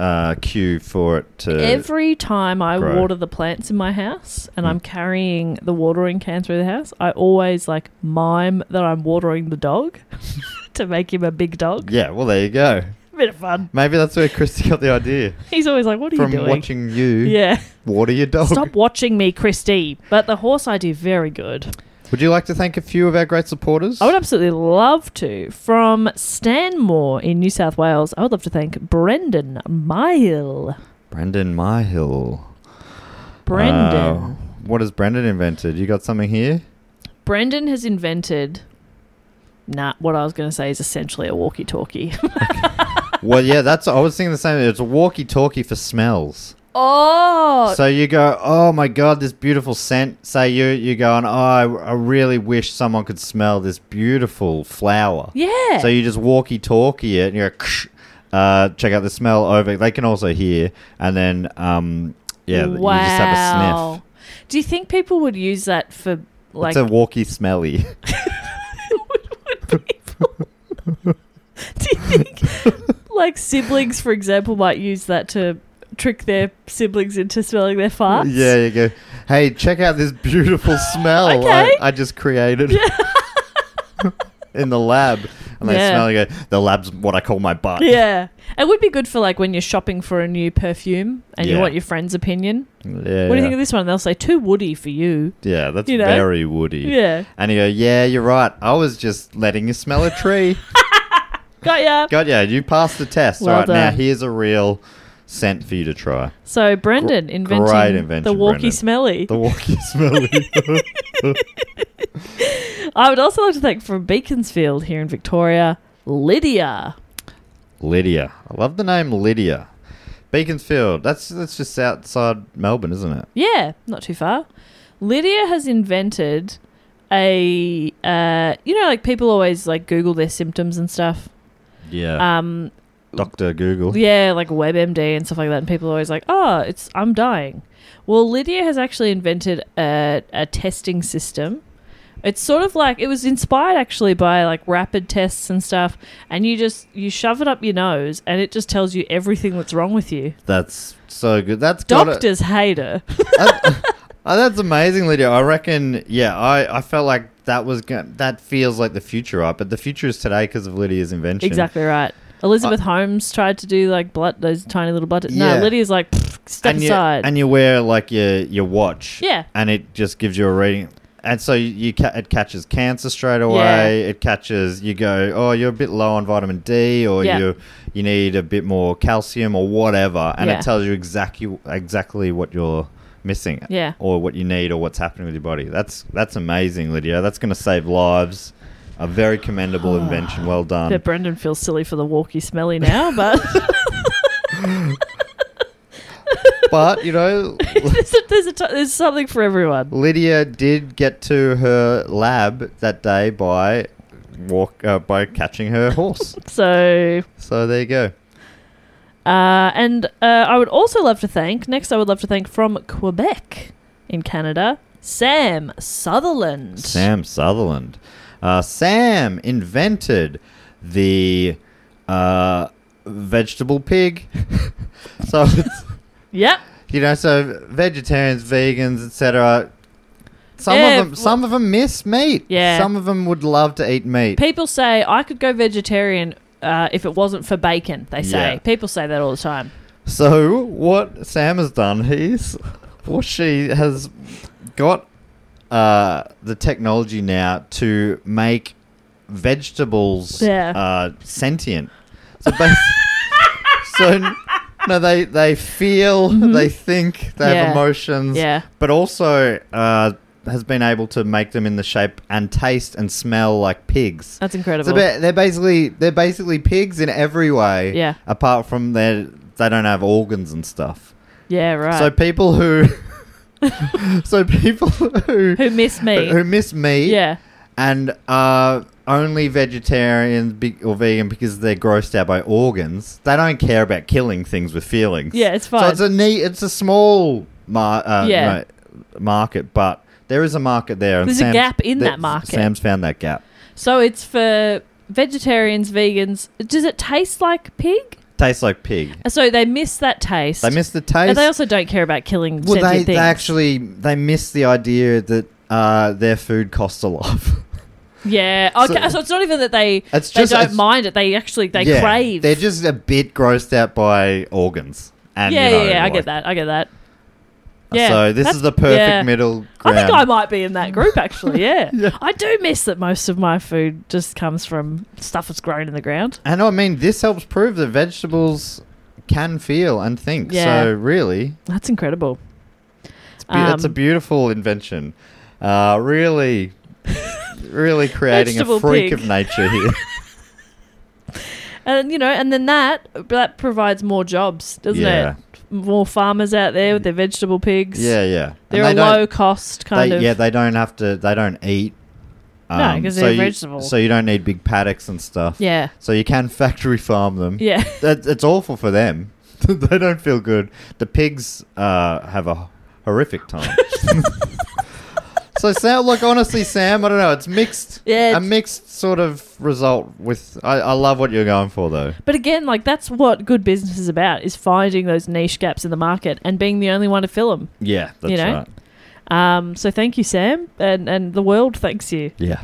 uh, cue for it to.
Every time I
grow.
water the plants in my house and
Mm.
I'm carrying the watering can through the house, I always like mime that I'm watering the dog [laughs] to make him a big dog.
yeah, well, there you go.
Bit of fun.
Maybe that's where Christy got the idea
He's always like, [laughs] "What are
from
you doing?"
watching you
yeah.
water your [laughs] dog.
Stop watching me, Christy. But the horse idea, very good.
Would you like to thank a few of our great supporters?
I would absolutely love to. From Stanmore in New South Wales, I would love to thank Brendan Mile.
Brendan Myhill.
Brendan.
Wow. what has Brendan invented? You got something here?
Brendan has invented. Nah, what I was going to say is essentially a walkie [laughs] talkie.
well, yeah, that's. I was thinking the same. It's a walkie-talkie for smells.
Oh,
So you go, oh my god, this beautiful scent. Say you you going, oh, I, I really wish someone could smell this beautiful flower.
yeah.
So you just walkie talkie it, and you're, "Ksh." uh, check out the smell over. They can also hear, and then um, yeah, you just have a
Wow. Do you think people would use that for
sniff.
like
It's
[laughs]
a walkie smelly.
Do you think, like siblings, for example, might use that to trick their siblings into smelling their farts?
yeah, you go, hey, check out this
[laughs]
beautiful smell
Okay.
I, I just created. [laughs] In the lab, and they
Yeah.
smell. You go, the lab's what I call my butt.
Yeah. It would be good for like when you're shopping for a new perfume and you
Yeah.
want your friend's opinion.
Yeah,
What do you
yeah.
think of this one? They'll say too woody for you.
Yeah, that's
You know?
very woody.
Yeah.
And you go, yeah, you're right. I was just letting you smell a
[laughs]
tree.
Got ya.
Got ya. You passed the test.
Well
All right, now
done.
here's a real scent for you to try.
So Brendan inventing
great invention,
the walkie
Brendan.
smelly.
The walkie [laughs]
[laughs]
smelly.
I would also like to thank from Beaconsfield here in Victoria, Lydia.
Lydia. I love the name Lydia. Beaconsfield. That's that's just outside Melbourne, isn't it?
Yeah, not too far. Lydia has invented a uh, you know like people always like Google their symptoms and stuff.
Yeah.
Um,
Doctor Google.
yeah, like WebMD and stuff like that. And people are always like, oh, it's I'm dying. Well, Lydia has actually invented a, a testing system. It's sort of like it was inspired actually by like rapid tests and stuff, and you just you shove it up your nose and it just tells you everything that's wrong with you.
That's so good. That's got it.
Doctors hate her.
That- oh, that's amazing, Lydia. I reckon. Yeah, I, I felt like that was go- that feels like the future, right? But the future is today because of Lydia's invention.
Exactly right. Elizabeth Holmes tried to do like blood, those tiny little blood.
Yeah.
No, Lydia's like "Pfft, step
And you,
aside.
and you wear like your your watch.
Yeah.
And it just gives you a reading. And so you, you ca- it catches cancer straight away. It catches you go, oh, you're a bit low on vitamin D, or
Yeah.
you you need a bit more calcium, or whatever, and
Yeah.
it tells you exactly exactly what you're missing,
Yeah.
or what you need, or what's happening with your body. That's that's amazing, Lydia. That's going to save lives. A very commendable
[sighs]
invention. Well done.
but Brendan
[laughs]
feels silly for the walkie smelly now, but
but you
[laughs]
know,
[laughs] there's, a, there's, a t- there's something for everyone.
Lydia did get to her lab that day by walk uh, by catching her [laughs] horse.
So
so there you go.
Uh, and uh, I would also love to thank, next, I would love to thank from Quebec in Canada, Sam Sutherland.
Sam Sutherland. Uh, Sam invented the uh, vegetable pig. [laughs] so it's,
Yep.
you know, so vegetarians, vegans, etc. Some
Yeah,
of them, some of them miss meat.
Yeah.
Some of them would love to eat meat.
People say, I could go vegetarian uh, if it wasn't for bacon, they say.
Yeah.
People say that all the time.
So what Sam has done, he's or she has got uh, the technology now to make vegetables
Yeah.
uh, sentient. So, bas- [laughs] so n- no, they they feel, they think, they
Mm-hmm. Yeah.
have emotions,
Yeah.
but also uh, has been able to make them in the shape and taste and smell like pigs.
That's
So
incredible.
ba- they're basically they're basically pigs in every way.
Yeah.
Apart from they they don't have organs and stuff.
yeah, right.
So people
[laughs]
who so people who
Who miss me.
who miss meat
yeah.
and are only vegetarians be- or vegan because they're grossed out by organs. They don't care about killing things with feelings.
Yeah, it's
So
fine.
it's a neat. It's a small mar- uh,
Yeah.
no, market, but. There is a market there. And
There's a
Sam's-
gap in that market.
Sam's found that gap.
So it's for vegetarians, vegans. Does it taste like pig? Uh,
Tastes like pig.
So they miss that taste.
They miss the
And
taste.
they also don't care about killing
Well,
sentient
they,
things.
they actually they miss the idea that uh, their food costs a lot. [laughs]
yeah. Okay. So,
So-
it's not even that they
It's
they
just-
don't
it's-
mind it. They actually they
Yeah,
crave.
They're just a bit grossed out by organs. And,
yeah,
you know,
yeah, yeah. I
like-
get that. I get that. Yeah.
So this
that's-
is the perfect
yeah.
middle ground.
I think I might be in that
[laughs]
group actually. Yeah. I do miss that most of my food just comes from stuff that's grown in the ground.
And I mean, this helps prove that vegetables can feel and think.
Yeah.
So really,
That's incredible.
it's, be- it's a
Um,
beautiful invention. Uh,
[laughs]
really, really creating
Vegetable
a freak
pig.
of nature
[laughs]
here.
And you know, and then that that provides more jobs, doesn't
Yeah.
it? More farmers out there with their vegetable pigs.
yeah, yeah. And
They're
they
a
don't-
low cost kind
they,
of.
yeah they don't have to they don't eat um,
No, 'cause they're
so you-
vegetables.
so you don't need big paddocks and stuff
yeah.
so you can [laughs] factory farm them
Yeah. [laughs]
that, it's awful for them [laughs] they don't feel good the pigs uh, have a horrific time [laughs] so sam like honestly sam i don't know it's mixed a
Yeah, it's-
mixed sort of result with i, I love what you're going for though
But again, like that's what good business is about: is finding those niche gaps in the market and being the only one to fill them.
yeah that's
You know?
right
Um, so thank you, Sam, and and the world thanks you.
yeah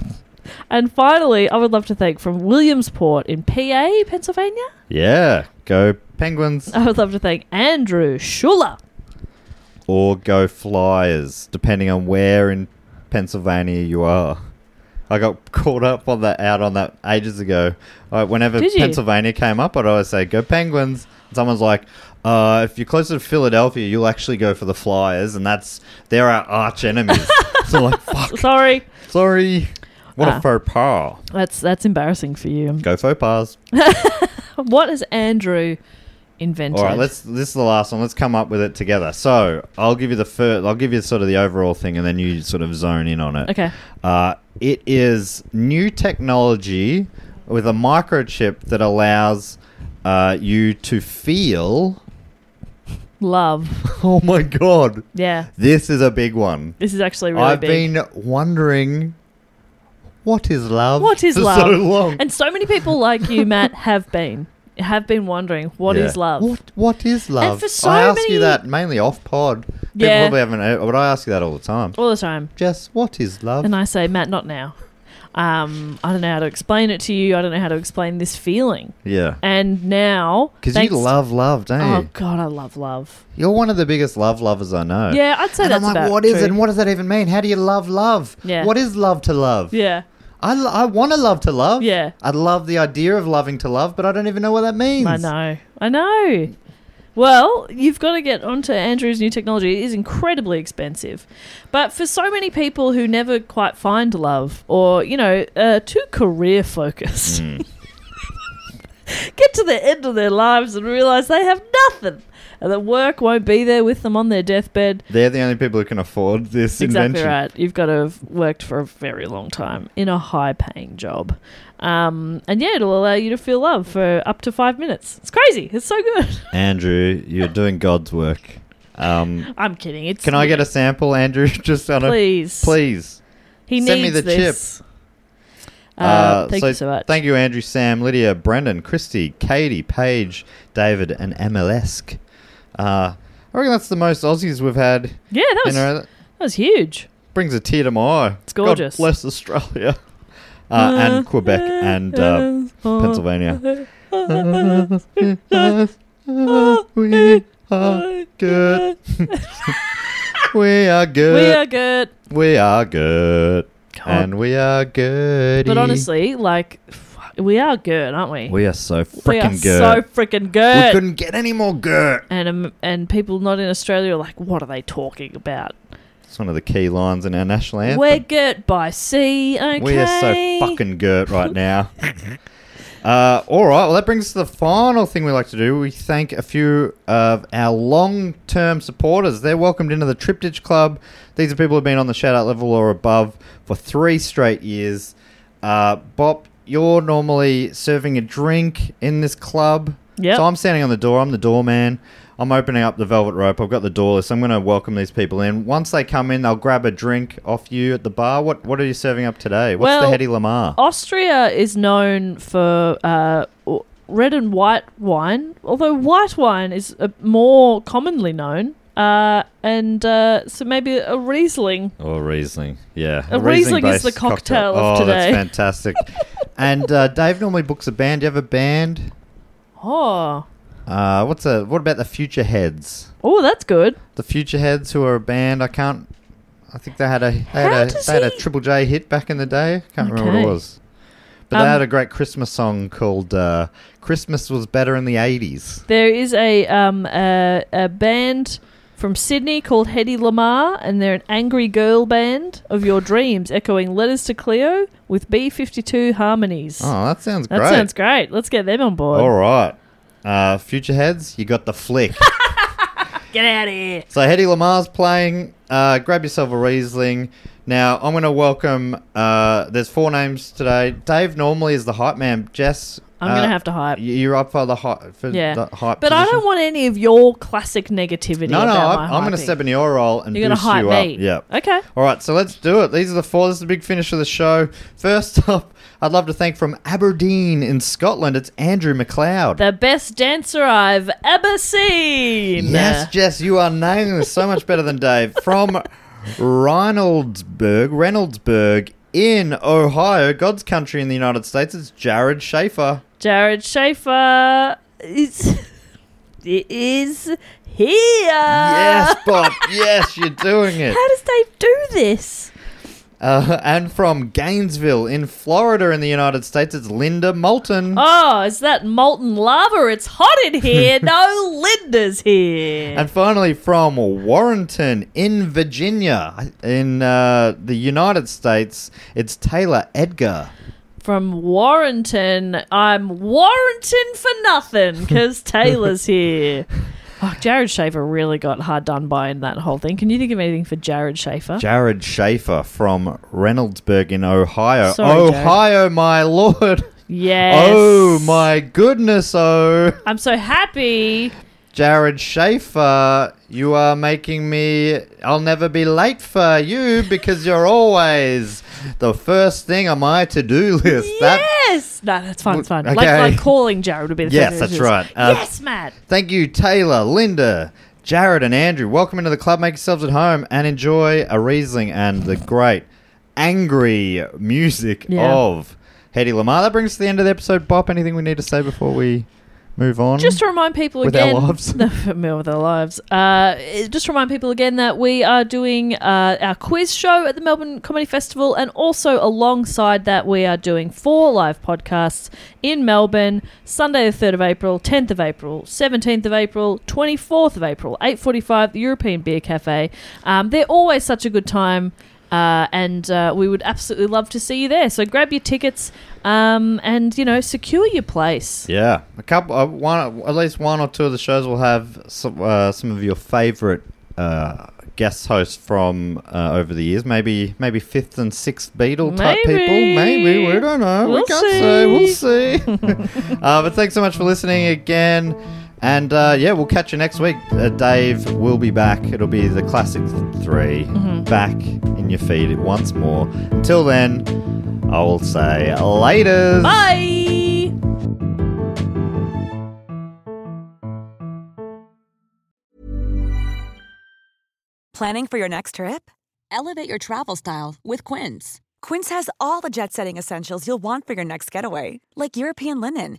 And finally, I would love to thank from Williamsport in PA, Pennsylvania.
yeah go penguins
I would love to thank Andrew Schuller.
or go flyers, depending on where in Pennsylvania you are. I got [laughs] caught up on that out on that ages ago. Uh, whenever
Did you?
Pennsylvania came up, I'd always say go Penguins. And someone's like, uh, if you're closer to Philadelphia, you'll actually go for the Flyers, and that's they're our arch
[laughs]
enemies. [laughs] so like, fuck,
Sorry,
sorry, what
Ah.
a faux pas.
that's that's embarrassing for you.
Go faux pas.
What has Andrew invented?
All right, let's. This is the last one. Let's come up with it together. So I'll give you the first. I'll give you sort of the overall thing, and then you sort of zone in on it.
Okay.
Uh, it is new technology with a microchip that allows uh, you to feel. [laughs]
Love.
Oh my god,
Yeah,
this is a big one.
this is actually really
I've
big.
been wondering what is love.
What is
[laughs] for
love?
So long.
And so many people like you, Matt, have been have been wondering what is
Yeah.
love.
What What is love?
for so
I ask
many-
you that mainly off pod. People
Yeah.
probably haven't, heard- but I ask you that all the time.
All the time.
Jess, what is love?
And I say, Matt, not now. Um, I don't know how to explain it to you. I don't know how to explain this feeling.
yeah,
And now,
because you
thanks-
love love, don't you?
Oh God, I love love.
You're one of the biggest love lovers I know.
Yeah, I'd say
and
that's
I'm like,
about
what is
true.
it? And what does that even mean? How do you love love?
Yeah.
What is love to love?
Yeah,
I, lo- I want to love to love.
Yeah.
I love the idea of loving to love, but I don't even know what that means.
I know. I know. Well, you've got to get onto Andrew's new technology. It is incredibly expensive. But for so many people who never quite find love or, you know, uh, too career focused, [laughs] get to the end of their lives and realize they have nothing and that work won't be there with them on their deathbed.
They're the only people who can afford this
Exactly
invention.
right. You've got to have worked for a very long time in a high paying job. Um, and yeah, it'll allow you to feel love for up to five minutes. It's crazy. It's so good. [laughs]
Andrew, you're doing God's work.
[laughs]
Um,
I'm kidding. It's
can I get a sample, Andrew? [laughs] Just on
Please.
a please.
He
send me
needs
the chip?
this. Uh, thank
so
you so much.
Thank you, Andrew, Sam, Lydia, Brendan, Christy, Katie, Paige, David, and Amelesk. Uh, I reckon that's the most Aussies we've had.
yeah, that was,
in
that
a,
was huge.
brings a tear to my eye.
It's gorgeous.
God bless Australia. Uh, and Quebec and uh, Pennsylvania.
uh, uh,
we are good. we are
We are
good.
good.
We are good.
God.
And we are good.
But honestly, like, f- we are good, aren't we?
we are so
We are
freaking
so
good.
freaking
we
good.
couldn't get any more good.
And um, and people not in Australia are like, what are they talking about?
It's one of the key lines in our national anthem.
We're good by sea. Okay.
We are so fucking good right
[laughs]
now. Uh, all right, well, that brings us to the final thing we like to do. We thank a few of our long term supporters. They're welcomed into the Triptych Club. These are people who've been on the shout out level or above for three straight years. Uh, Bob, you're normally serving a drink in this club.
Yep.
So I'm standing on the door. I'm the doorman. I'm opening up the velvet rope. I've got the door list. I'm going to welcome these people in. Once they come in, they'll grab a drink off you at the bar. What What are you serving up today? What's
Well,
the Hedy Lamar?
Austria is known for uh, w- red and white wine, although white wine is uh, more commonly known. Uh, and uh, so maybe a Riesling.
Or Riesling, yeah.
A Riesling is the
Riesling-based
cocktail of
oh,
today.
that's
[laughs]
fantastic. and uh, Dave normally books a band. Do you have a band?
Oh,
Uh, what's a What about the Future Heads?
oh, that's good.
The Future Heads, who are a band, I can't. I think they had a they
How
had a,
does
they had a
he-
Triple J hit back in the day. Can't remember what
Okay.
it was. But
Um,
they had a great Christmas song called uh, "Christmas Was Better in the '80s."
There is a um a, a band from Sydney called Hedy Lamar, and they're an angry girl band of your dreams, echoing letters to Cleo with B fifty two harmonies.
Oh, that sounds
that
great.
sounds great. Let's get them on board.
All right, uh, Future Heads, you got the flick.
[laughs] Get out of here.
So Hedy Lamar's playing. Uh, grab yourself a Riesling. Now I'm going to welcome. Uh, there's four names today. Dave normally is the hype man. Jess, uh,
I'm gonna have to hype.
y- You're up for the hype. For
Yeah,
the hype.
but I
position.
don't want any of your classic negativity.
No, no.
about my
I'm, I'm going to
hyping.
step in your role and
You're gonna
boost
hype
you
me.
up. Yeah.
Okay.
All right, so let's do it. These are the four. This is the big finish of the show. First [laughs] up, I'd love to thank from Aberdeen in Scotland. It's Andrew McLeod.
The best dancer I've ever seen.
Yes, Jess, you are nailing this so much better than Dave. From Reynoldsburg, Reynoldsburg in Ohio, God's country in the United States, it's Jared Schaefer.
Jared Schaefer is is here. Ah.
Yes, Bob. yes, you're doing it.
How does Dave do this?
Uh, and from Gainesville in Florida in the United States, it's Linda Moulton.
Oh, is that molten lava? It's hot in
[laughs]
here. no Linda's here.
And finally, from Warrenton in Virginia, in uh, the United States, it's Taylor Edgar.
From Warrenton, I'm Warrenton for nothing
[laughs]
because Taylor's here. Oh, Jared Schaefer really got hard done by in that whole thing. Can you think of anything for Jared Schaefer?
Jared Schaefer from Reynoldsburg in Ohio.
Sorry, Jared.
Ohio, my lord.
yes.
Oh my goodness, oh.
I'm so happy.
Jared Schaefer, you are making me. I'll never be late for you because you're always the first thing on my to do list. That,
yes. No, that's fine. It's fine. Like,
Okay.
like calling Jared would be the
Yes,
first
that's
thing to
right.
do.
Uh,
yes, Matt.
thank you, Taylor, Linda, Jared, and Andrew. Welcome into the club. Make yourselves at home and enjoy a Riesling and the great angry music
Yeah.
of Hedy Lamar. That brings us to the end of the episode. Bop, anything we need to say before we move on?
Just to remind people
With our
again,
lives.
[laughs] No, with our lives. Uh, it- just to remind people again that we are doing uh, our quiz show at the Melbourne Comedy Festival, and also alongside that, we are doing four live podcasts in Melbourne: Sunday the third of April, tenth of April, seventeenth of April, twenty fourth of April, eight forty five, the European Beer Cafe. Um, they're always such a good time. Uh, and uh, we would absolutely love to see you there. So grab your tickets um, and, you know, secure your place.
Yeah, a couple, uh, one, at least one or two of the shows will have some, uh, some of your favorite uh, guest hosts from uh, over the years. Maybe, maybe fifth and sixth Beatle type people.
Maybe.
Maybe we don't know. we
We'll
can't say. We'll see. [laughs] uh, but thanks so much for listening again. And uh, yeah, we'll catch you next week. Uh, Dave will be back. It'll be the classic 3
Mm-hmm.
back in your feed once more. Until then, I will say later.
Bye.
Planning for your next trip? Elevate your travel style with Quince. Quince has all the jet setting essentials you'll want for your next getaway, like European linen,